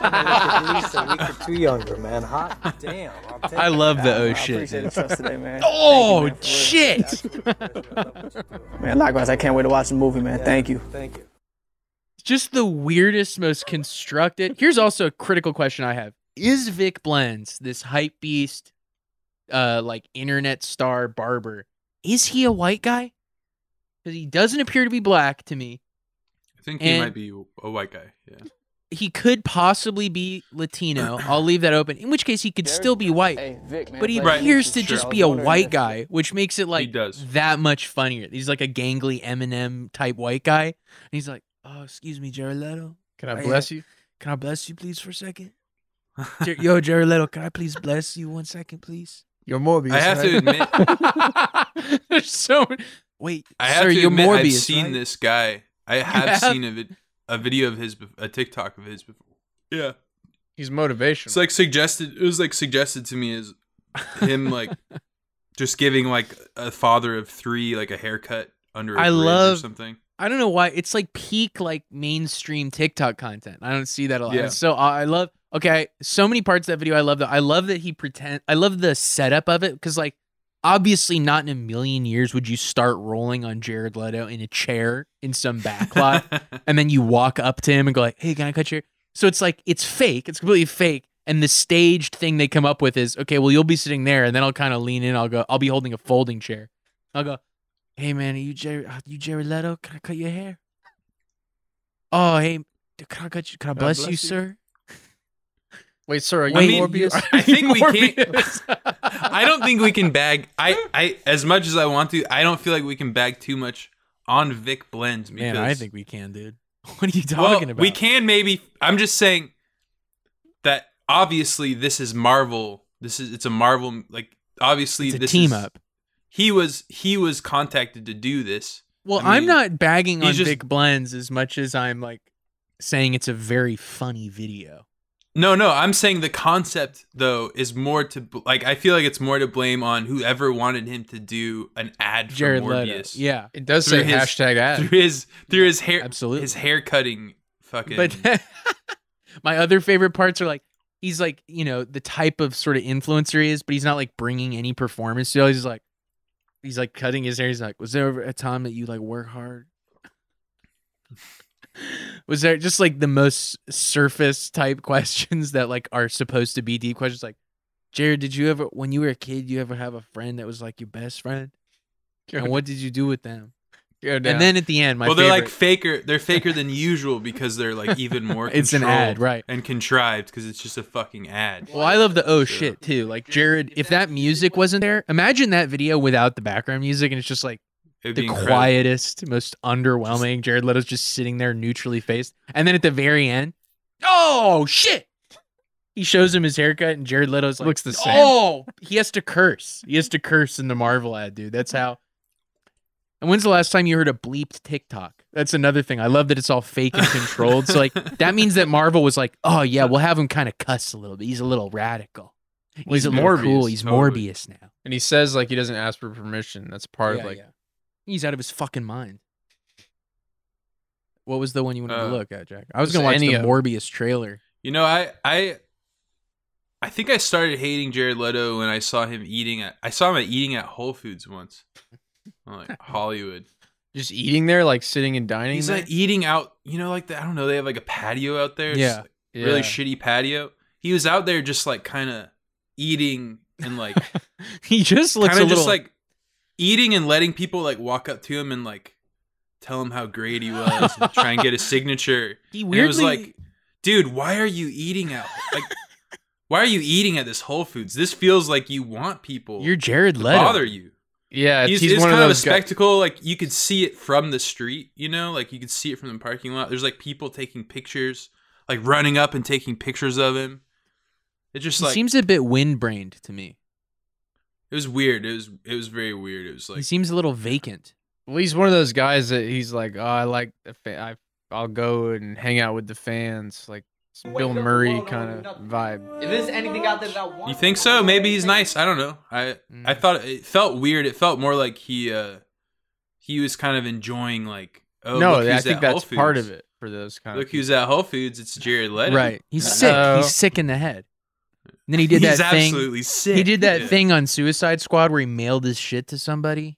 [SPEAKER 7] s- at least a week or two younger, man. Hot damn. I'll take
[SPEAKER 2] I
[SPEAKER 7] it.
[SPEAKER 2] love the oh
[SPEAKER 6] I appreciate the
[SPEAKER 2] shit.
[SPEAKER 6] trust today, man.
[SPEAKER 2] Oh shit!
[SPEAKER 6] Man, likewise, I can't wait to watch the movie, man. Thank you.
[SPEAKER 7] Thank you.
[SPEAKER 2] Just the weirdest, most constructed. Here's also a critical question I have: Is Vic Blends this hype beast, uh, like internet star barber? Is he a white guy? Because he doesn't appear to be black to me.
[SPEAKER 3] I think he
[SPEAKER 2] And-
[SPEAKER 3] might be a white guy. Yeah.
[SPEAKER 2] He could possibly be Latino. I'll leave that open. In which case, he could still be white.
[SPEAKER 6] Hey, Vic, man.
[SPEAKER 2] But he
[SPEAKER 6] pleasure
[SPEAKER 3] Right.
[SPEAKER 6] to meet
[SPEAKER 2] appears
[SPEAKER 6] you.
[SPEAKER 2] to just
[SPEAKER 6] I
[SPEAKER 2] be
[SPEAKER 6] was
[SPEAKER 2] a
[SPEAKER 6] wondering
[SPEAKER 2] white
[SPEAKER 6] if-
[SPEAKER 2] guy, which makes it like
[SPEAKER 3] does.
[SPEAKER 2] that much funnier. He's like a gangly Eminem type white guy, and he's like, "Oh, excuse me, Jared Leto,
[SPEAKER 4] Can I
[SPEAKER 2] I-
[SPEAKER 4] bless you?
[SPEAKER 2] can I bless you please for a second? Jer- Yo, Jared Leto, can I please bless you one second, please?"
[SPEAKER 4] You're Morbius.
[SPEAKER 3] I have to
[SPEAKER 4] right?
[SPEAKER 3] admit,
[SPEAKER 2] There's so many. Wait,
[SPEAKER 3] I have
[SPEAKER 2] sir,
[SPEAKER 3] to
[SPEAKER 2] you're
[SPEAKER 3] admit,
[SPEAKER 2] Morbius.
[SPEAKER 3] I've seen
[SPEAKER 2] right?
[SPEAKER 3] this guy. I have,
[SPEAKER 2] have?
[SPEAKER 3] seen a, vid- a video of his, bef- a TikTok of his before. Yeah,
[SPEAKER 4] He's motivational.
[SPEAKER 3] it's like suggested. It was like suggested to me as him like just giving like a father of three like a haircut under a
[SPEAKER 2] I
[SPEAKER 3] bridge
[SPEAKER 2] love-
[SPEAKER 3] or something.
[SPEAKER 2] I don't know why it's like peak like mainstream TikTok content. I don't see that a lot.
[SPEAKER 3] Yeah.
[SPEAKER 2] It's So I I love okay, so many parts of that video I love that I love that he pretend I love the setup of it cuz like obviously not in a million years would you start rolling on Jared Leto in a chair in some backlot and then you walk up to him and go like, "Hey, can I cut your?" So it's like it's fake. It's completely fake. And the staged thing they come up with is, "Okay, well you'll be sitting there, and then I'll kind of lean in. I'll go. I'll be holding a folding chair. I'll go, "Hey man, are you Jerry? Are you Jerry Leto? Can I cut your hair? Oh hey, d- can I cut you? Can I bless, you,
[SPEAKER 3] bless you."
[SPEAKER 2] sir?
[SPEAKER 4] Wait, sir, are you
[SPEAKER 2] Wait,
[SPEAKER 4] Morbius?
[SPEAKER 3] I think we can't.
[SPEAKER 2] can't.
[SPEAKER 3] I don't think we can bag. I, I as much as I want to, I don't feel like we can bag too much on Vic Blends. Because,
[SPEAKER 2] man, I think we can, dude. What are you
[SPEAKER 3] Well,
[SPEAKER 2] talking about?
[SPEAKER 3] we can maybe. I'm just saying that obviously this is Marvel. This is it's a Marvel like obviously
[SPEAKER 2] It's a
[SPEAKER 3] this
[SPEAKER 2] team
[SPEAKER 3] is-
[SPEAKER 2] up.
[SPEAKER 3] He was he was contacted to do this.
[SPEAKER 2] Well,
[SPEAKER 3] I
[SPEAKER 2] I am
[SPEAKER 3] mean,
[SPEAKER 2] not bagging
[SPEAKER 3] he's
[SPEAKER 2] on
[SPEAKER 3] just-
[SPEAKER 2] Vic Blends as much as I'm like saying it's a very funny video.
[SPEAKER 3] No, no, I'm saying the concept though is more to bl- like I feel like it's more to blame on whoever wanted him to do an ad for
[SPEAKER 2] Jared Leto.
[SPEAKER 3] Morbius.
[SPEAKER 2] Yeah.
[SPEAKER 4] It does
[SPEAKER 3] Through
[SPEAKER 4] say
[SPEAKER 3] his-
[SPEAKER 4] hashtag ad.
[SPEAKER 3] Through his through his hair
[SPEAKER 2] Absolutely.
[SPEAKER 3] his hair cutting fucking
[SPEAKER 2] But my other favorite parts are like he's like, you know, the type of sort of influencer he is, but he's not like bringing any performance to it. He's just like he's like cutting his hair. He's like, "Was there ever a time that you like work hard?" Was there just like the most surface type questions that like are supposed to be deep questions like Jared, did you ever when you were a kid, you ever have a friend that was like your best friend? And what did you do with them?
[SPEAKER 4] Go down.
[SPEAKER 2] And then at the end, my
[SPEAKER 3] well,
[SPEAKER 2] favorite,
[SPEAKER 3] they're like faker. They're faker than usual because they're like even more.
[SPEAKER 2] It's an ad,
[SPEAKER 3] controlled
[SPEAKER 2] right.
[SPEAKER 3] And contrived because it's just a fucking ad.
[SPEAKER 2] Well, I love the oh
[SPEAKER 3] Yeah.
[SPEAKER 2] shit too. Like Jared, if that music wasn't there, imagine that video without the background music, and it's just like
[SPEAKER 3] It'd
[SPEAKER 2] the
[SPEAKER 3] be incredible.
[SPEAKER 2] quietest, most underwhelming. Jared Leto's just sitting there neutrally faced, and then at the very end, oh shit, he shows him his haircut, and Jared Leto's like,
[SPEAKER 4] Looks the same.
[SPEAKER 2] Oh, he has to curse. He has to curse in the Marvel ad, dude. That's how. And when's the last time you heard a bleeped TikTok? That's another thing. I love that it's all fake and controlled. so like that means that Marvel was like, oh yeah, we'll have him kind of cuss a little bit. He's a little radical.
[SPEAKER 4] He's
[SPEAKER 10] He's
[SPEAKER 4] a
[SPEAKER 10] more
[SPEAKER 4] Morbius,
[SPEAKER 10] cool. He's
[SPEAKER 3] totally.
[SPEAKER 10] Morbius now.
[SPEAKER 4] and he says like he doesn't ask for permission. That's part
[SPEAKER 2] Yeah,
[SPEAKER 4] of like
[SPEAKER 2] yeah. he's out of his fucking mind. What was the one you wanted
[SPEAKER 3] Uh,
[SPEAKER 2] to look at, Jack? I was
[SPEAKER 4] just
[SPEAKER 2] gonna watch
[SPEAKER 4] any
[SPEAKER 2] the
[SPEAKER 4] of-
[SPEAKER 2] Morbius trailer.
[SPEAKER 3] You know, I I I think I started hating Jared Leto when I saw him eating at I saw him at eating at Whole Foods once. I'm like Hollywood.
[SPEAKER 4] just eating there, like sitting and dining.
[SPEAKER 3] He's
[SPEAKER 4] there?
[SPEAKER 3] like eating out, you know, like the, I don't know, they have like a patio out there. It's
[SPEAKER 2] Yeah.
[SPEAKER 3] just Really
[SPEAKER 4] Yeah.
[SPEAKER 3] shitty patio. He was out there just like kind of eating and like kind
[SPEAKER 2] He just
[SPEAKER 3] of
[SPEAKER 2] looks a little
[SPEAKER 3] just like eating and letting people like walk up to him and like tell him how great he was and try and get a signature.
[SPEAKER 2] he
[SPEAKER 3] And
[SPEAKER 2] weirdly
[SPEAKER 3] it was like, dude, why are you eating at like, why are you eating at this Whole Foods? This feels like you want people
[SPEAKER 2] you're Jared
[SPEAKER 3] to
[SPEAKER 2] Leto.
[SPEAKER 3] bother you.
[SPEAKER 4] yeah,
[SPEAKER 3] He's,
[SPEAKER 4] he's,
[SPEAKER 3] it's
[SPEAKER 4] one
[SPEAKER 3] kind of a
[SPEAKER 4] those guy-
[SPEAKER 3] spectacle. Like you could see it from the street, you know, like you could see it from the parking lot. There's like people taking pictures, like running up and taking pictures of him. It just
[SPEAKER 2] He
[SPEAKER 3] like
[SPEAKER 2] seems a bit wind-brained to me.
[SPEAKER 3] it was weird. It was it was very weird. It was
[SPEAKER 2] he
[SPEAKER 3] like
[SPEAKER 2] seems a little vacant.
[SPEAKER 4] Well, he's one of those guys that he's like, oh, I like the fa- I, I'll go and hang out with the fans, like it's Bill Murray kind of vibe.
[SPEAKER 11] If there's anything out there that wants
[SPEAKER 3] you think so? Maybe he's nice. I don't know. I
[SPEAKER 2] Mm-hmm.
[SPEAKER 3] I thought it felt weird. It felt more like he uh he was kind of enjoying like oh
[SPEAKER 4] no,
[SPEAKER 3] look
[SPEAKER 4] I
[SPEAKER 3] who's
[SPEAKER 4] think
[SPEAKER 3] at Whole
[SPEAKER 4] that's part
[SPEAKER 3] Foods.
[SPEAKER 4] of it for those kind
[SPEAKER 3] Look
[SPEAKER 4] of.
[SPEAKER 3] who's at Whole Foods. It's Jared Leto.
[SPEAKER 2] Right. He's
[SPEAKER 3] No.
[SPEAKER 2] sick.
[SPEAKER 4] No.
[SPEAKER 2] He's sick in the head. And then he did
[SPEAKER 3] He's
[SPEAKER 2] that thing.
[SPEAKER 3] absolutely sick.
[SPEAKER 2] He did that
[SPEAKER 3] Yeah.
[SPEAKER 2] thing on Suicide Squad where he mailed his shit to somebody.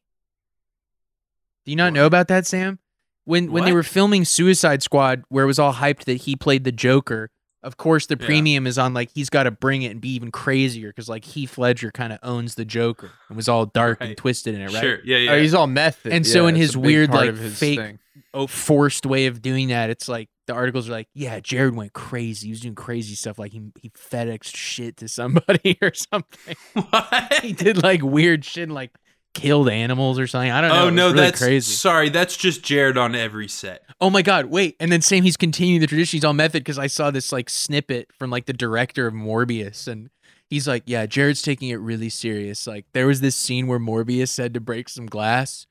[SPEAKER 2] Do you not know about that, Sam? When when they
[SPEAKER 3] What?
[SPEAKER 2] were filming Suicide Squad, where it was all hyped that he played the Joker. Of course, the
[SPEAKER 3] Yeah.
[SPEAKER 2] premium is on like he's got to bring it and be even crazier because like Heath Ledger kind of owns the Joker and was all dark and
[SPEAKER 3] Right.
[SPEAKER 2] twisted in it, right?
[SPEAKER 3] Sure. Yeah. Yeah.
[SPEAKER 4] Oh, he's all method.
[SPEAKER 2] And so
[SPEAKER 4] yeah,
[SPEAKER 2] in
[SPEAKER 4] it's
[SPEAKER 2] his
[SPEAKER 4] a big
[SPEAKER 2] weird,
[SPEAKER 4] part
[SPEAKER 2] like,
[SPEAKER 4] of his
[SPEAKER 2] fake-
[SPEAKER 4] thing.
[SPEAKER 2] oh, forced way of doing that. It's like the articles are like, yeah, Jared went crazy. He was doing crazy stuff. Like he he FedExed shit to somebody or something.
[SPEAKER 3] What?
[SPEAKER 2] He did like weird shit, and, like killed animals or something. I don't know.
[SPEAKER 3] Oh
[SPEAKER 2] It was
[SPEAKER 3] no,
[SPEAKER 2] really
[SPEAKER 3] that's
[SPEAKER 2] crazy.
[SPEAKER 3] Sorry, that's just Jared on every set.
[SPEAKER 2] oh my god, wait. And then Sam, he's continuing the tradition. He's all method because I saw this like snippet from like the director of Morbius and. He's like, yeah, Jared's taking it really serious. Like, there was this scene where Morbius said to break some glass,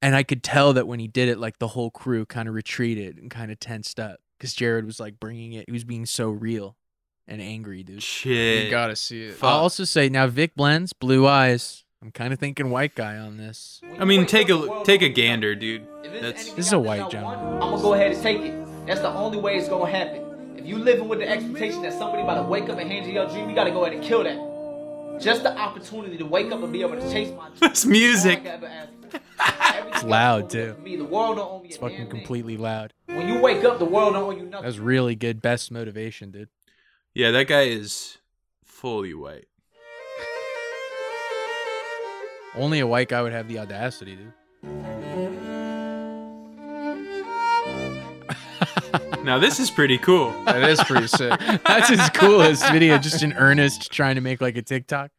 [SPEAKER 2] and I could tell that when he did it, like the whole crew kind of retreated and kind of tensed up because Jared was like bringing it. He was being so real and angry, dude.
[SPEAKER 3] Shit.
[SPEAKER 4] You gotta see it.
[SPEAKER 3] Fuck.
[SPEAKER 2] I'll also say now, Vic Blends, blue eyes. I'm kind of thinking white guy on this.
[SPEAKER 3] I mean, take a take a gander, dude. That's
[SPEAKER 2] This is a white gentleman.
[SPEAKER 11] I'm gonna go ahead and take it. That's the only way it's gonna happen. If you living with the expectation that somebody about to wake up and hand you your dream, you gotta go ahead and kill that. Just the opportunity to wake up and be able to chase my dream.
[SPEAKER 3] that's music.
[SPEAKER 11] it's
[SPEAKER 2] loud, too.
[SPEAKER 11] Me, the world don't own me.
[SPEAKER 2] It's fucking completely loud.
[SPEAKER 11] When you wake up, the world don't own you
[SPEAKER 2] That
[SPEAKER 11] nothing.
[SPEAKER 2] was really good. Best motivation, dude.
[SPEAKER 3] Yeah, that guy is fully white.
[SPEAKER 2] Only a white guy would have the audacity, dude.
[SPEAKER 3] Now this is pretty cool.
[SPEAKER 4] That is pretty sick.
[SPEAKER 2] That's his coolest video, just in earnest trying to make like a TikTok.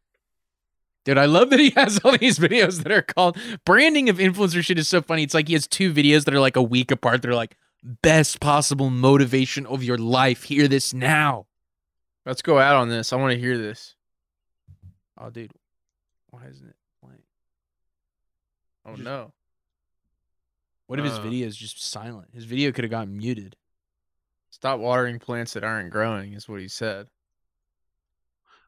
[SPEAKER 2] Dude, I love that he has all these videos that are called branding of influencer shit is so funny. It's like he has two videos that are like a week apart that are like best possible motivation of your life. Hear this now.
[SPEAKER 4] Let's go out on this. I want to hear this.
[SPEAKER 2] Oh, dude. Why isn't it playing?
[SPEAKER 4] Oh
[SPEAKER 2] Just-
[SPEAKER 4] no.
[SPEAKER 2] What if his
[SPEAKER 3] Uh.
[SPEAKER 2] video is just silent? His video could have gotten muted.
[SPEAKER 4] Stop watering plants that aren't growing is what he said.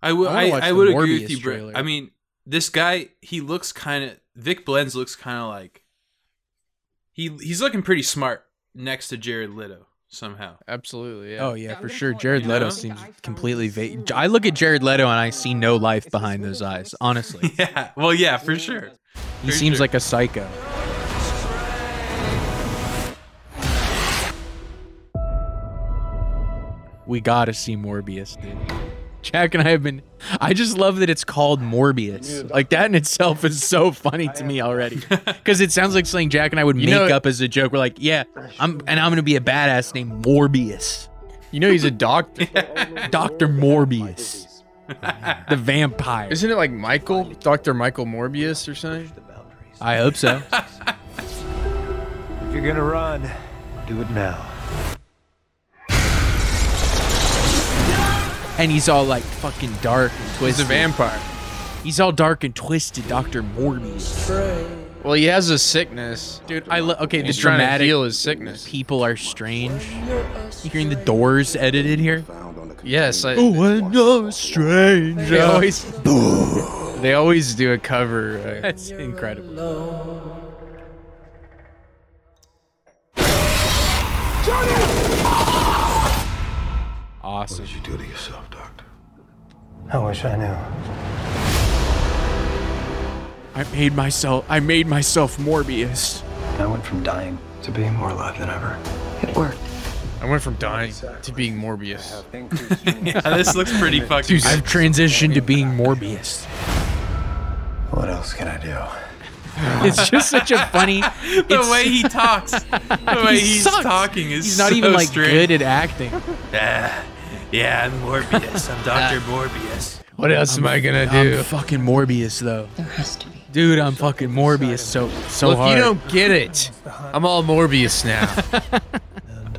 [SPEAKER 3] I would
[SPEAKER 2] I wanna
[SPEAKER 3] I,
[SPEAKER 2] watch
[SPEAKER 3] I
[SPEAKER 2] the
[SPEAKER 3] would agree
[SPEAKER 2] Morbius
[SPEAKER 3] with you, bro.
[SPEAKER 2] trailer.
[SPEAKER 3] I mean, this guy he looks kind of Vic Blends looks kind of like he he's looking pretty smart next to Jared Leto somehow.
[SPEAKER 4] Absolutely. Yeah.
[SPEAKER 2] Oh yeah, for sure. Jared
[SPEAKER 3] You
[SPEAKER 2] Leto
[SPEAKER 3] know?
[SPEAKER 2] seems completely vague. I look at Jared Leto and I see no life behind those eyes. Honestly,
[SPEAKER 3] yeah. Well, yeah, for sure.
[SPEAKER 2] he
[SPEAKER 3] For
[SPEAKER 2] seems
[SPEAKER 3] sure.
[SPEAKER 2] like a psycho. We gotta see Morbius, dude. Jack and I have been. I just love that it's called Morbius. Like that in itself is so funny to me already, because it sounds like something Jack and I would
[SPEAKER 4] You
[SPEAKER 2] make
[SPEAKER 4] know-
[SPEAKER 2] up as a joke. We're like, yeah, I'm, and I'm gonna be a badass named Morbius.
[SPEAKER 4] You know he's a doctor.
[SPEAKER 2] Dr. Morbius. the vampire.
[SPEAKER 4] Isn't it like Michael, Doctor Michael Morbius or something?
[SPEAKER 2] I hope so.
[SPEAKER 12] If you're gonna run, do it now.
[SPEAKER 2] And he's all like fucking dark and
[SPEAKER 4] He's a
[SPEAKER 2] twisted.
[SPEAKER 4] vampire.
[SPEAKER 2] He's all dark and twisted, Dr. Morbius.
[SPEAKER 4] Well, he has a sickness.
[SPEAKER 2] Dude, I love. Okay, the
[SPEAKER 4] He's trying to
[SPEAKER 2] dramatic
[SPEAKER 4] heal his sickness.
[SPEAKER 2] people are strange. You hearing the doors edited here?
[SPEAKER 4] Yes, I, Oh, I know a stranger. They always, they always do a cover. uh,
[SPEAKER 13] That's incredible. Awesome.
[SPEAKER 7] you do to yourself, Doctor?
[SPEAKER 14] I wish I knew.
[SPEAKER 2] I made myself. I made myself Morbius.
[SPEAKER 7] I went from dying to being more alive than ever.
[SPEAKER 15] It worked.
[SPEAKER 4] I went from dying to being Morbius.
[SPEAKER 3] Yeah, this looks pretty fucking.
[SPEAKER 4] Dude, I've
[SPEAKER 2] transitioned to being Morbius.
[SPEAKER 7] What else can I do?
[SPEAKER 2] It's just such a funny.
[SPEAKER 3] the way he talks, the way he's
[SPEAKER 2] sucks.
[SPEAKER 3] talking is
[SPEAKER 2] He's not even like good at acting.
[SPEAKER 3] Yeah, yeah, I'm Morbius. I'm Doctor Morbius.
[SPEAKER 4] What else am I gonna
[SPEAKER 2] I'm
[SPEAKER 4] do?
[SPEAKER 2] fucking Morbius though,
[SPEAKER 15] There has to be.
[SPEAKER 2] dude. I'm fucking Morbius so so
[SPEAKER 4] Well, if
[SPEAKER 2] hard.
[SPEAKER 4] you don't get it, I'm all Morbius now.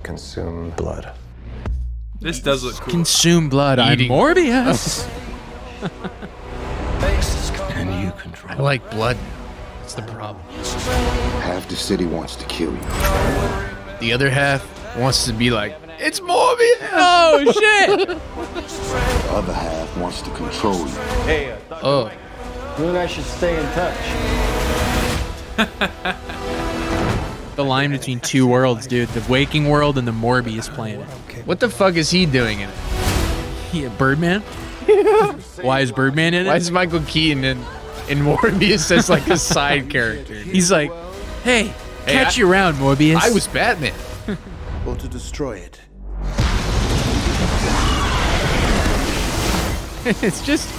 [SPEAKER 7] Consume blood.
[SPEAKER 3] This does look cool.
[SPEAKER 2] consume blood,
[SPEAKER 4] Eating.
[SPEAKER 2] I'm Morbius.
[SPEAKER 1] And you
[SPEAKER 4] I
[SPEAKER 1] control.
[SPEAKER 4] like blood. That's the problem.
[SPEAKER 7] Half the city wants to kill you.
[SPEAKER 4] The other half wants to be like, it's Morbius.
[SPEAKER 2] oh shit!
[SPEAKER 1] The other half wants to control you.
[SPEAKER 4] Oh,
[SPEAKER 14] You and I should stay in touch.
[SPEAKER 2] The line between two worlds, dude. The waking world and the Morbius planet.
[SPEAKER 4] what the fuck is he doing in it?
[SPEAKER 2] Yeah, Birdman. Why is Birdman in it?
[SPEAKER 4] Why is Michael Keaton in, in Morbius as like a side character?
[SPEAKER 2] He's like, hey,
[SPEAKER 4] Hey,
[SPEAKER 2] catch
[SPEAKER 4] I-
[SPEAKER 2] you around, Morbius.
[SPEAKER 4] I was Batman.
[SPEAKER 1] Or to destroy it.
[SPEAKER 2] it's just.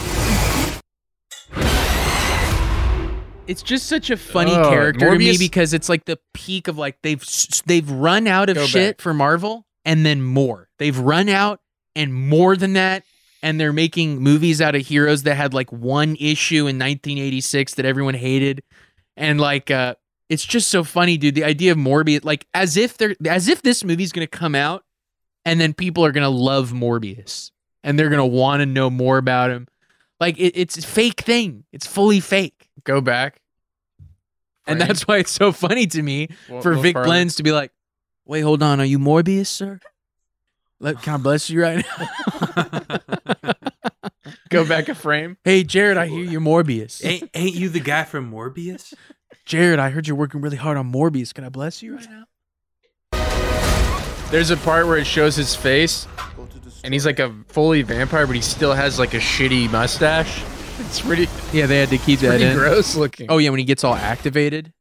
[SPEAKER 2] It's just such a funny
[SPEAKER 4] Oh,
[SPEAKER 2] character to me
[SPEAKER 4] Morbius-
[SPEAKER 2] because it's like the peak of like they've s- they've run out of
[SPEAKER 4] Go
[SPEAKER 2] shit
[SPEAKER 4] back.
[SPEAKER 2] for Marvel and then more. They've run out and more than that and they're making movies out of heroes that had like one issue in 1986 that everyone hated and like uh it's just so funny dude the idea of Morbius like as if they're as if this movie's going to come out and then people are going to love Morbius and they're going to want to know more about him like it, it's a fake thing it's fully fake
[SPEAKER 4] Go back.
[SPEAKER 2] and that's why it's so funny to me for Vic Blends to be like, "Wait, hold on, are you Morbius, sir? Let, can I bless you right now?"
[SPEAKER 4] Go back a frame.
[SPEAKER 2] hey, Jared, I hear you're Morbius.
[SPEAKER 3] Ain't, ain't you the guy from Morbius?
[SPEAKER 2] Jared, I heard you're working really hard on Morbius. Can I bless you right now?
[SPEAKER 4] There's a part where it shows his face, and he's like a fully vampire, but he still has like a shitty mustache. It's pretty,
[SPEAKER 2] Yeah, they had to keep that
[SPEAKER 4] pretty
[SPEAKER 2] in.
[SPEAKER 4] gross looking.
[SPEAKER 2] Oh yeah, when he gets all activated.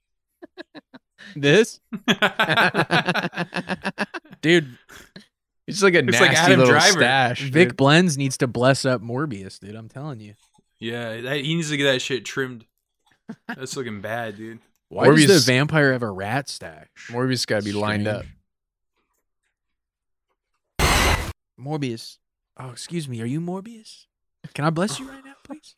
[SPEAKER 2] this dude,
[SPEAKER 4] it's like a
[SPEAKER 3] It's
[SPEAKER 4] nasty
[SPEAKER 3] like Adam
[SPEAKER 4] little
[SPEAKER 3] Driver.
[SPEAKER 4] stash.
[SPEAKER 2] Vic
[SPEAKER 4] dude.
[SPEAKER 2] Blends needs to bless up Morbius, dude. I'm telling you.
[SPEAKER 3] yeah, that, he needs to get that shit trimmed. That's looking bad, dude.
[SPEAKER 2] Why
[SPEAKER 4] Morbius-
[SPEAKER 2] does the vampire have a rat stash?
[SPEAKER 4] Morbius got to be lined up.
[SPEAKER 2] Strange. Morbius. Oh, excuse me. Are you Morbius? Can I bless you right now, please?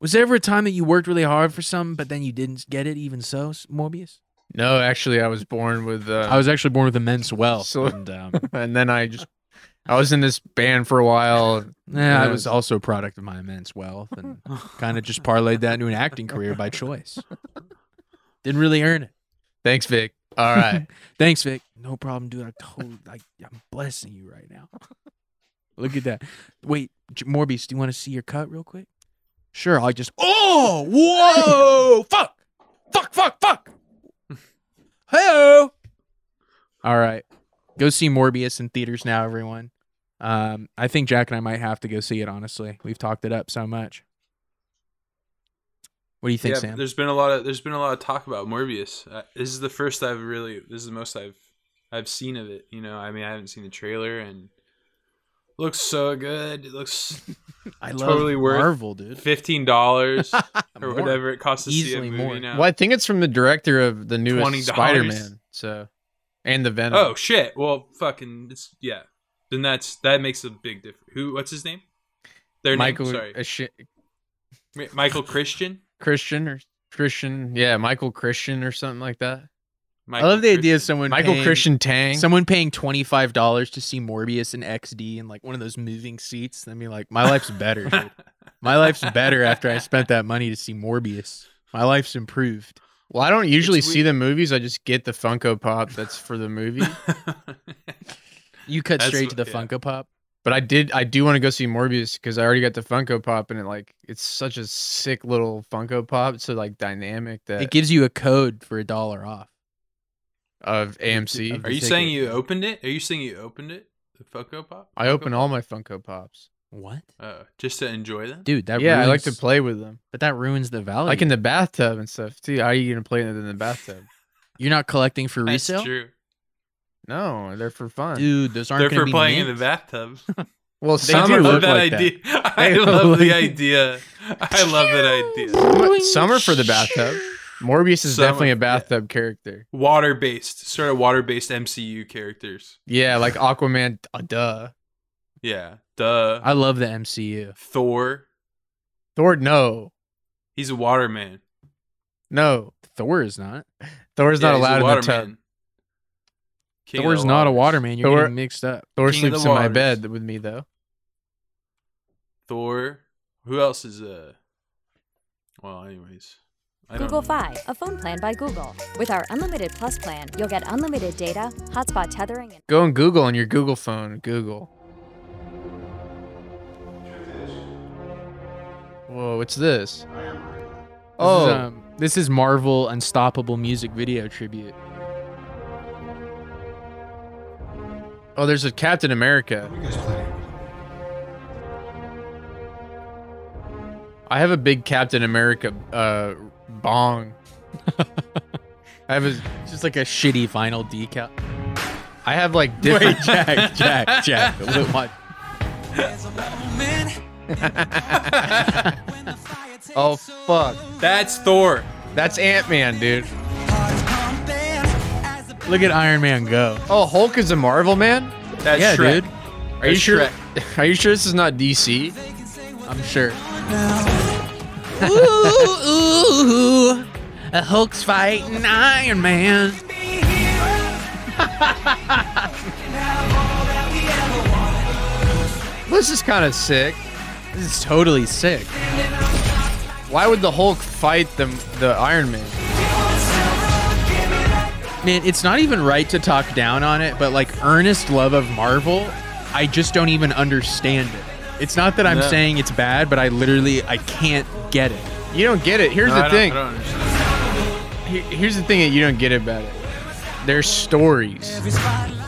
[SPEAKER 2] Was there ever a time that you worked really hard for something, but then you didn't get it? Even so, S- Morbius.
[SPEAKER 4] No, actually, I was born with. Uh,
[SPEAKER 2] I was actually born with immense wealth,
[SPEAKER 4] So-
[SPEAKER 2] and um,
[SPEAKER 4] and then I just, I was in this band for a while.
[SPEAKER 2] yeah, I
[SPEAKER 4] Yeah.
[SPEAKER 2] was also a product of my immense wealth, and kind of just parlayed that into an acting career by choice. Didn't really earn it.
[SPEAKER 4] Thanks, Vic. All right,
[SPEAKER 2] Thanks, Vic. No problem, dude. I told, I, I'm blessing you right now. Look at that. Wait, J- Morbius, do you want to see your cut real quick? Sure. I just. Oh, whoa! fuck, fuck, fuck, fuck. Hello. All right, go see Morbius in theaters now, everyone. Um, I think Jack and I might have to go see it. Honestly, we've talked it up so much. What do you think,
[SPEAKER 3] yeah,
[SPEAKER 2] Sam?
[SPEAKER 3] there's been a lot of there's been a lot of talk about Morbius. Uh, this is the first I've really this is the most I've I've seen of it. You know, I mean, I haven't seen the trailer and looks so good. It looks
[SPEAKER 2] I
[SPEAKER 3] totally worth-
[SPEAKER 2] Marvel, dude.
[SPEAKER 3] fifteen dollars or
[SPEAKER 2] More.
[SPEAKER 3] whatever it costs to see a
[SPEAKER 2] Easily
[SPEAKER 3] movie
[SPEAKER 2] more.
[SPEAKER 3] now.
[SPEAKER 4] well, I think it's from the director of the
[SPEAKER 3] $20.
[SPEAKER 4] newest Spider-Man, so and the Venom.
[SPEAKER 3] Oh shit! Well, fucking, it's yeah. Then that's that makes a big difference. Who? What's his name? Their
[SPEAKER 4] Michael
[SPEAKER 3] Name? Sorry,
[SPEAKER 4] Ashi-
[SPEAKER 3] Mi- Michael Christian.
[SPEAKER 4] Christian or Christian, yeah, Michael Christian or something like that.
[SPEAKER 3] Michael
[SPEAKER 2] I love the idea of
[SPEAKER 3] Christian.
[SPEAKER 2] someone
[SPEAKER 4] Michael
[SPEAKER 2] paying-
[SPEAKER 4] Christian Tang.
[SPEAKER 2] Someone paying twenty five dollars to see Morbius in XD in like one of those moving seats, and be like, "My life's better. dude. My life's better after I spent that money to see Morbius. My life's improved."
[SPEAKER 4] well, I don't usually
[SPEAKER 3] It's
[SPEAKER 4] see the movies. I just get the Funko Pop that's for the movie.
[SPEAKER 2] You cut
[SPEAKER 3] That's
[SPEAKER 2] straight
[SPEAKER 3] what-
[SPEAKER 2] to the
[SPEAKER 3] yeah.
[SPEAKER 2] Funko Pop.
[SPEAKER 4] But I did. I do want to go see Morbius because I already got the Funko Pop, and it like it's such a sick little Funko Pop. So like dynamic that
[SPEAKER 2] It gives you a code for a dollar off.
[SPEAKER 4] of AMC.
[SPEAKER 3] Are you saying you opened it? Are you saying you opened it? The Funko Pop?
[SPEAKER 4] I
[SPEAKER 3] Funko
[SPEAKER 4] open all my Funko Pops.
[SPEAKER 2] What?
[SPEAKER 3] Uh, just to enjoy them?
[SPEAKER 2] Dude, that
[SPEAKER 4] yeah, I like to
[SPEAKER 2] ruins-
[SPEAKER 4] play with them,
[SPEAKER 2] But that ruins the value.
[SPEAKER 4] like in the bathtub and stuff too. How are you gonna play it in the bathtub?
[SPEAKER 2] You're not collecting for
[SPEAKER 3] That's
[SPEAKER 2] resale?
[SPEAKER 3] true.
[SPEAKER 4] No, they're for fun.
[SPEAKER 2] Dude, those aren't
[SPEAKER 3] They're
[SPEAKER 2] gonna
[SPEAKER 3] for
[SPEAKER 2] be
[SPEAKER 3] playing in
[SPEAKER 2] mint.
[SPEAKER 3] the bathtub.
[SPEAKER 4] well,
[SPEAKER 3] They
[SPEAKER 4] some
[SPEAKER 3] do
[SPEAKER 4] are
[SPEAKER 3] love
[SPEAKER 4] look
[SPEAKER 3] that
[SPEAKER 4] like
[SPEAKER 3] idea.
[SPEAKER 4] that.
[SPEAKER 3] I
[SPEAKER 4] They
[SPEAKER 3] love
[SPEAKER 4] look
[SPEAKER 3] the
[SPEAKER 4] like-
[SPEAKER 3] idea. I love that idea.
[SPEAKER 4] But Some are for the bathtub. Morbius is
[SPEAKER 3] Some are-
[SPEAKER 4] definitely
[SPEAKER 3] yeah.
[SPEAKER 4] a bathtub character.
[SPEAKER 3] Water based, sort of water based MCU characters.
[SPEAKER 4] Yeah, like Aquaman. Uh, duh.
[SPEAKER 3] Yeah. Duh.
[SPEAKER 2] I love the MCU.
[SPEAKER 3] Thor.
[SPEAKER 4] Thor. No,
[SPEAKER 3] He's a waterman.
[SPEAKER 4] no.
[SPEAKER 2] Thor is not.
[SPEAKER 4] Thor's
[SPEAKER 3] Yeah,
[SPEAKER 4] not
[SPEAKER 3] he's a
[SPEAKER 4] allowed in the
[SPEAKER 3] waterman.
[SPEAKER 4] tub.
[SPEAKER 3] King of
[SPEAKER 2] Thor's
[SPEAKER 3] the
[SPEAKER 2] not a
[SPEAKER 3] waters.
[SPEAKER 2] waterman. You're
[SPEAKER 4] Thor-
[SPEAKER 2] getting mixed up.
[SPEAKER 4] Thor
[SPEAKER 3] King of
[SPEAKER 4] sleeps
[SPEAKER 3] the
[SPEAKER 4] in my
[SPEAKER 3] waters.
[SPEAKER 4] bed with me though.
[SPEAKER 3] Thor. Who else is uh? Well, anyways. I don't
[SPEAKER 16] Google
[SPEAKER 3] know.
[SPEAKER 16] Fi, a phone plan by Google. With our unlimited plus plan, you'll get unlimited data, hotspot tethering, and
[SPEAKER 4] Go and Google on your Google phone. Google. Whoa, what's this?
[SPEAKER 2] This
[SPEAKER 4] Oh,
[SPEAKER 2] is, um, this is Marvel Unstoppable music video tribute.
[SPEAKER 4] oh, there's a Captain America. I have a big Captain America uh, bong. I have a,
[SPEAKER 2] It's just like a shitty vinyl decal.
[SPEAKER 4] I have like different.
[SPEAKER 2] Jack, Jack, Jack. What?
[SPEAKER 4] oh fuck,
[SPEAKER 3] That's Thor.
[SPEAKER 4] that's Ant Man, dude.
[SPEAKER 2] Look at Iron Man go.
[SPEAKER 4] Oh, Hulk is a Marvel man.
[SPEAKER 3] That's
[SPEAKER 2] yeah,
[SPEAKER 3] Shrek.
[SPEAKER 2] dude.
[SPEAKER 4] Are you sure? Are you sure this is not DC?
[SPEAKER 2] I'm sure. ooh, ooh, a Hulk's fighting Iron Man.
[SPEAKER 4] This is kind of sick.
[SPEAKER 2] This is totally sick.
[SPEAKER 4] Why would the Hulk fight the the Iron Man?
[SPEAKER 2] Man, it's not even right to talk down on it, but like earnest love of Marvel, I just don't even understand it. It's not that I'm
[SPEAKER 3] No.
[SPEAKER 2] saying it's bad, but I literally I can't get it.
[SPEAKER 4] You don't get it. Here's
[SPEAKER 3] No, I
[SPEAKER 4] the
[SPEAKER 3] don't-
[SPEAKER 4] thing.
[SPEAKER 3] I don't understand.
[SPEAKER 4] He- Here's the thing that you don't get about it. There's stories.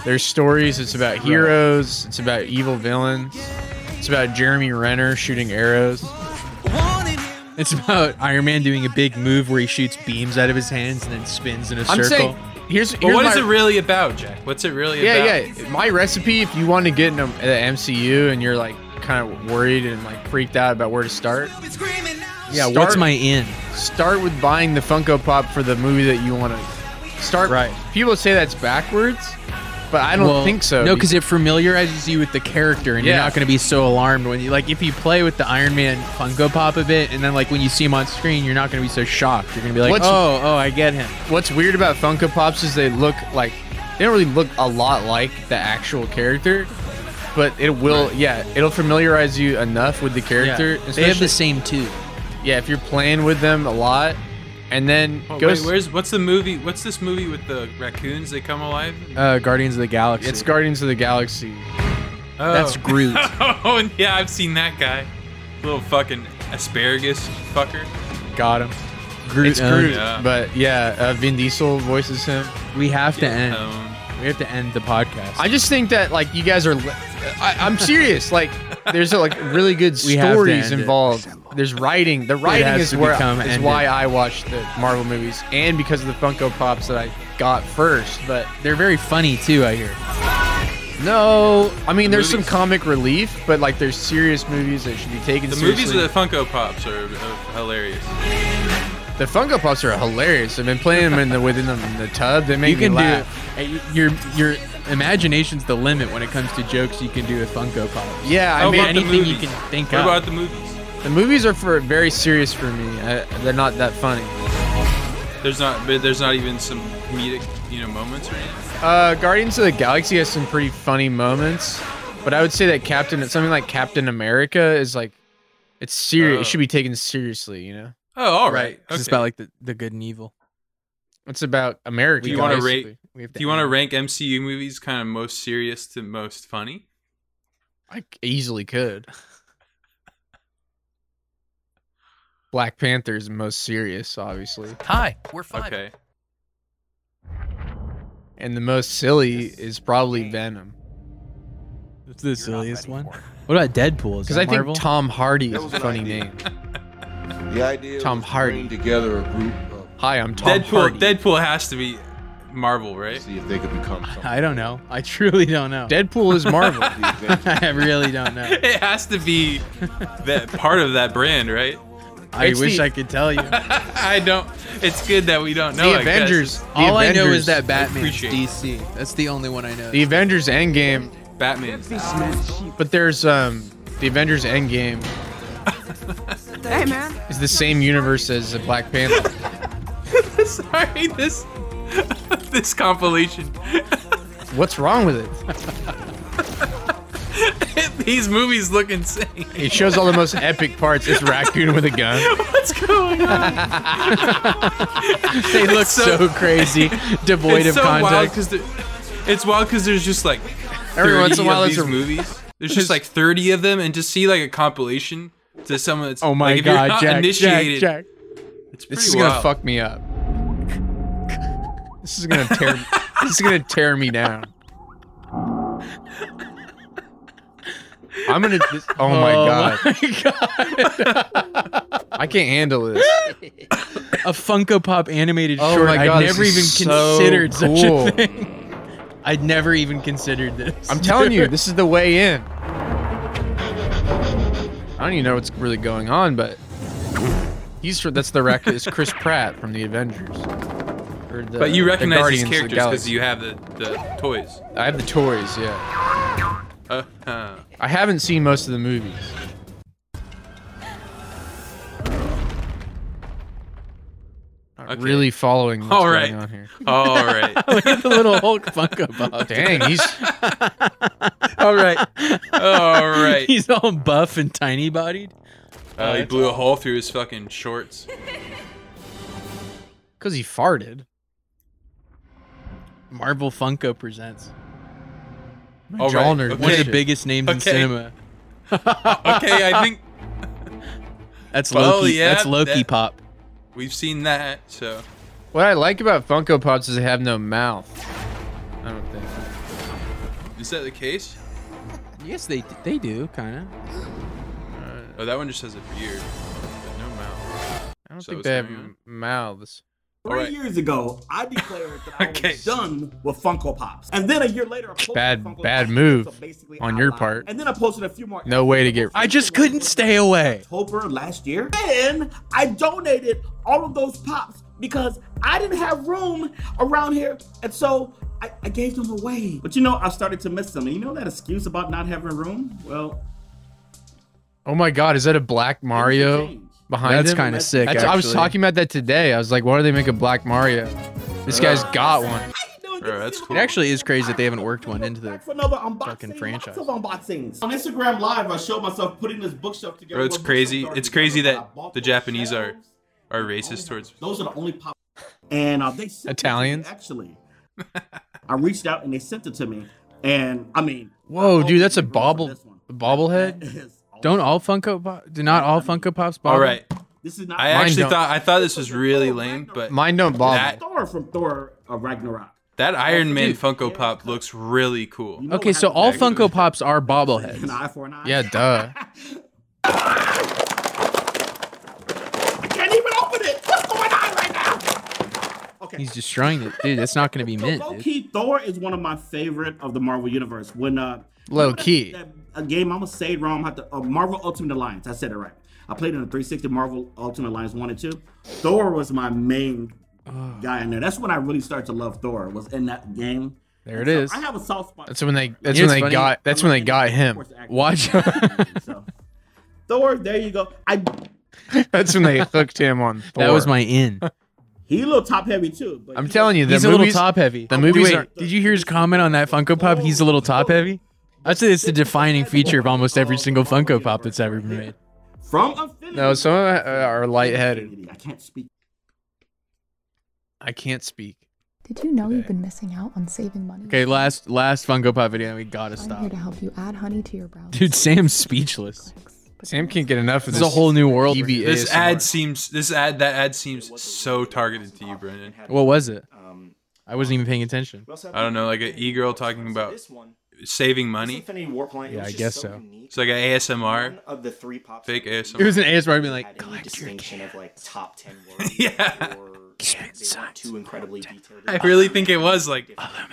[SPEAKER 4] There's stories. It's about heroes. It's about evil villains. It's about Jeremy Renner shooting arrows.
[SPEAKER 2] It's about Iron Man doing a big move where he shoots beams out of his hands and then spins in a
[SPEAKER 4] I'm
[SPEAKER 2] circle.
[SPEAKER 4] saying here's,
[SPEAKER 3] But
[SPEAKER 4] here's
[SPEAKER 3] what
[SPEAKER 4] my,
[SPEAKER 3] is it really about, Jack? What's it really
[SPEAKER 4] yeah
[SPEAKER 3] about?
[SPEAKER 4] yeah my recipe if you want to get in the MCU and you're like kind of worried and like freaked out about where to start.
[SPEAKER 2] yeah,
[SPEAKER 4] start-
[SPEAKER 2] what's my in?
[SPEAKER 4] start with buying the Funko Pop for the movie that you want to start.
[SPEAKER 2] Right.
[SPEAKER 4] People say that's backwards, but I don't
[SPEAKER 2] Well,
[SPEAKER 4] think so.
[SPEAKER 2] No, because it familiarizes you with the character, and you're
[SPEAKER 4] Yeah.
[SPEAKER 2] not going to be so alarmed when you like if you play with the Iron Man Funko Pop a bit, and then like when you see him on screen, you're not going to be so shocked. You're going to be like,
[SPEAKER 4] What's-
[SPEAKER 2] oh, oh, I get him.
[SPEAKER 4] what's weird about Funko Pops is they look like they don't really look a lot like the actual character, but it will. Yeah, it'll familiarize you enough with the character.
[SPEAKER 2] Yeah. They have the
[SPEAKER 4] especially-
[SPEAKER 2] same too.
[SPEAKER 4] Yeah, if you're playing with them a lot, and then
[SPEAKER 3] Oh,
[SPEAKER 4] go.
[SPEAKER 3] wait,
[SPEAKER 4] s-
[SPEAKER 3] where's what's the movie? What's this movie with the raccoons? They come alive.
[SPEAKER 2] Uh, Guardians of the Galaxy.
[SPEAKER 4] it's Guardians of the Galaxy.
[SPEAKER 3] Oh.
[SPEAKER 2] that's Groot.
[SPEAKER 3] oh and yeah, I've seen that guy. Little fucking asparagus fucker.
[SPEAKER 4] Got him.
[SPEAKER 2] Groot.
[SPEAKER 4] It's Groot,
[SPEAKER 3] Yeah.
[SPEAKER 4] but yeah, uh, Vin Diesel voices him.
[SPEAKER 2] We have to
[SPEAKER 3] Yeah,
[SPEAKER 2] end.
[SPEAKER 3] um,
[SPEAKER 2] We have to end the podcast.
[SPEAKER 4] I just think that like you guys are. li- I, I'm serious. Like there's like really good
[SPEAKER 2] We have to
[SPEAKER 4] stories
[SPEAKER 2] end it.
[SPEAKER 4] involved. There's writing. The writing
[SPEAKER 2] has
[SPEAKER 4] is
[SPEAKER 2] to
[SPEAKER 4] where
[SPEAKER 2] become
[SPEAKER 4] is
[SPEAKER 2] ended.
[SPEAKER 4] why I watch the Marvel movies and because of the Funko Pops that I got first. But
[SPEAKER 2] They're very funny too. I hear.
[SPEAKER 4] no, I mean
[SPEAKER 3] The
[SPEAKER 4] there's
[SPEAKER 3] movies-
[SPEAKER 4] some comic relief, but like there's serious movies that should be taken
[SPEAKER 3] the
[SPEAKER 4] seriously.
[SPEAKER 3] movies with the Funko Pops are uh, hilarious.
[SPEAKER 4] the Funko Pops are hilarious. I've been playing them in the within them in the tub. They make
[SPEAKER 2] you can
[SPEAKER 4] me laugh.
[SPEAKER 2] do it. Hey, Your your imagination's the limit when it comes to jokes. You can do with Funko Pop.
[SPEAKER 4] Yeah, I
[SPEAKER 3] How
[SPEAKER 4] mean
[SPEAKER 3] about the
[SPEAKER 2] anything you
[SPEAKER 3] movies?
[SPEAKER 2] can think
[SPEAKER 3] What
[SPEAKER 2] of.
[SPEAKER 3] about the movies?
[SPEAKER 4] the movies are for very serious for me. I, they're not that funny.
[SPEAKER 3] There's not, but there's not even some comedic, you know, moments or anything.
[SPEAKER 4] Uh, Guardians of the Galaxy has some pretty funny moments, but I would say that Captain, something like Captain America, is like, it's serious.
[SPEAKER 3] Oh.
[SPEAKER 4] It should be taken seriously. You know,
[SPEAKER 3] Oh, all right.
[SPEAKER 2] It's
[SPEAKER 3] Okay.
[SPEAKER 2] about like the, the good and evil.
[SPEAKER 4] it's about America.
[SPEAKER 3] Do you want to
[SPEAKER 4] basically.
[SPEAKER 3] rate?
[SPEAKER 2] We have
[SPEAKER 3] Do you want to rank MCU movies kind of most serious to most funny?
[SPEAKER 4] I easily could. Black Panther is the most serious, obviously.
[SPEAKER 1] Hi, we're five.
[SPEAKER 3] Okay.
[SPEAKER 4] And the most silly is probably Venom.
[SPEAKER 2] It's the silliest one. What about Deadpool? Is
[SPEAKER 4] Because
[SPEAKER 2] that
[SPEAKER 4] I think
[SPEAKER 2] Marvel?
[SPEAKER 4] Tom Hardy
[SPEAKER 2] That
[SPEAKER 4] is
[SPEAKER 2] was
[SPEAKER 4] a
[SPEAKER 2] an
[SPEAKER 4] funny
[SPEAKER 2] idea.
[SPEAKER 4] name.
[SPEAKER 17] The idea
[SPEAKER 4] Tom
[SPEAKER 17] was to
[SPEAKER 4] Hardy.
[SPEAKER 17] bring together a group of
[SPEAKER 4] Hi, I'm Tom
[SPEAKER 3] Deadpool.
[SPEAKER 4] Hardy.
[SPEAKER 3] Deadpool has to be Marvel, right?
[SPEAKER 17] See if they could become.
[SPEAKER 2] I don't know. I truly don't know.
[SPEAKER 4] Deadpool is Marvel.
[SPEAKER 2] I really don't know.
[SPEAKER 3] It has to be that part of that brand, right?
[SPEAKER 2] I It's wish the- I could tell you.
[SPEAKER 3] I don't. It's good that we don't
[SPEAKER 4] It's
[SPEAKER 3] know.
[SPEAKER 4] the
[SPEAKER 3] I guess.
[SPEAKER 4] Avengers. The
[SPEAKER 2] All I know is
[SPEAKER 4] Avengers.
[SPEAKER 2] that Batman's
[SPEAKER 4] Appreciate it.
[SPEAKER 2] DC. That's the only one I know.
[SPEAKER 4] The Avengers Endgame.
[SPEAKER 3] Batman.
[SPEAKER 4] But there's um the Avengers Endgame
[SPEAKER 18] Hey, man.
[SPEAKER 4] is the same universe as the Black Panther.
[SPEAKER 3] Sorry, this this compilation.
[SPEAKER 4] What's wrong with it?
[SPEAKER 3] These movies look insane.
[SPEAKER 4] It shows all the most epic parts. It's raccoon with a gun.
[SPEAKER 3] What's going on?
[SPEAKER 4] They look so, crazy, devoid
[SPEAKER 3] it's
[SPEAKER 4] of
[SPEAKER 3] so wild
[SPEAKER 4] context.
[SPEAKER 3] because it's wild because there's just like
[SPEAKER 4] Every once in a while
[SPEAKER 3] of
[SPEAKER 4] there's
[SPEAKER 3] these
[SPEAKER 4] a-
[SPEAKER 3] movies. There's just like 30 of them, and to see like a compilation to someone that's
[SPEAKER 4] Oh my
[SPEAKER 3] like, if you're
[SPEAKER 4] god,
[SPEAKER 3] not
[SPEAKER 4] Jack,
[SPEAKER 3] initiated,
[SPEAKER 4] Jack,
[SPEAKER 3] It's
[SPEAKER 4] Jack. This
[SPEAKER 3] pretty
[SPEAKER 4] is gonna
[SPEAKER 3] wild.
[SPEAKER 4] fuck me up. This is gonna tear. this is gonna tear me down. I'm gonna. This, oh my
[SPEAKER 2] Oh
[SPEAKER 4] god. I can't handle this.
[SPEAKER 2] a Funko Pop animated
[SPEAKER 4] Oh
[SPEAKER 2] short.
[SPEAKER 4] my God,
[SPEAKER 2] I
[SPEAKER 4] this
[SPEAKER 2] never even
[SPEAKER 4] is so
[SPEAKER 2] considered
[SPEAKER 4] cool.
[SPEAKER 2] such a thing. I'd never even considered this.
[SPEAKER 4] I'm telling you, this is the way in. I don't even know what's really going on, but he's from, that's the record. It's Chris Pratt from the Avengers. Or the-
[SPEAKER 3] but you
[SPEAKER 4] the
[SPEAKER 3] recognize these
[SPEAKER 4] Guardians of the
[SPEAKER 3] characters because
[SPEAKER 4] Galaxy.
[SPEAKER 3] you have the, the toys.
[SPEAKER 4] I have the toys, yeah.
[SPEAKER 3] Uh, uh,
[SPEAKER 4] I haven't seen most of the movies. Not
[SPEAKER 3] Okay.
[SPEAKER 4] Really following what's
[SPEAKER 3] All
[SPEAKER 4] going
[SPEAKER 3] right.
[SPEAKER 4] on here.
[SPEAKER 3] All right.
[SPEAKER 2] Look at the little Hulk Funko Pop.
[SPEAKER 4] Dang, he's
[SPEAKER 3] all right. All right.
[SPEAKER 2] He's all buff and tiny bodied.
[SPEAKER 3] Uh, he blew a hole through his fucking shorts.
[SPEAKER 4] because he farted.
[SPEAKER 2] Marvel Funko presents.
[SPEAKER 4] My All jaw right, nerd
[SPEAKER 2] One of
[SPEAKER 4] okay.
[SPEAKER 2] the biggest names in
[SPEAKER 4] Okay.
[SPEAKER 2] cinema.
[SPEAKER 3] okay, I think.
[SPEAKER 2] That's
[SPEAKER 3] Well,
[SPEAKER 2] Loki.
[SPEAKER 3] yeah,
[SPEAKER 2] That's Loki
[SPEAKER 3] that-
[SPEAKER 2] Pop.
[SPEAKER 3] We've seen that, so
[SPEAKER 4] What I like about Funko Pops is they have no mouth. I don't think.
[SPEAKER 3] is that the case?
[SPEAKER 2] Yes, they they do kind of.
[SPEAKER 3] Oh, that one just has a beard, but no mouth.
[SPEAKER 4] I don't
[SPEAKER 3] So
[SPEAKER 4] think
[SPEAKER 3] what's
[SPEAKER 4] they have
[SPEAKER 3] going on?
[SPEAKER 4] m- mouths.
[SPEAKER 14] Three years ago, I declared that I was done with Funko Pops, and then a year later, I posted
[SPEAKER 4] Bad,
[SPEAKER 14] Funko
[SPEAKER 4] bad
[SPEAKER 14] Pops,
[SPEAKER 4] move
[SPEAKER 14] so basically
[SPEAKER 4] on
[SPEAKER 14] I
[SPEAKER 4] your
[SPEAKER 14] lied.
[SPEAKER 4] part.
[SPEAKER 14] And then I posted a few more.
[SPEAKER 4] No way to get.
[SPEAKER 2] I just couldn't stay away.
[SPEAKER 14] October last year, and I donated all of those pops because I didn't have room around here, and so I, I gave them away. But you know, I started to miss them, and you know that excuse about not having room. Well,
[SPEAKER 4] Oh my God, is that a black Mario behind
[SPEAKER 2] That's
[SPEAKER 4] him?
[SPEAKER 2] kinda sick,
[SPEAKER 4] I was
[SPEAKER 2] actually.
[SPEAKER 4] talking about that today. I was like, why do they make a black Mario? This guy's got one.
[SPEAKER 3] Bro, that's
[SPEAKER 2] It actually is crazy that they haven't worked one into the
[SPEAKER 14] for another unboxing,
[SPEAKER 2] fucking
[SPEAKER 14] lots
[SPEAKER 2] franchise.
[SPEAKER 14] of unboxings on Instagram Live. I showed myself putting this bookshelf together.
[SPEAKER 3] Bro, it's
[SPEAKER 14] with
[SPEAKER 3] crazy.
[SPEAKER 14] bookshelf
[SPEAKER 3] It's crazy that the Japanese are are racist towards.
[SPEAKER 14] Those are the only pop. And uh, they sent it to me,
[SPEAKER 3] Italians?
[SPEAKER 14] actually. I reached out and they sent it to me, and I mean,
[SPEAKER 4] Whoa, dude, that's a bobble, a bobblehead.
[SPEAKER 2] Don't all Funko Pop? Do not all Funko Pops? Bobble?
[SPEAKER 3] All right.
[SPEAKER 14] This is
[SPEAKER 3] I
[SPEAKER 14] Mine
[SPEAKER 3] actually
[SPEAKER 14] don't-
[SPEAKER 3] thought I thought this was really lame, but
[SPEAKER 4] mine don't bother.
[SPEAKER 3] That,
[SPEAKER 14] Thor from Thor uh, Ragnarok.
[SPEAKER 3] that Iron Man
[SPEAKER 14] Dude.
[SPEAKER 3] Funko Pop looks really cool.
[SPEAKER 2] Okay, so all Funko Pops are bobbleheads. An
[SPEAKER 14] eye for an eye.
[SPEAKER 4] Yeah, duh.
[SPEAKER 14] I can't even open it. What's going on right now?
[SPEAKER 2] He's destroying it, dude. That's not gonna be mint,
[SPEAKER 14] Low
[SPEAKER 2] dude.
[SPEAKER 14] key, Thor is one of my favorite of the Marvel universe. When uh,
[SPEAKER 2] Low key.
[SPEAKER 14] a game I'm gonna say wrong. I have to, uh, Marvel Ultimate Alliance. I said it right. I played in the 360 Marvel Ultimate Alliance one and two. Thor was my main guy in there. That's when I really started to love Thor. Was in that game.
[SPEAKER 4] There
[SPEAKER 14] And
[SPEAKER 4] it
[SPEAKER 14] so
[SPEAKER 4] is.
[SPEAKER 14] I have a soft spot.
[SPEAKER 4] That's when they. That's
[SPEAKER 2] You know
[SPEAKER 4] when
[SPEAKER 2] what's
[SPEAKER 4] they
[SPEAKER 2] funny?
[SPEAKER 4] got. That's when they got him. Watch.
[SPEAKER 14] Thor. There you go. I
[SPEAKER 4] that's when they hooked him on.
[SPEAKER 2] That
[SPEAKER 4] Thor.
[SPEAKER 2] was my in.
[SPEAKER 14] he a little top heavy too. But
[SPEAKER 4] I'm telling you, the
[SPEAKER 2] He's a
[SPEAKER 4] movies,
[SPEAKER 2] little top heavy.
[SPEAKER 4] The movies
[SPEAKER 2] Wait,
[SPEAKER 4] are.
[SPEAKER 2] Did you hear his comment on that Funko Pop? He's a little top heavy. I'd say it's the defining feature of almost every single Funko Pop that's ever been made.
[SPEAKER 14] From
[SPEAKER 4] No, some of uh, them are lightheaded.
[SPEAKER 14] I can't speak.
[SPEAKER 4] I can't speak.
[SPEAKER 6] Did you know you've been missing out on saving money?
[SPEAKER 19] Okay, last last Funko Pop video. We gotta
[SPEAKER 6] I'm here
[SPEAKER 19] stop.
[SPEAKER 6] to help you add honey to your brow.
[SPEAKER 2] Dude, Sam's speechless.
[SPEAKER 4] Sam can't get enough of
[SPEAKER 2] This
[SPEAKER 4] this.
[SPEAKER 2] is a whole new world.
[SPEAKER 4] EB
[SPEAKER 3] This
[SPEAKER 4] ASMR.
[SPEAKER 3] ad seems this ad that ad seems so targeted to you, Brendan.
[SPEAKER 2] What was it? I wasn't even paying attention.
[SPEAKER 3] I don't know, like an e girl talking about saving money.
[SPEAKER 2] Yeah, I guess so.
[SPEAKER 3] It's like an ASMR.
[SPEAKER 20] Of the three pops,
[SPEAKER 3] fake ASMR.
[SPEAKER 2] It was an ASMR being like,
[SPEAKER 20] any distinction of like top ten words.
[SPEAKER 3] yeah.
[SPEAKER 20] Two incredibly detailed.
[SPEAKER 3] I really think it was like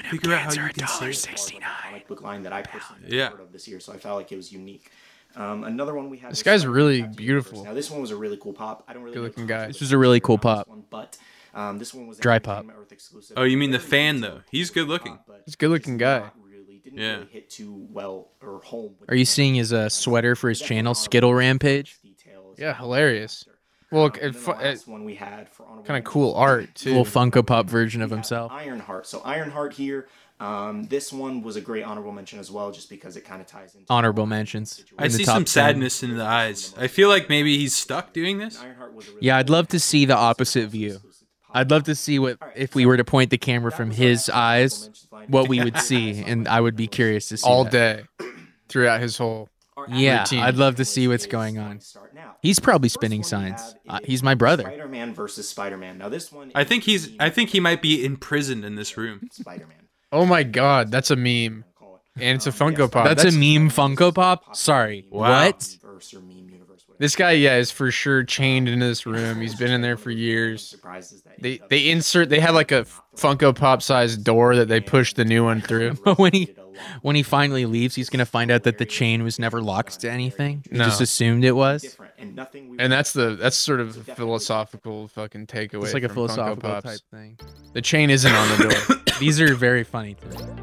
[SPEAKER 3] figure out how you can
[SPEAKER 20] dollar
[SPEAKER 3] save.
[SPEAKER 20] sixty nine. Comic book line that I personally
[SPEAKER 3] Yeah.
[SPEAKER 20] never heard of this year, so I felt like it was unique. Um, another one we had.
[SPEAKER 4] This
[SPEAKER 20] was
[SPEAKER 4] guy's
[SPEAKER 20] Spectre
[SPEAKER 4] really
[SPEAKER 20] Captain Universe.
[SPEAKER 4] beautiful.
[SPEAKER 20] Now this one was a really cool pop. I don't really. know
[SPEAKER 4] Good-looking
[SPEAKER 20] the
[SPEAKER 4] guy.
[SPEAKER 20] content
[SPEAKER 2] This was a really cool pop.
[SPEAKER 20] of this one, But um, this one was
[SPEAKER 2] Dry pop.
[SPEAKER 3] Oh, you mean the fan though? He's good looking.
[SPEAKER 4] He's a good looking guy.
[SPEAKER 3] Yeah.
[SPEAKER 20] hit too well or home with
[SPEAKER 2] Are you seeing his uh, sweater for his channel, Skittle Rampage?
[SPEAKER 4] Yeah, hilarious.
[SPEAKER 21] Um,
[SPEAKER 4] Well,
[SPEAKER 20] Um,
[SPEAKER 4] it, fu- it,
[SPEAKER 20] one we had for honorable
[SPEAKER 2] Kind of
[SPEAKER 4] cool art too.
[SPEAKER 2] Little Funko Pop version of himself.
[SPEAKER 20] Ironheart. So Ironheart here. Um, this one was a great honorable mention as well, just because it kind of ties into.
[SPEAKER 2] Honorable mentions.
[SPEAKER 3] I
[SPEAKER 2] in the
[SPEAKER 3] see
[SPEAKER 2] top
[SPEAKER 3] some
[SPEAKER 2] 10.
[SPEAKER 3] sadness in the eyes. I feel like maybe he's stuck doing this.
[SPEAKER 2] Yeah, I'd love to see the opposite view. I'd love to see what if we were to point the camera from his eyes, what we would see, and I would be curious to see
[SPEAKER 4] all
[SPEAKER 2] that.
[SPEAKER 4] day throughout his whole
[SPEAKER 2] Yeah,
[SPEAKER 4] routine.
[SPEAKER 2] I'd love to see what's going on. He's probably spinning signs. Uh, he's my brother.
[SPEAKER 20] Spider-Man versus Spider-Man. Now this one,
[SPEAKER 3] I think he's. I think he might be imprisoned in this room.
[SPEAKER 20] Spider-Man.
[SPEAKER 4] Oh my god, that's a meme. And it's a
[SPEAKER 21] Um,
[SPEAKER 4] Funko Pop.
[SPEAKER 2] That's, a meme Funko Pop. Sorry, what?
[SPEAKER 4] This guy, yeah, is for sure chained into this room. He's been in there for years. They they insert they had like a Funko Pop sized door that they push the new one through.
[SPEAKER 2] But when he when he finally leaves, he's gonna find out that the chain was never locked to anything. He
[SPEAKER 4] No.
[SPEAKER 2] just assumed it was.
[SPEAKER 20] and nothing.
[SPEAKER 4] And that's the that's sort of a philosophical fucking takeaway.
[SPEAKER 2] It's like a
[SPEAKER 4] from Funko
[SPEAKER 2] philosophical
[SPEAKER 4] Pops.
[SPEAKER 2] type thing.
[SPEAKER 4] The chain isn't on the door.
[SPEAKER 2] These are very funny. To me.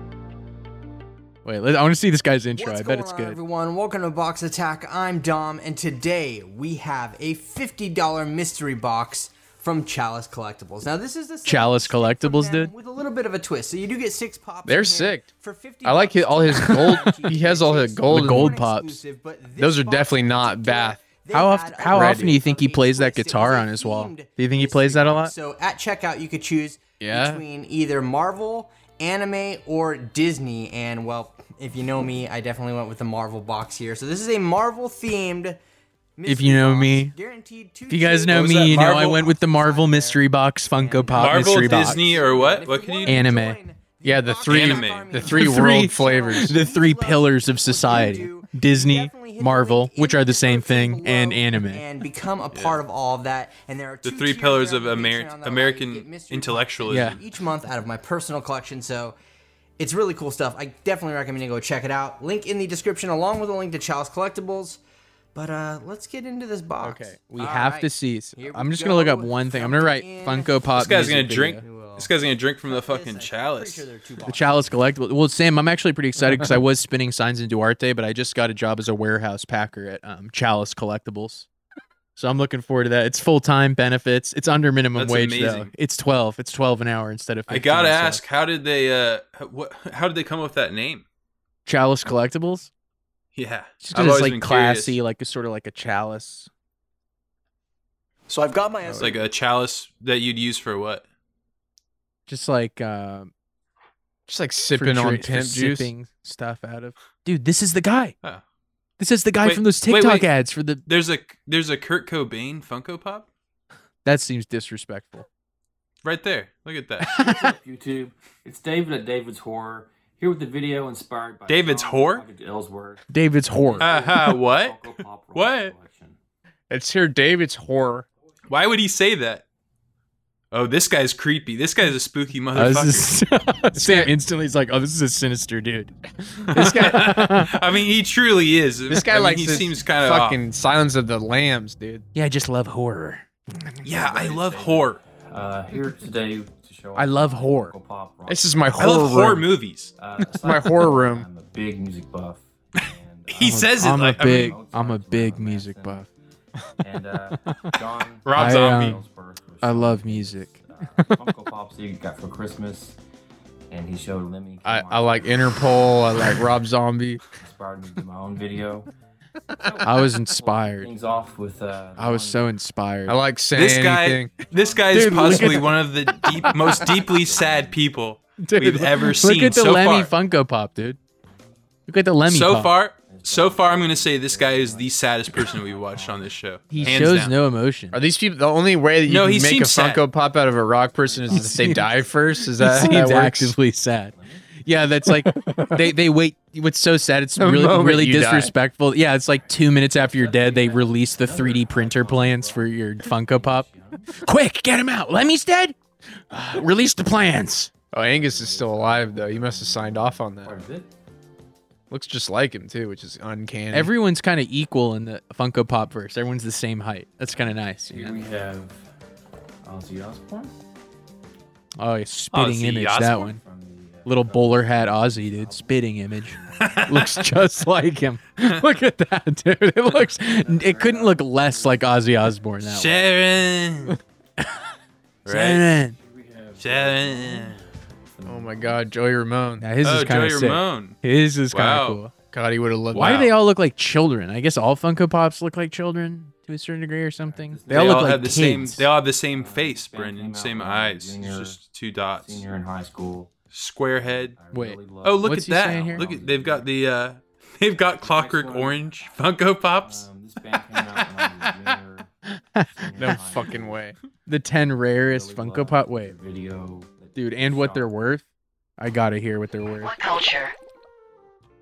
[SPEAKER 2] Wait, let, I want to see this guy's intro. I bet it's
[SPEAKER 21] Hello,
[SPEAKER 2] good.
[SPEAKER 21] everyone. Welcome to Box Attack. I'm Dom, and today we have a $50 mystery box from Chalice Collectibles. Now, this is the same
[SPEAKER 2] Chalice Collectibles, dude.
[SPEAKER 21] with a little bit of a twist. So you do get six pops.
[SPEAKER 4] They're
[SPEAKER 21] in here
[SPEAKER 4] sick.
[SPEAKER 21] For 50
[SPEAKER 4] I like his, all his gold. he has all his gold.
[SPEAKER 2] The gold
[SPEAKER 4] and-
[SPEAKER 2] pops.
[SPEAKER 4] Those are definitely not bath.
[SPEAKER 2] How often? How
[SPEAKER 4] Ready.
[SPEAKER 2] often do you think he plays that guitar on his wall? Do you think he plays that a lot?
[SPEAKER 21] So at checkout, you could choose
[SPEAKER 2] Yeah.
[SPEAKER 21] between either Marvel, anime, or Disney. And well, if you know me, I definitely went with the Marvel box here. So this is a Marvel themed.
[SPEAKER 2] If you know me, if you guys know
[SPEAKER 3] What was
[SPEAKER 2] me,
[SPEAKER 3] that,
[SPEAKER 2] you know I
[SPEAKER 3] Marvel?
[SPEAKER 2] went with the Marvel Mystery Box Funko Pop
[SPEAKER 3] Marvel,
[SPEAKER 2] Mystery Box
[SPEAKER 3] Disney, or what? What can you?
[SPEAKER 2] anime.
[SPEAKER 4] Yeah, the three
[SPEAKER 3] Anime.
[SPEAKER 4] the three world flavors.
[SPEAKER 2] the three pillars of society: Disney, Marvel, which are the same thing, and anime.
[SPEAKER 21] And become a part of all of that. And there are
[SPEAKER 3] The
[SPEAKER 21] two
[SPEAKER 3] three pillars of Amer- American intellectualism.
[SPEAKER 21] each month out of my personal collection. So it's really cool stuff. I definitely recommend you go check it out. Link in the description along with a link to Chalice Collectibles. But uh, let's get into this box. Okay,
[SPEAKER 2] We have to see. I'm just gonna look up one thing. I'm gonna write Funko Pop.
[SPEAKER 3] This guy's
[SPEAKER 2] music
[SPEAKER 3] gonna drink.
[SPEAKER 2] video.
[SPEAKER 3] This guy's gonna drink from the fucking chalice.
[SPEAKER 2] The Chalice Collectible. Well, Sam, I'm actually pretty excited because I was spinning signs in Duarte, but I just got a job as a warehouse packer at um, Chalice Collectibles. So I'm looking forward to that. It's full time benefits. It's under minimum
[SPEAKER 3] That's
[SPEAKER 2] wage though.
[SPEAKER 3] amazing.
[SPEAKER 2] It's twelve. It's twelve an hour instead of. 15,
[SPEAKER 3] I gotta
[SPEAKER 2] so-
[SPEAKER 3] ask, how did they? Uh, h- what? How did they come up with that name?
[SPEAKER 2] Chalice Collectibles.
[SPEAKER 3] Yeah,
[SPEAKER 2] Just
[SPEAKER 3] I've
[SPEAKER 2] 'cause
[SPEAKER 3] always
[SPEAKER 2] it's like
[SPEAKER 3] been
[SPEAKER 2] classy,
[SPEAKER 3] curious.
[SPEAKER 2] like a sort of like a chalice.
[SPEAKER 20] So I've got my
[SPEAKER 3] It's like a chalice that you'd use for what?
[SPEAKER 2] Just like uh,
[SPEAKER 4] just like sipping on pimp juice.
[SPEAKER 2] stuff out of. Dude, this is the guy.
[SPEAKER 3] Oh.
[SPEAKER 2] This is the guy
[SPEAKER 3] Wait,
[SPEAKER 2] from those
[SPEAKER 3] wait,
[SPEAKER 2] TikTok
[SPEAKER 3] wait.
[SPEAKER 2] ads for the.
[SPEAKER 3] There's a there's a Kurt Cobain Funko Pop
[SPEAKER 2] That seems disrespectful.
[SPEAKER 3] right there. Look at that.
[SPEAKER 7] What's up, YouTube? It's David at David's Horror here with the video inspired by
[SPEAKER 3] David's
[SPEAKER 7] John
[SPEAKER 3] whore?
[SPEAKER 7] Project Ellsworth.
[SPEAKER 2] David's whore.
[SPEAKER 3] Uh-huh, what? what?
[SPEAKER 4] It's here, David's horror.
[SPEAKER 3] Why would he say that? Oh, this guy's creepy. This guy's a spooky
[SPEAKER 2] Uh,
[SPEAKER 3] motherfucker.
[SPEAKER 2] this is, Sam instantly is like, "Oh, this is a sinister dude."
[SPEAKER 4] This guy.
[SPEAKER 3] I mean, he truly is.
[SPEAKER 4] This guy
[SPEAKER 3] I mean,
[SPEAKER 4] likes
[SPEAKER 3] he
[SPEAKER 4] this
[SPEAKER 3] seems kind of
[SPEAKER 4] fucking Silence of the Lambs, dude.
[SPEAKER 2] Yeah, I just love horror.
[SPEAKER 3] Yeah, I love horror.
[SPEAKER 7] Uh, here today to show.
[SPEAKER 2] I love horror.
[SPEAKER 4] This is my
[SPEAKER 3] I
[SPEAKER 4] horror.
[SPEAKER 3] love horror
[SPEAKER 4] room.
[SPEAKER 3] movies.
[SPEAKER 7] Uh,
[SPEAKER 4] my horror room.
[SPEAKER 7] I'm a big music buff.
[SPEAKER 3] he says it
[SPEAKER 2] I'm
[SPEAKER 3] like
[SPEAKER 2] a
[SPEAKER 3] I mean,
[SPEAKER 2] big, I am a big music buff.
[SPEAKER 7] And uh, John.
[SPEAKER 3] Rob
[SPEAKER 2] I,
[SPEAKER 3] Zombie.
[SPEAKER 2] um, I love music.
[SPEAKER 7] Funko Pops that you got for Christmas, and he showed Lemmy
[SPEAKER 4] I, I like Interpol. I like Rob Zombie.
[SPEAKER 7] inspired me to do my own video.
[SPEAKER 2] I was inspired.
[SPEAKER 7] Things off with uh,
[SPEAKER 2] I was so inspired. I
[SPEAKER 4] like
[SPEAKER 3] this guy, this guy is
[SPEAKER 2] Dude, look at
[SPEAKER 3] possibly
[SPEAKER 2] the-
[SPEAKER 3] one of the deep, most deeply sad people we've ever
[SPEAKER 2] look
[SPEAKER 3] seen
[SPEAKER 2] at the
[SPEAKER 3] so
[SPEAKER 2] Lemmy
[SPEAKER 3] far.
[SPEAKER 2] Funko Pop, dude. Look at the Lemmy.
[SPEAKER 3] so
[SPEAKER 2] Pop.
[SPEAKER 3] far, so far, I'm gonna say this guy is the saddest person we've watched on this show.
[SPEAKER 2] he
[SPEAKER 3] Hands
[SPEAKER 2] shows
[SPEAKER 3] down.
[SPEAKER 2] no emotion.
[SPEAKER 4] Are these people the only way that you
[SPEAKER 3] No, he
[SPEAKER 4] can make a Funko
[SPEAKER 3] seems sad.
[SPEAKER 4] Pop out of a rock person is that they
[SPEAKER 2] seems-
[SPEAKER 4] die first? Is
[SPEAKER 2] He
[SPEAKER 4] that how
[SPEAKER 2] seems
[SPEAKER 4] that works?
[SPEAKER 2] actively sad. Yeah, that's like they they wait. What's so sad? It's
[SPEAKER 4] The
[SPEAKER 2] really
[SPEAKER 4] moment
[SPEAKER 2] really
[SPEAKER 4] you die.
[SPEAKER 2] disrespectful. Yeah, it's like two minutes after you're dead, they release the 3D printer plans for your Funko Pop. Quick, get him out. Lemmy's dead. Uh, release the plans.
[SPEAKER 4] Oh, Angus is still alive though. He must have signed off on that. Looks just like him too, which is uncanny.
[SPEAKER 2] Everyone's kind of equal in the Funko Pop verse. Everyone's the same height. That's kind of nice. you
[SPEAKER 7] Here
[SPEAKER 2] know?
[SPEAKER 7] we have Ozzy Osbourne.
[SPEAKER 2] Oh, yeah, spitting
[SPEAKER 7] the
[SPEAKER 2] image
[SPEAKER 7] Osborne
[SPEAKER 2] that one. Little bowler hat Aussie dude, spitting image. looks just like him. Look at that, dude. It looks. It couldn't look less like Ozzy Osbourne that way.
[SPEAKER 3] Sharon.
[SPEAKER 2] Sharon.
[SPEAKER 3] Sharon.
[SPEAKER 4] Oh my God, Joey Ramone.
[SPEAKER 2] Now, his
[SPEAKER 3] Oh,
[SPEAKER 2] is kind of
[SPEAKER 3] Joey
[SPEAKER 2] sick.
[SPEAKER 3] Ramone.
[SPEAKER 2] His is
[SPEAKER 3] Wow.
[SPEAKER 2] kind of cool.
[SPEAKER 4] God, he would have loved.
[SPEAKER 2] Why
[SPEAKER 4] that.
[SPEAKER 2] do they all look like children? I guess all Funko Pops look like children to a certain degree or something. They,
[SPEAKER 3] They,
[SPEAKER 2] all
[SPEAKER 3] all,
[SPEAKER 2] look like
[SPEAKER 3] have the
[SPEAKER 2] kids.
[SPEAKER 3] same. They all have the same face, Brendan. Same eyes. it's just two dots. Senior
[SPEAKER 7] uh, in high school.
[SPEAKER 3] Square head.
[SPEAKER 2] Wait.
[SPEAKER 3] Oh, look
[SPEAKER 2] What's
[SPEAKER 3] at
[SPEAKER 2] he saying here?
[SPEAKER 3] that! Look at they've got the uh, they've got Clockwork Orange Funko Pops.
[SPEAKER 8] Uh, Um,
[SPEAKER 4] No fucking way.
[SPEAKER 2] the 10 rarest Funko Pop. Wait. Dude, and what they're worth? I gotta hear what they're worth.
[SPEAKER 22] Culture.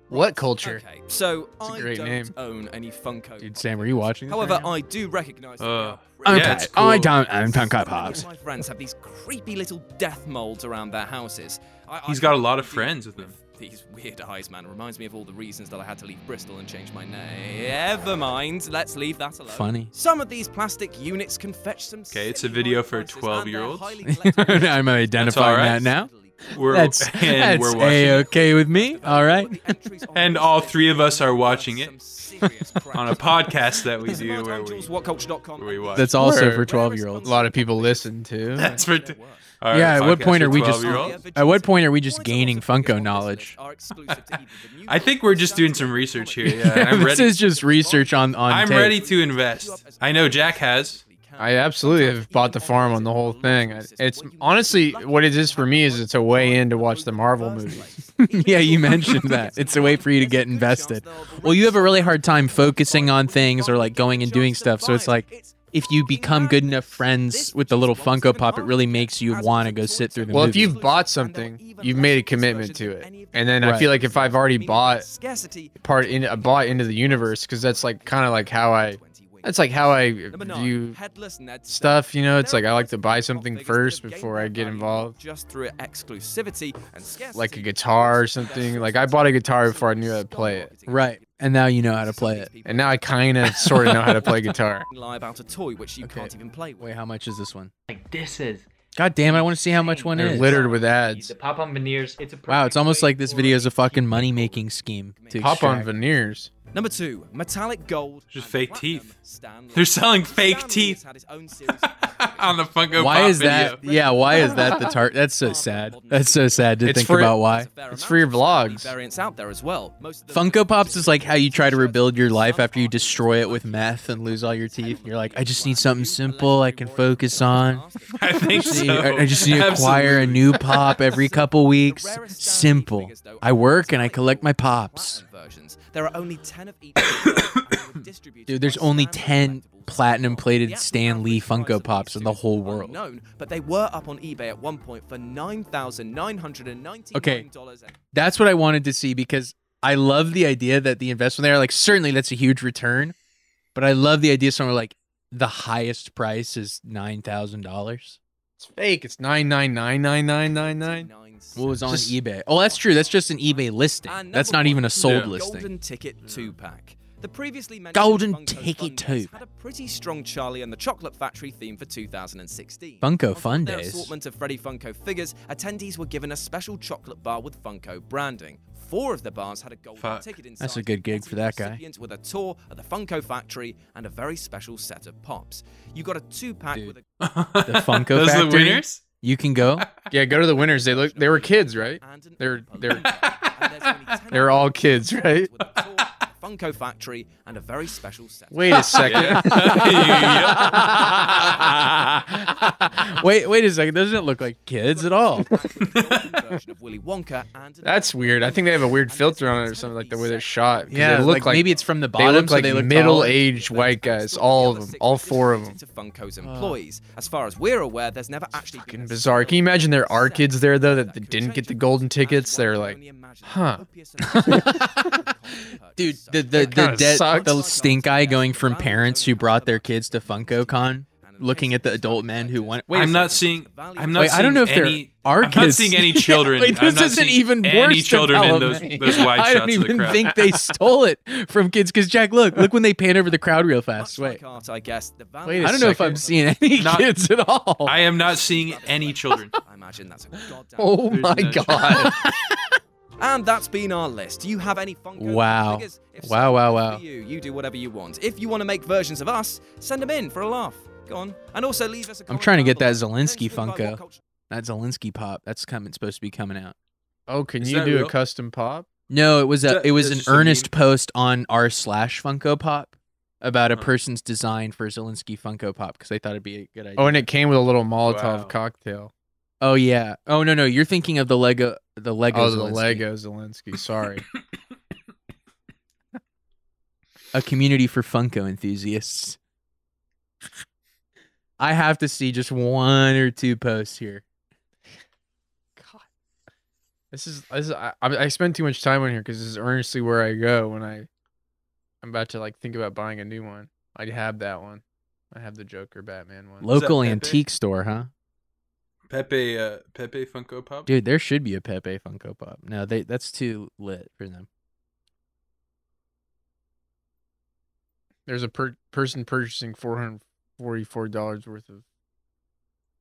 [SPEAKER 4] What culture?
[SPEAKER 8] Okay, so
[SPEAKER 4] It's a
[SPEAKER 8] I
[SPEAKER 4] great
[SPEAKER 8] don't
[SPEAKER 4] name.
[SPEAKER 8] own any Funko.
[SPEAKER 2] Dude, Sam, are you watching this?
[SPEAKER 8] However, I do recognise.
[SPEAKER 3] Uh,
[SPEAKER 2] Okay.
[SPEAKER 8] yeah, it's
[SPEAKER 2] I
[SPEAKER 8] cool.
[SPEAKER 2] don't own Funko Pops.
[SPEAKER 8] My friends have these creepy little death molds around their houses. I,
[SPEAKER 3] He's
[SPEAKER 8] I
[SPEAKER 3] got a lot of friends with him.
[SPEAKER 8] these weird eyes, man. Reminds me of all the reasons that I had to leave Bristol and change my name. Never mind. Let's leave that alone.
[SPEAKER 2] Funny.
[SPEAKER 8] Some of these plastic units can fetch some.
[SPEAKER 3] Okay, it's a video for 12 year olds.
[SPEAKER 2] I'm
[SPEAKER 3] That's all
[SPEAKER 2] identifying
[SPEAKER 3] right.
[SPEAKER 2] that now.
[SPEAKER 3] We're,
[SPEAKER 2] that's
[SPEAKER 3] and we're
[SPEAKER 2] that's
[SPEAKER 3] watching. it.
[SPEAKER 2] a-okay with me. All right.
[SPEAKER 3] And all three of us are watching it on a podcast that we do where we, where we watch.
[SPEAKER 2] That's also for 12 year olds.
[SPEAKER 4] A lot of people listen to.
[SPEAKER 3] That's for. T- All right,
[SPEAKER 2] yeah, at what
[SPEAKER 3] podcast
[SPEAKER 2] point
[SPEAKER 3] for
[SPEAKER 2] are we just
[SPEAKER 3] 12-year-olds.
[SPEAKER 2] at what point are we just gaining Funko knowledge?
[SPEAKER 3] I think we're just doing some research here. Yeah, and I'm
[SPEAKER 2] this
[SPEAKER 3] ready.
[SPEAKER 2] is just research on on
[SPEAKER 3] I'm
[SPEAKER 2] tape.
[SPEAKER 3] ready to invest. I know Jack has.
[SPEAKER 4] I absolutely have bought the farm on the whole thing. I- It's honestly what it is for me is it's a way in to watch the Marvel movies.
[SPEAKER 2] yeah, you mentioned that. It's a way for you to get invested. Well, you have a really hard time focusing on things or like going and doing stuff. So it's like if you become good enough friends with the little Funko Pop, it really makes you want to go sit through the
[SPEAKER 4] Well, if
[SPEAKER 2] movie.
[SPEAKER 4] you've bought something, you've made a commitment to it, and then I
[SPEAKER 2] Right.
[SPEAKER 4] feel like if I've already bought part in, I bought into the universe because that's like kind of like how I. That's like how I view stuff, you know. It's like I like to buy something first before I get involved.
[SPEAKER 8] Just through exclusivity and scarcity.
[SPEAKER 4] like a guitar or something. Like I bought a guitar before I knew how to play it.
[SPEAKER 2] Right. And now you know how to play it.
[SPEAKER 4] And now I kind of sort of know how to play guitar.
[SPEAKER 8] Lie about a toy which you can't even play with.
[SPEAKER 2] Wait, how much is this one?
[SPEAKER 23] Like this is
[SPEAKER 2] God damn it! I want to see how much one
[SPEAKER 4] They're
[SPEAKER 2] is.
[SPEAKER 4] littered with ads.
[SPEAKER 23] the pop on veneers. It's a
[SPEAKER 2] Wow, it's almost like this video is a fucking money making scheme. To
[SPEAKER 4] Pop on
[SPEAKER 2] extract.
[SPEAKER 4] veneers.
[SPEAKER 8] Number two, metallic gold.
[SPEAKER 3] Just fake teeth. They're selling fake teeth on the Funko
[SPEAKER 2] why
[SPEAKER 3] Pop
[SPEAKER 2] is that?
[SPEAKER 3] video.
[SPEAKER 2] Yeah, why is that the tar? That's so sad. That's so sad to
[SPEAKER 4] It's
[SPEAKER 2] think
[SPEAKER 4] for-
[SPEAKER 2] about why.
[SPEAKER 4] It's for your vlogs.
[SPEAKER 8] Variants out there as well. Most of them
[SPEAKER 2] Funko Pops is like how you try to rebuild your life after you destroy it with meth and lose all your teeth. You're like, I just need something simple I can focus on.
[SPEAKER 3] I think
[SPEAKER 2] just
[SPEAKER 3] so.
[SPEAKER 2] need- I I just need to acquire a new pop every couple weeks. Simple. I work and I collect my pops.
[SPEAKER 8] versions. There are only ten of each.
[SPEAKER 2] Dude, there's only 10 platinum plated Stan Lee Funko Pops in the whole world.
[SPEAKER 8] known, but they were up on eBay at one point for nine thousand nine hundred and ninety
[SPEAKER 2] Okay.
[SPEAKER 8] dollars.
[SPEAKER 2] That's what I wanted to see because I love the idea that the investment there, like, certainly that's a huge return, but I love the idea somewhere like the highest price is $9,000.
[SPEAKER 4] It's fake. It's nine nine nine nine nine nine nine.
[SPEAKER 2] What was on
[SPEAKER 4] Just-
[SPEAKER 2] eBay? Oh, that's true. That's just an eBay listing. That's not even a sold listing.
[SPEAKER 8] Golden ticket two pack. The previously mentioned
[SPEAKER 2] Golden
[SPEAKER 8] Funko
[SPEAKER 2] Ticket
[SPEAKER 8] Fun Days
[SPEAKER 2] Two.
[SPEAKER 8] had a pretty strong Charlie and the Chocolate Factory theme for 2016.
[SPEAKER 2] Funko
[SPEAKER 8] On top
[SPEAKER 2] Fun
[SPEAKER 8] of their
[SPEAKER 2] Days.
[SPEAKER 8] assortment of Freddy Funko figures, attendees were given a special chocolate bar with Funko branding. Four of the bars had a golden ticket inside.
[SPEAKER 2] That's a good gig for that guy.
[SPEAKER 8] recipient With a tour of the Funko Factory and a very special set of pops. You got a two pack with a.
[SPEAKER 2] The Funko Factory. You can go.
[SPEAKER 4] Yeah, go to the winners. They look. They were kids, right? They're they're they're all kids, right?
[SPEAKER 8] Funko Factory, and a very special set.
[SPEAKER 2] Wait a second. wait, wait a second. Doesn't it look like kids at all?
[SPEAKER 8] version of Willy Wonka and
[SPEAKER 4] That's weird. I think they have a weird filter on it or something like the way they're shot. 'cause
[SPEAKER 2] Yeah,
[SPEAKER 4] they
[SPEAKER 2] like, maybe it's from the
[SPEAKER 4] They
[SPEAKER 2] bottom,
[SPEAKER 4] look
[SPEAKER 2] so
[SPEAKER 4] like
[SPEAKER 2] they look
[SPEAKER 4] middle-aged white guys, all of them, all four of them.
[SPEAKER 8] to Funko's employees. As far as we're aware, there's never actually been a
[SPEAKER 4] Bizarre. Can you imagine there are kids there though that, that didn't get the golden tickets? They're like, huh?
[SPEAKER 2] Dude, the the the,
[SPEAKER 4] kinda
[SPEAKER 2] de-
[SPEAKER 4] sucks.
[SPEAKER 2] the stink eye going from parents who brought their kids to FunkoCon, looking at the adult men who went. Wait, a
[SPEAKER 3] I'm not seeing.
[SPEAKER 2] second.
[SPEAKER 3] I'm not.
[SPEAKER 2] Wait, I don't know if
[SPEAKER 3] seeing
[SPEAKER 2] there
[SPEAKER 3] any,
[SPEAKER 2] are
[SPEAKER 3] I'm not
[SPEAKER 2] kids.
[SPEAKER 3] seeing any children.
[SPEAKER 2] Wait,
[SPEAKER 3] I'm
[SPEAKER 2] this
[SPEAKER 3] not
[SPEAKER 2] isn't
[SPEAKER 3] seeing
[SPEAKER 2] even worse.
[SPEAKER 3] Any children in those
[SPEAKER 2] development.
[SPEAKER 3] those wide
[SPEAKER 2] I
[SPEAKER 3] shots
[SPEAKER 2] don't even
[SPEAKER 3] of the crowd.
[SPEAKER 2] think they stole it from kids. Because Jack, look, look when they pan over the crowd real fast. Wait,
[SPEAKER 8] art, I guess. The
[SPEAKER 2] I don't know if I'm seeing any
[SPEAKER 3] Not-
[SPEAKER 2] kids at all.
[SPEAKER 3] I am not seeing any children.
[SPEAKER 8] I imagine that's a goddamn.
[SPEAKER 2] Oh
[SPEAKER 3] There's
[SPEAKER 2] my
[SPEAKER 3] no children.
[SPEAKER 2] god!
[SPEAKER 8] And that's been our list. Do you have any Funko
[SPEAKER 2] wow!
[SPEAKER 8] figures? If so,
[SPEAKER 2] Wow! Wow! Wow!
[SPEAKER 8] for you, you do whatever you want. If you want to make versions of us, send them in for a laugh. Go on. And also leave us a
[SPEAKER 2] I'm
[SPEAKER 8] comment
[SPEAKER 2] trying to get
[SPEAKER 8] down
[SPEAKER 2] that Zelensky
[SPEAKER 8] below. By what
[SPEAKER 2] Funko. That Zelensky pop. That's coming. Supposed to be coming out.
[SPEAKER 4] Oh, can
[SPEAKER 2] Is
[SPEAKER 4] you
[SPEAKER 2] that
[SPEAKER 4] do
[SPEAKER 2] real?
[SPEAKER 4] a custom pop?
[SPEAKER 2] No, it was a
[SPEAKER 4] That-
[SPEAKER 2] it was an
[SPEAKER 4] that's just a meme.
[SPEAKER 2] earnest post on r slash Funko Pop about a person's design for Zelensky Funko Pop because they thought it'd be a good idea.
[SPEAKER 4] Oh, and it came with a little Molotov
[SPEAKER 2] Wow.
[SPEAKER 4] cocktail.
[SPEAKER 2] Oh yeah. Oh no no, you're thinking of the Lego the Lego
[SPEAKER 4] oh,
[SPEAKER 2] Zelensky.
[SPEAKER 4] the Lego Zelensky. Sorry.
[SPEAKER 2] a community for Funko enthusiasts. I have to see just one or two posts here.
[SPEAKER 4] This is this is, I, I I spend too much time on here because this is earnestly where I go when I I'm about to like think about buying a new one. I have that one. I have the Joker Batman one.
[SPEAKER 2] Local antique store, huh?
[SPEAKER 3] Pepe, uh, Pepe Funko Pop.
[SPEAKER 2] Dude, there should be a Pepe Funko Pop. No, they that's too lit for them.
[SPEAKER 4] There's a per- person purchasing four hundred forty four dollars worth of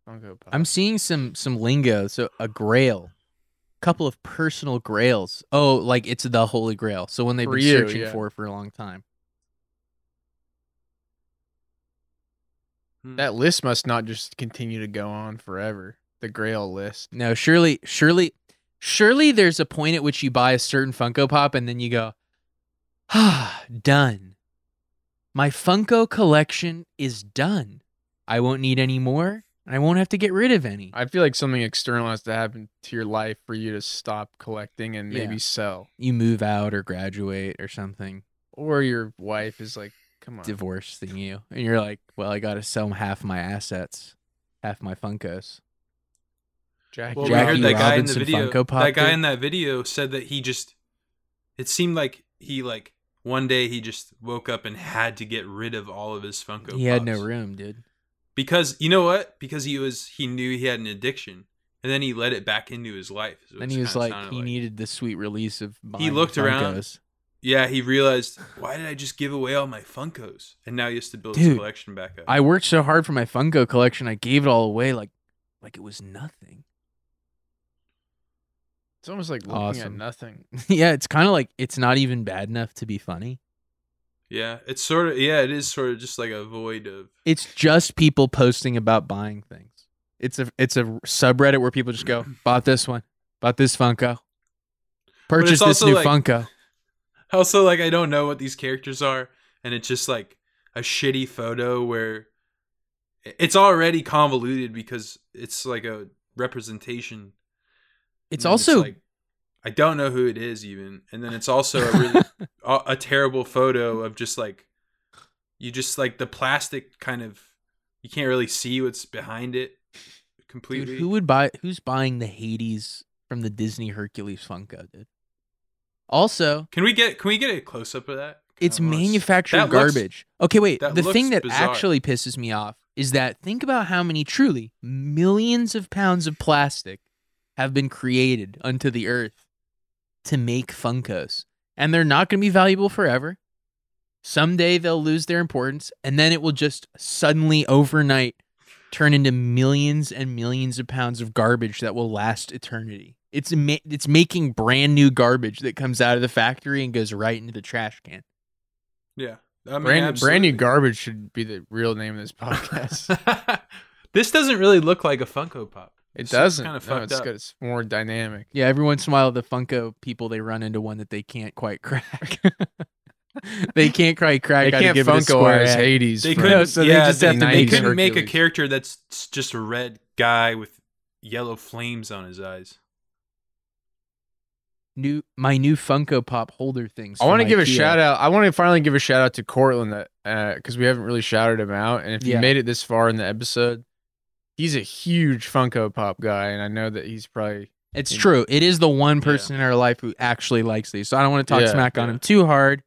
[SPEAKER 4] Funko Pop.
[SPEAKER 2] I'm seeing some some lingo. So a grail, couple of personal grails. Oh, like it's the holy grail. So when they've
[SPEAKER 4] For
[SPEAKER 2] been
[SPEAKER 4] you,
[SPEAKER 2] searching
[SPEAKER 4] yeah.
[SPEAKER 2] for for a long time.
[SPEAKER 4] That list must not just continue to go on forever. The Grail list.
[SPEAKER 2] No, surely, surely, surely there's a point at which you buy a certain Funko Pop and then you go, ah, done. My Funko collection is done. I won't need any more, and I won't have to get rid of any.
[SPEAKER 4] I feel like something external has to happen to your life for you to stop collecting and
[SPEAKER 2] Yeah.
[SPEAKER 4] maybe sell.
[SPEAKER 2] You move out or graduate or something,
[SPEAKER 4] Or your wife is like, "Come on,
[SPEAKER 2] divorcing you, and you're like, well, I got to sell half my assets, half my Funkos.
[SPEAKER 4] Jackie."
[SPEAKER 3] Well, we
[SPEAKER 2] Jackie
[SPEAKER 3] heard that guy in the
[SPEAKER 2] Robinson
[SPEAKER 3] video.
[SPEAKER 2] Funko Pop,
[SPEAKER 3] that guy
[SPEAKER 2] dude.
[SPEAKER 3] in that video said that he just. It seemed like he like one day he just woke up and had to get rid of all of his Funko.
[SPEAKER 2] He had no
[SPEAKER 3] Pops.
[SPEAKER 2] room, dude.
[SPEAKER 3] because you know what? Because he was he knew he had an addiction, and then he let it back into his life. is what
[SPEAKER 2] Then
[SPEAKER 3] it
[SPEAKER 2] he was
[SPEAKER 3] kinda
[SPEAKER 2] like,
[SPEAKER 3] sounded
[SPEAKER 2] he needed the sweet release of.
[SPEAKER 3] he
[SPEAKER 2] buying
[SPEAKER 3] looked around.
[SPEAKER 2] Funkos.
[SPEAKER 3] Yeah, he realized why did I just give away all my Funkos, and now he has to build his
[SPEAKER 2] Dude,
[SPEAKER 3] collection back up.
[SPEAKER 2] I worked so hard for my Funko collection. I gave it all away like like it was nothing.
[SPEAKER 4] It's almost like looking
[SPEAKER 2] Awesome.
[SPEAKER 4] at nothing.
[SPEAKER 2] yeah, it's kind of like it's not even bad enough to be funny.
[SPEAKER 3] yeah, it's sort of yeah, it is sort of just like a void of
[SPEAKER 2] It's just people posting about buying things. It's a it's a subreddit where people just go, "Bought this one. Bought this Funko.
[SPEAKER 3] But it's
[SPEAKER 2] Purchased this
[SPEAKER 3] also
[SPEAKER 2] new
[SPEAKER 3] like-
[SPEAKER 2] Funko."
[SPEAKER 3] Also, like I don't know what these characters are, and it's just like a shitty photo where it's already convoluted because it's like a representation.
[SPEAKER 2] It's
[SPEAKER 3] And then
[SPEAKER 2] also-
[SPEAKER 3] like, I don't know who it is even, and then it's also a really a, a terrible photo of just like you just like the plastic kind of you can't really see what's behind it completely.
[SPEAKER 2] Dude, who would buy who's buying the Hades from the Disney Hercules Funko, dude? Also,
[SPEAKER 3] Can we get can we get a close up of that?
[SPEAKER 2] It's manufactured
[SPEAKER 3] that looks-
[SPEAKER 2] garbage. okay, wait.
[SPEAKER 3] that
[SPEAKER 2] The
[SPEAKER 3] looks
[SPEAKER 2] thing that
[SPEAKER 3] bizarre.
[SPEAKER 2] actually pisses me off is that think about how many truly millions of pounds of plastic have been created unto the earth to make Funkos. And they're not going to be valuable forever. Someday they'll lose their importance, and then it will just suddenly overnight turn into millions and millions of pounds of garbage that will last eternity. It's ma- it's making brand new garbage that comes out of the factory and goes right into the trash can.
[SPEAKER 3] Yeah, I mean,
[SPEAKER 4] brand, brand
[SPEAKER 3] absolutely.
[SPEAKER 4] new garbage should be the real name of this podcast.
[SPEAKER 3] This doesn't really look like a Funko Pop.
[SPEAKER 4] it doesn't.
[SPEAKER 3] Kind of
[SPEAKER 4] no,
[SPEAKER 3] fucked
[SPEAKER 4] it's
[SPEAKER 3] up.
[SPEAKER 4] good. It's more dynamic.
[SPEAKER 2] Yeah, every once in a while, the Funko people they run into one that they can't quite crack. they can't cry crack.
[SPEAKER 4] They
[SPEAKER 2] gotta
[SPEAKER 4] can't
[SPEAKER 2] give it a
[SPEAKER 4] Funko
[SPEAKER 2] square
[SPEAKER 4] Eyes
[SPEAKER 2] head.
[SPEAKER 4] Hades
[SPEAKER 3] They
[SPEAKER 4] from-
[SPEAKER 3] couldn't.
[SPEAKER 4] No, so they
[SPEAKER 3] yeah,
[SPEAKER 4] just
[SPEAKER 3] they,
[SPEAKER 4] have to
[SPEAKER 3] they
[SPEAKER 4] make
[SPEAKER 3] couldn't make a
[SPEAKER 4] Hercules.
[SPEAKER 3] character that's just a red guy with yellow flames on his eyes.
[SPEAKER 2] New my new Funko Pop holder things.
[SPEAKER 4] I
[SPEAKER 2] from
[SPEAKER 4] want to give a
[SPEAKER 2] IKEA.
[SPEAKER 4] shout out. I want to finally give a shout out to Cortland that because we haven't really shouted him out, and if
[SPEAKER 2] Yeah.
[SPEAKER 4] you made it this far in the episode, he's a huge Funko Pop guy, and I know that he's probably
[SPEAKER 2] It's true. It is the one person in our life who actually likes these. So I don't want to talk
[SPEAKER 4] Yeah,
[SPEAKER 2] smack on
[SPEAKER 4] yeah.
[SPEAKER 2] him too hard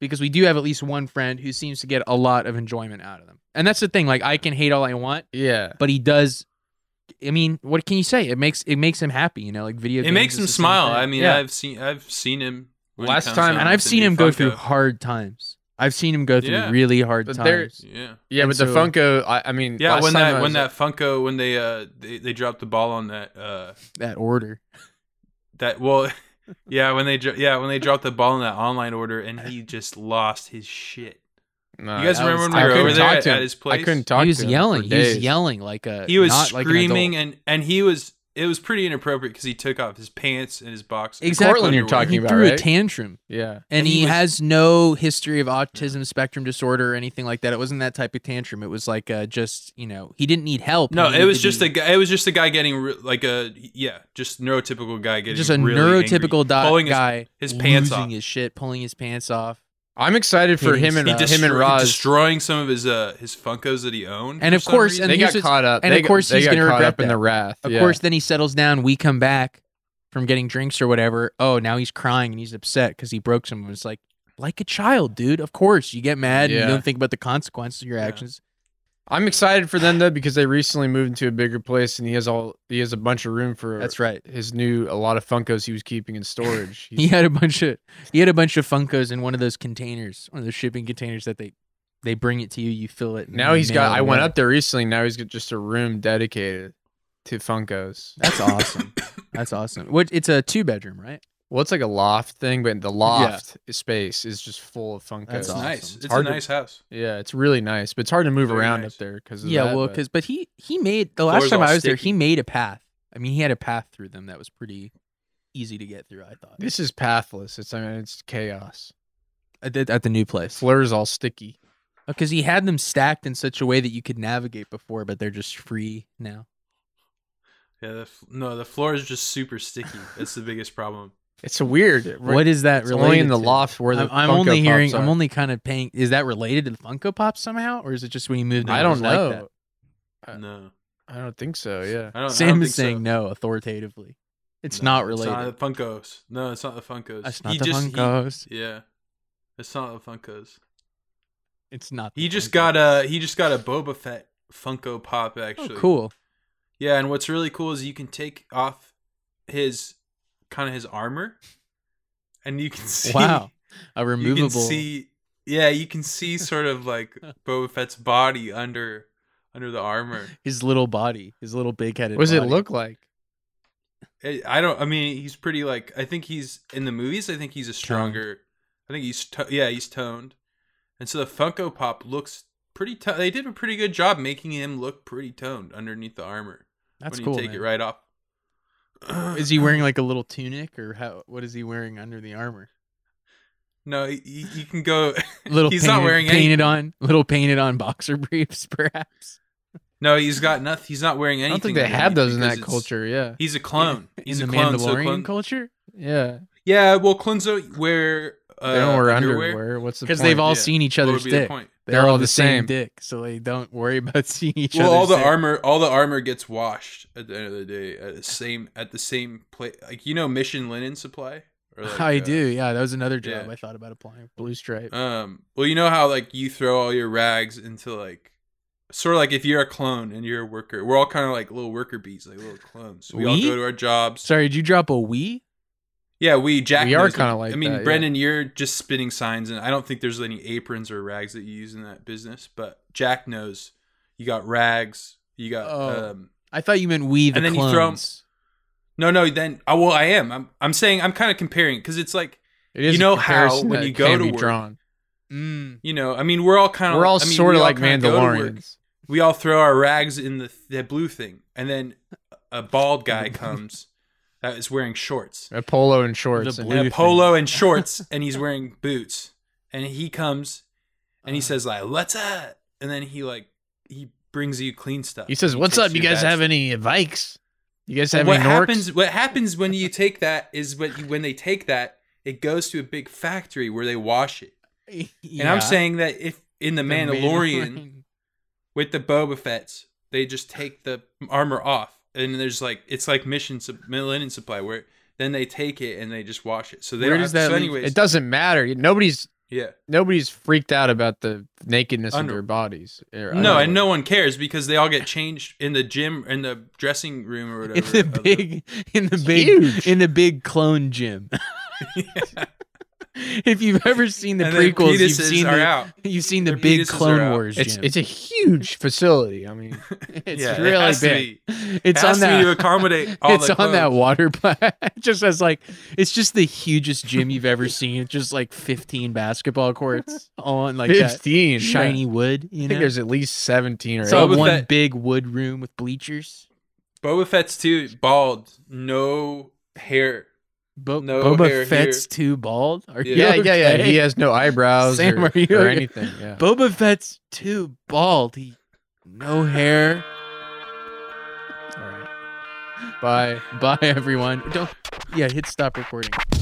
[SPEAKER 2] because we do have at least one friend who seems to get a lot of enjoyment out of them. And that's the thing. Like I can hate all I want.
[SPEAKER 4] Yeah.
[SPEAKER 2] But he does I mean, what can you say? It makes it makes him happy, you know, like video
[SPEAKER 3] It
[SPEAKER 2] games
[SPEAKER 3] makes
[SPEAKER 2] is
[SPEAKER 3] him
[SPEAKER 2] the same
[SPEAKER 3] smile.
[SPEAKER 2] thing.
[SPEAKER 3] I mean,
[SPEAKER 2] Yeah.
[SPEAKER 3] I've seen I've seen him when he
[SPEAKER 4] Last
[SPEAKER 3] comes
[SPEAKER 4] time-
[SPEAKER 3] out
[SPEAKER 2] and I've
[SPEAKER 3] with the
[SPEAKER 2] seen
[SPEAKER 3] new
[SPEAKER 2] him go
[SPEAKER 3] Funko.
[SPEAKER 2] through hard times. I've seen him go through
[SPEAKER 3] Yeah.
[SPEAKER 2] really hard
[SPEAKER 4] But there-
[SPEAKER 2] times.
[SPEAKER 3] Yeah.
[SPEAKER 4] Yeah,
[SPEAKER 2] And
[SPEAKER 4] but the
[SPEAKER 2] so-
[SPEAKER 4] Funko. I, I mean,
[SPEAKER 3] Yeah,
[SPEAKER 4] last
[SPEAKER 3] when
[SPEAKER 4] time I
[SPEAKER 3] that when
[SPEAKER 4] was-
[SPEAKER 3] that Funko when they uh they, they dropped the ball on that uh
[SPEAKER 2] that order.
[SPEAKER 3] that well yeah when they dro- yeah when they dropped the ball on that online order and he just lost his shit.
[SPEAKER 4] Nah,
[SPEAKER 3] you guys
[SPEAKER 4] Uh, that
[SPEAKER 3] remember
[SPEAKER 4] was-
[SPEAKER 3] when we
[SPEAKER 4] I
[SPEAKER 3] were
[SPEAKER 4] couldn't
[SPEAKER 3] over there
[SPEAKER 4] talk
[SPEAKER 3] at,
[SPEAKER 4] to him.
[SPEAKER 3] at his
[SPEAKER 4] I
[SPEAKER 3] place?
[SPEAKER 4] couldn't talk
[SPEAKER 2] He was
[SPEAKER 4] to him for
[SPEAKER 2] yelling. He was
[SPEAKER 4] days.
[SPEAKER 2] yelling like a
[SPEAKER 3] He was
[SPEAKER 2] Uh, not like an adult.
[SPEAKER 3] screaming and and he was it was pretty inappropriate because he took off his pants and his box.
[SPEAKER 2] Exactly.
[SPEAKER 4] you're talking
[SPEAKER 2] he
[SPEAKER 4] about,
[SPEAKER 2] threw a
[SPEAKER 4] right?
[SPEAKER 2] tantrum.
[SPEAKER 4] Yeah.
[SPEAKER 2] And, he, has no history of autism spectrum disorder or anything like that. It wasn't that type of tantrum. It was like uh, just, you know, he didn't need help. He
[SPEAKER 3] No, it
[SPEAKER 2] needed
[SPEAKER 3] was
[SPEAKER 2] to
[SPEAKER 3] just
[SPEAKER 2] be-
[SPEAKER 3] a guy. It was just a guy getting re- like a yeah, just neurotypical guy getting
[SPEAKER 2] just a
[SPEAKER 3] really
[SPEAKER 2] neurotypical
[SPEAKER 3] angry,
[SPEAKER 2] dot
[SPEAKER 3] pulling his-
[SPEAKER 2] guy
[SPEAKER 3] His, pants
[SPEAKER 2] losing
[SPEAKER 3] off.
[SPEAKER 2] his shit, pulling his pants off.
[SPEAKER 4] I'm excited for
[SPEAKER 2] Hitting
[SPEAKER 4] him and
[SPEAKER 2] stuff.
[SPEAKER 4] him and
[SPEAKER 3] Destroy-
[SPEAKER 4] Roz.
[SPEAKER 3] destroying some of his uh his Funkos that he owned.
[SPEAKER 2] And
[SPEAKER 3] for
[SPEAKER 2] of
[SPEAKER 3] some
[SPEAKER 2] course,
[SPEAKER 3] reason.
[SPEAKER 2] and
[SPEAKER 4] They
[SPEAKER 2] here's
[SPEAKER 4] got
[SPEAKER 2] what's-
[SPEAKER 4] caught up.
[SPEAKER 2] And
[SPEAKER 4] They
[SPEAKER 2] of
[SPEAKER 4] got-
[SPEAKER 2] course,
[SPEAKER 4] they
[SPEAKER 2] he's
[SPEAKER 4] got
[SPEAKER 2] going to
[SPEAKER 4] caught
[SPEAKER 2] regret
[SPEAKER 4] up in
[SPEAKER 2] that.
[SPEAKER 4] the wrath,
[SPEAKER 2] Of
[SPEAKER 4] yeah.
[SPEAKER 2] course, then he settles down. We come back from getting drinks or whatever. Oh, now he's crying and he's upset because he broke someone. It's like, like a child, dude. Of course, you get mad and
[SPEAKER 4] Yeah.
[SPEAKER 2] you don't think about the consequences of your actions.
[SPEAKER 4] I'm excited for them though because they recently moved into a bigger place and he has all he has a bunch of room for
[SPEAKER 2] That's right.
[SPEAKER 4] his new a lot of Funkos he was keeping in storage.
[SPEAKER 2] He had a bunch of he had a bunch of Funkos in one of those containers, one of those shipping containers that they they bring it to you. You fill it. and
[SPEAKER 4] now
[SPEAKER 2] you
[SPEAKER 4] he's got
[SPEAKER 2] mail it
[SPEAKER 4] I went
[SPEAKER 2] away.
[SPEAKER 4] up there recently, now he's got just a room dedicated to Funkos.
[SPEAKER 2] That's awesome. That's awesome. What? It's a two bedroom, right?
[SPEAKER 4] Well, it's like a loft thing, but the loft space is just full of Funkos.
[SPEAKER 2] That's It's awesome. nice.
[SPEAKER 3] It's a nice house.
[SPEAKER 4] Yeah, it's really nice, but it's hard to move
[SPEAKER 3] Very
[SPEAKER 4] around
[SPEAKER 3] nice.
[SPEAKER 4] up there because
[SPEAKER 2] Yeah, well, because but he he made the last
[SPEAKER 4] Floor's
[SPEAKER 2] time
[SPEAKER 4] all
[SPEAKER 2] I was there,
[SPEAKER 4] sticky.
[SPEAKER 2] he made a path. I mean, he had a path through them that was pretty easy to get through. I thought
[SPEAKER 4] this is pathless. It's I mean it's chaos.
[SPEAKER 2] at the, at the new place,
[SPEAKER 4] Flur's all sticky.
[SPEAKER 2] because he had them stacked in such a way that you could navigate before, but they're just free now.
[SPEAKER 3] Yeah, the, f- no, the floor is just super sticky. That's the biggest problem.
[SPEAKER 4] It's a weird.
[SPEAKER 2] What is that
[SPEAKER 4] It's
[SPEAKER 2] related?
[SPEAKER 4] only in the
[SPEAKER 2] to?
[SPEAKER 4] loft where the
[SPEAKER 2] I'm, I'm
[SPEAKER 4] Funko
[SPEAKER 2] only
[SPEAKER 4] Pops
[SPEAKER 2] hearing. I'm
[SPEAKER 4] are.
[SPEAKER 2] only kind of paying. Is that related to the Funko Pop somehow, or is it just when you moved? in,
[SPEAKER 4] I
[SPEAKER 2] it was
[SPEAKER 4] don't
[SPEAKER 2] like
[SPEAKER 4] know.
[SPEAKER 2] that? Uh,
[SPEAKER 3] No,
[SPEAKER 4] I don't think so. Yeah.
[SPEAKER 3] I don't. I
[SPEAKER 2] Sam
[SPEAKER 3] don't think
[SPEAKER 2] is
[SPEAKER 3] so.
[SPEAKER 2] saying no authoritatively. It's
[SPEAKER 3] No,
[SPEAKER 2] not related.
[SPEAKER 3] It's not the Funkos. No, it's not the Funkos.
[SPEAKER 2] It's not
[SPEAKER 3] He
[SPEAKER 2] the
[SPEAKER 3] just- he-
[SPEAKER 2] Funkos.
[SPEAKER 3] yeah, it's not the Funkos.
[SPEAKER 2] It's not.
[SPEAKER 3] He just got a he just got a Boba Fett Funko Pop actually.
[SPEAKER 2] Oh, cool.
[SPEAKER 3] Yeah, and what's really cool is you can take off his kind of his armor, and you can see
[SPEAKER 2] Wow. A
[SPEAKER 3] You can
[SPEAKER 2] removable-
[SPEAKER 3] see, yeah, you can see sort of like Boba Fett's body under under the armor.
[SPEAKER 2] His little body. His little big headed.
[SPEAKER 4] What does it look like?
[SPEAKER 3] I Eh, I don't. I mean, he's pretty like. I think he's in the movies. I think he's a stronger. I think he's to- yeah, he's toned, and so the Funko Pop looks pretty. To- they did a pretty good job making him look pretty toned underneath the armor.
[SPEAKER 2] That's
[SPEAKER 3] when
[SPEAKER 2] cool,
[SPEAKER 3] You take
[SPEAKER 2] man.
[SPEAKER 3] it right off.
[SPEAKER 2] Is he wearing like a little tunic, or how? What is he wearing under the armor?
[SPEAKER 3] No, y- y- you can go.
[SPEAKER 2] Little
[SPEAKER 3] he's
[SPEAKER 2] painted,
[SPEAKER 3] not wearing any.
[SPEAKER 2] painted on little painted on boxer briefs, perhaps.
[SPEAKER 3] No, he's got nothing. He's not wearing anything.
[SPEAKER 4] don't think they
[SPEAKER 3] underneath
[SPEAKER 4] have those in
[SPEAKER 3] because
[SPEAKER 4] that
[SPEAKER 3] it's-
[SPEAKER 4] culture, yeah.
[SPEAKER 3] he's a clone.
[SPEAKER 2] In
[SPEAKER 3] He's
[SPEAKER 2] the
[SPEAKER 3] a clone, so
[SPEAKER 2] Mandalorian
[SPEAKER 3] clone-
[SPEAKER 2] culture.
[SPEAKER 4] Yeah.
[SPEAKER 3] Yeah, well, clones don't wear. Uh,
[SPEAKER 4] They don't wear
[SPEAKER 3] underwear.
[SPEAKER 4] underwear. What's the
[SPEAKER 2] Because they've
[SPEAKER 4] point?
[SPEAKER 2] all
[SPEAKER 4] Yeah.
[SPEAKER 2] seen each
[SPEAKER 3] What would
[SPEAKER 2] other's
[SPEAKER 3] be the
[SPEAKER 2] dick.
[SPEAKER 3] point?
[SPEAKER 2] They're all the same dick, so they don't worry about seeing each
[SPEAKER 3] well,
[SPEAKER 2] other's
[SPEAKER 3] all the
[SPEAKER 2] dick.
[SPEAKER 3] armor, all the armor gets washed at the end of the day at the same at the same place. Like you know, Mission Linen Supply. Or like,
[SPEAKER 2] I
[SPEAKER 3] uh,
[SPEAKER 2] do. Yeah, that was another job
[SPEAKER 3] yeah.
[SPEAKER 2] I thought about applying.
[SPEAKER 4] Blue stripe.
[SPEAKER 3] Um. Well, you know how like you throw all your rags into like. Sort of like if you're a clone and you're a worker, we're all kind of like little worker bees, like little clones. We, all
[SPEAKER 2] We?
[SPEAKER 3] go to our jobs.
[SPEAKER 2] Sorry, did you drop a we?
[SPEAKER 3] Yeah, we Jack.
[SPEAKER 2] We are
[SPEAKER 3] knows what-
[SPEAKER 2] kinda like
[SPEAKER 3] I mean,
[SPEAKER 2] that, yeah.
[SPEAKER 3] Brendan, you're just spitting signs, and I don't think there's any aprons or rags that you use in that business. But Jack knows. You got rags. You got.
[SPEAKER 2] Oh.
[SPEAKER 3] um
[SPEAKER 2] I thought you meant we the
[SPEAKER 3] and then
[SPEAKER 2] clones.
[SPEAKER 3] you throw 'em- No, no. Then I well, I am. I'm. I'm saying I'm kind of comparing because it's like
[SPEAKER 4] It is
[SPEAKER 3] you
[SPEAKER 4] a
[SPEAKER 3] know how
[SPEAKER 4] comparison
[SPEAKER 3] when
[SPEAKER 4] that
[SPEAKER 3] you go
[SPEAKER 4] can
[SPEAKER 3] to
[SPEAKER 4] be
[SPEAKER 3] work,
[SPEAKER 4] drawn.
[SPEAKER 3] you know. I mean, we're all kind of.
[SPEAKER 4] We're all
[SPEAKER 3] I mean,
[SPEAKER 4] sorta
[SPEAKER 3] we
[SPEAKER 4] like
[SPEAKER 3] kinda go to work.
[SPEAKER 4] Mandalorians.
[SPEAKER 3] We all throw our rags in the the blue thing, and then a bald guy comes that is wearing shorts.
[SPEAKER 4] A polo and shorts.
[SPEAKER 3] and a polo and shorts, and he's wearing boots. and he comes and he
[SPEAKER 4] Uh-huh.
[SPEAKER 3] says like let's up and then he like he brings you clean stuff
[SPEAKER 4] He says, "What's
[SPEAKER 3] takes
[SPEAKER 4] up? You
[SPEAKER 3] your
[SPEAKER 4] guys
[SPEAKER 3] bad
[SPEAKER 4] have any Vikes? You guys
[SPEAKER 3] But
[SPEAKER 4] have
[SPEAKER 3] what
[SPEAKER 4] any Norks?"
[SPEAKER 3] happens what happens when you take that is what you, when they take that it goes to a big factory where they wash it and
[SPEAKER 2] Yeah.
[SPEAKER 3] i'm saying that if in the,
[SPEAKER 2] The
[SPEAKER 3] mandalorian,
[SPEAKER 2] Mandalorian.
[SPEAKER 3] with the boba fett's they just take the armor off and there's like it's like mission Sup- millennium supply where then they take it and they just wash it so they
[SPEAKER 4] Where
[SPEAKER 3] don't
[SPEAKER 4] does
[SPEAKER 3] have-
[SPEAKER 4] that?
[SPEAKER 3] so
[SPEAKER 4] leave-
[SPEAKER 3] anyways
[SPEAKER 4] it doesn't matter. Nobody's
[SPEAKER 3] Yeah.
[SPEAKER 4] Nobody's freaked out about the nakedness
[SPEAKER 3] Under-
[SPEAKER 4] of their bodies. Or
[SPEAKER 3] no,
[SPEAKER 4] underwear.
[SPEAKER 3] and no one cares because they all get changed in the gym, in the dressing room, or whatever.
[SPEAKER 2] in the
[SPEAKER 3] of
[SPEAKER 2] big in the big in the big clone gym. if you've ever seen the
[SPEAKER 3] And their
[SPEAKER 2] prequels, you've
[SPEAKER 3] penises
[SPEAKER 2] seen
[SPEAKER 3] are
[SPEAKER 2] the,
[SPEAKER 3] out.
[SPEAKER 2] you've seen the big
[SPEAKER 3] penises are
[SPEAKER 2] Clone
[SPEAKER 3] out.
[SPEAKER 2] Wars.
[SPEAKER 4] It's
[SPEAKER 2] gym.
[SPEAKER 4] it's a huge facility. I mean, it's
[SPEAKER 2] Yeah, it
[SPEAKER 4] really
[SPEAKER 2] has to
[SPEAKER 4] big.
[SPEAKER 2] be. It
[SPEAKER 4] It's
[SPEAKER 2] has
[SPEAKER 4] on
[SPEAKER 2] to be
[SPEAKER 4] that
[SPEAKER 2] to accommodate all
[SPEAKER 4] it's
[SPEAKER 2] the
[SPEAKER 4] on that
[SPEAKER 2] clones.
[SPEAKER 4] water plant. just as like
[SPEAKER 2] it's just the hugest gym you've ever seen. It's just like fifteen basketball courts all on like that
[SPEAKER 4] fifteen
[SPEAKER 2] shiny
[SPEAKER 4] yeah.
[SPEAKER 2] wood. You
[SPEAKER 4] I
[SPEAKER 2] know,
[SPEAKER 4] think there's at least seventeen or
[SPEAKER 2] it's all
[SPEAKER 4] eight.
[SPEAKER 2] one
[SPEAKER 4] Fett-
[SPEAKER 2] big wood room with bleachers.
[SPEAKER 3] Boba Fett's too bald, no hair.
[SPEAKER 2] Bo-
[SPEAKER 3] no hair
[SPEAKER 2] Boba
[SPEAKER 3] here.
[SPEAKER 2] Fett's too bald. Are you
[SPEAKER 4] yeah, yeah, yeah.
[SPEAKER 2] okay?
[SPEAKER 4] He has no eyebrows
[SPEAKER 2] Sam,
[SPEAKER 4] or,
[SPEAKER 2] are you
[SPEAKER 4] or
[SPEAKER 2] okay?
[SPEAKER 4] anything. Yeah.
[SPEAKER 2] Boba Fett's too bald. He no hair.
[SPEAKER 4] Bye.
[SPEAKER 2] Bye everyone. Don't yeah, hit stop recording.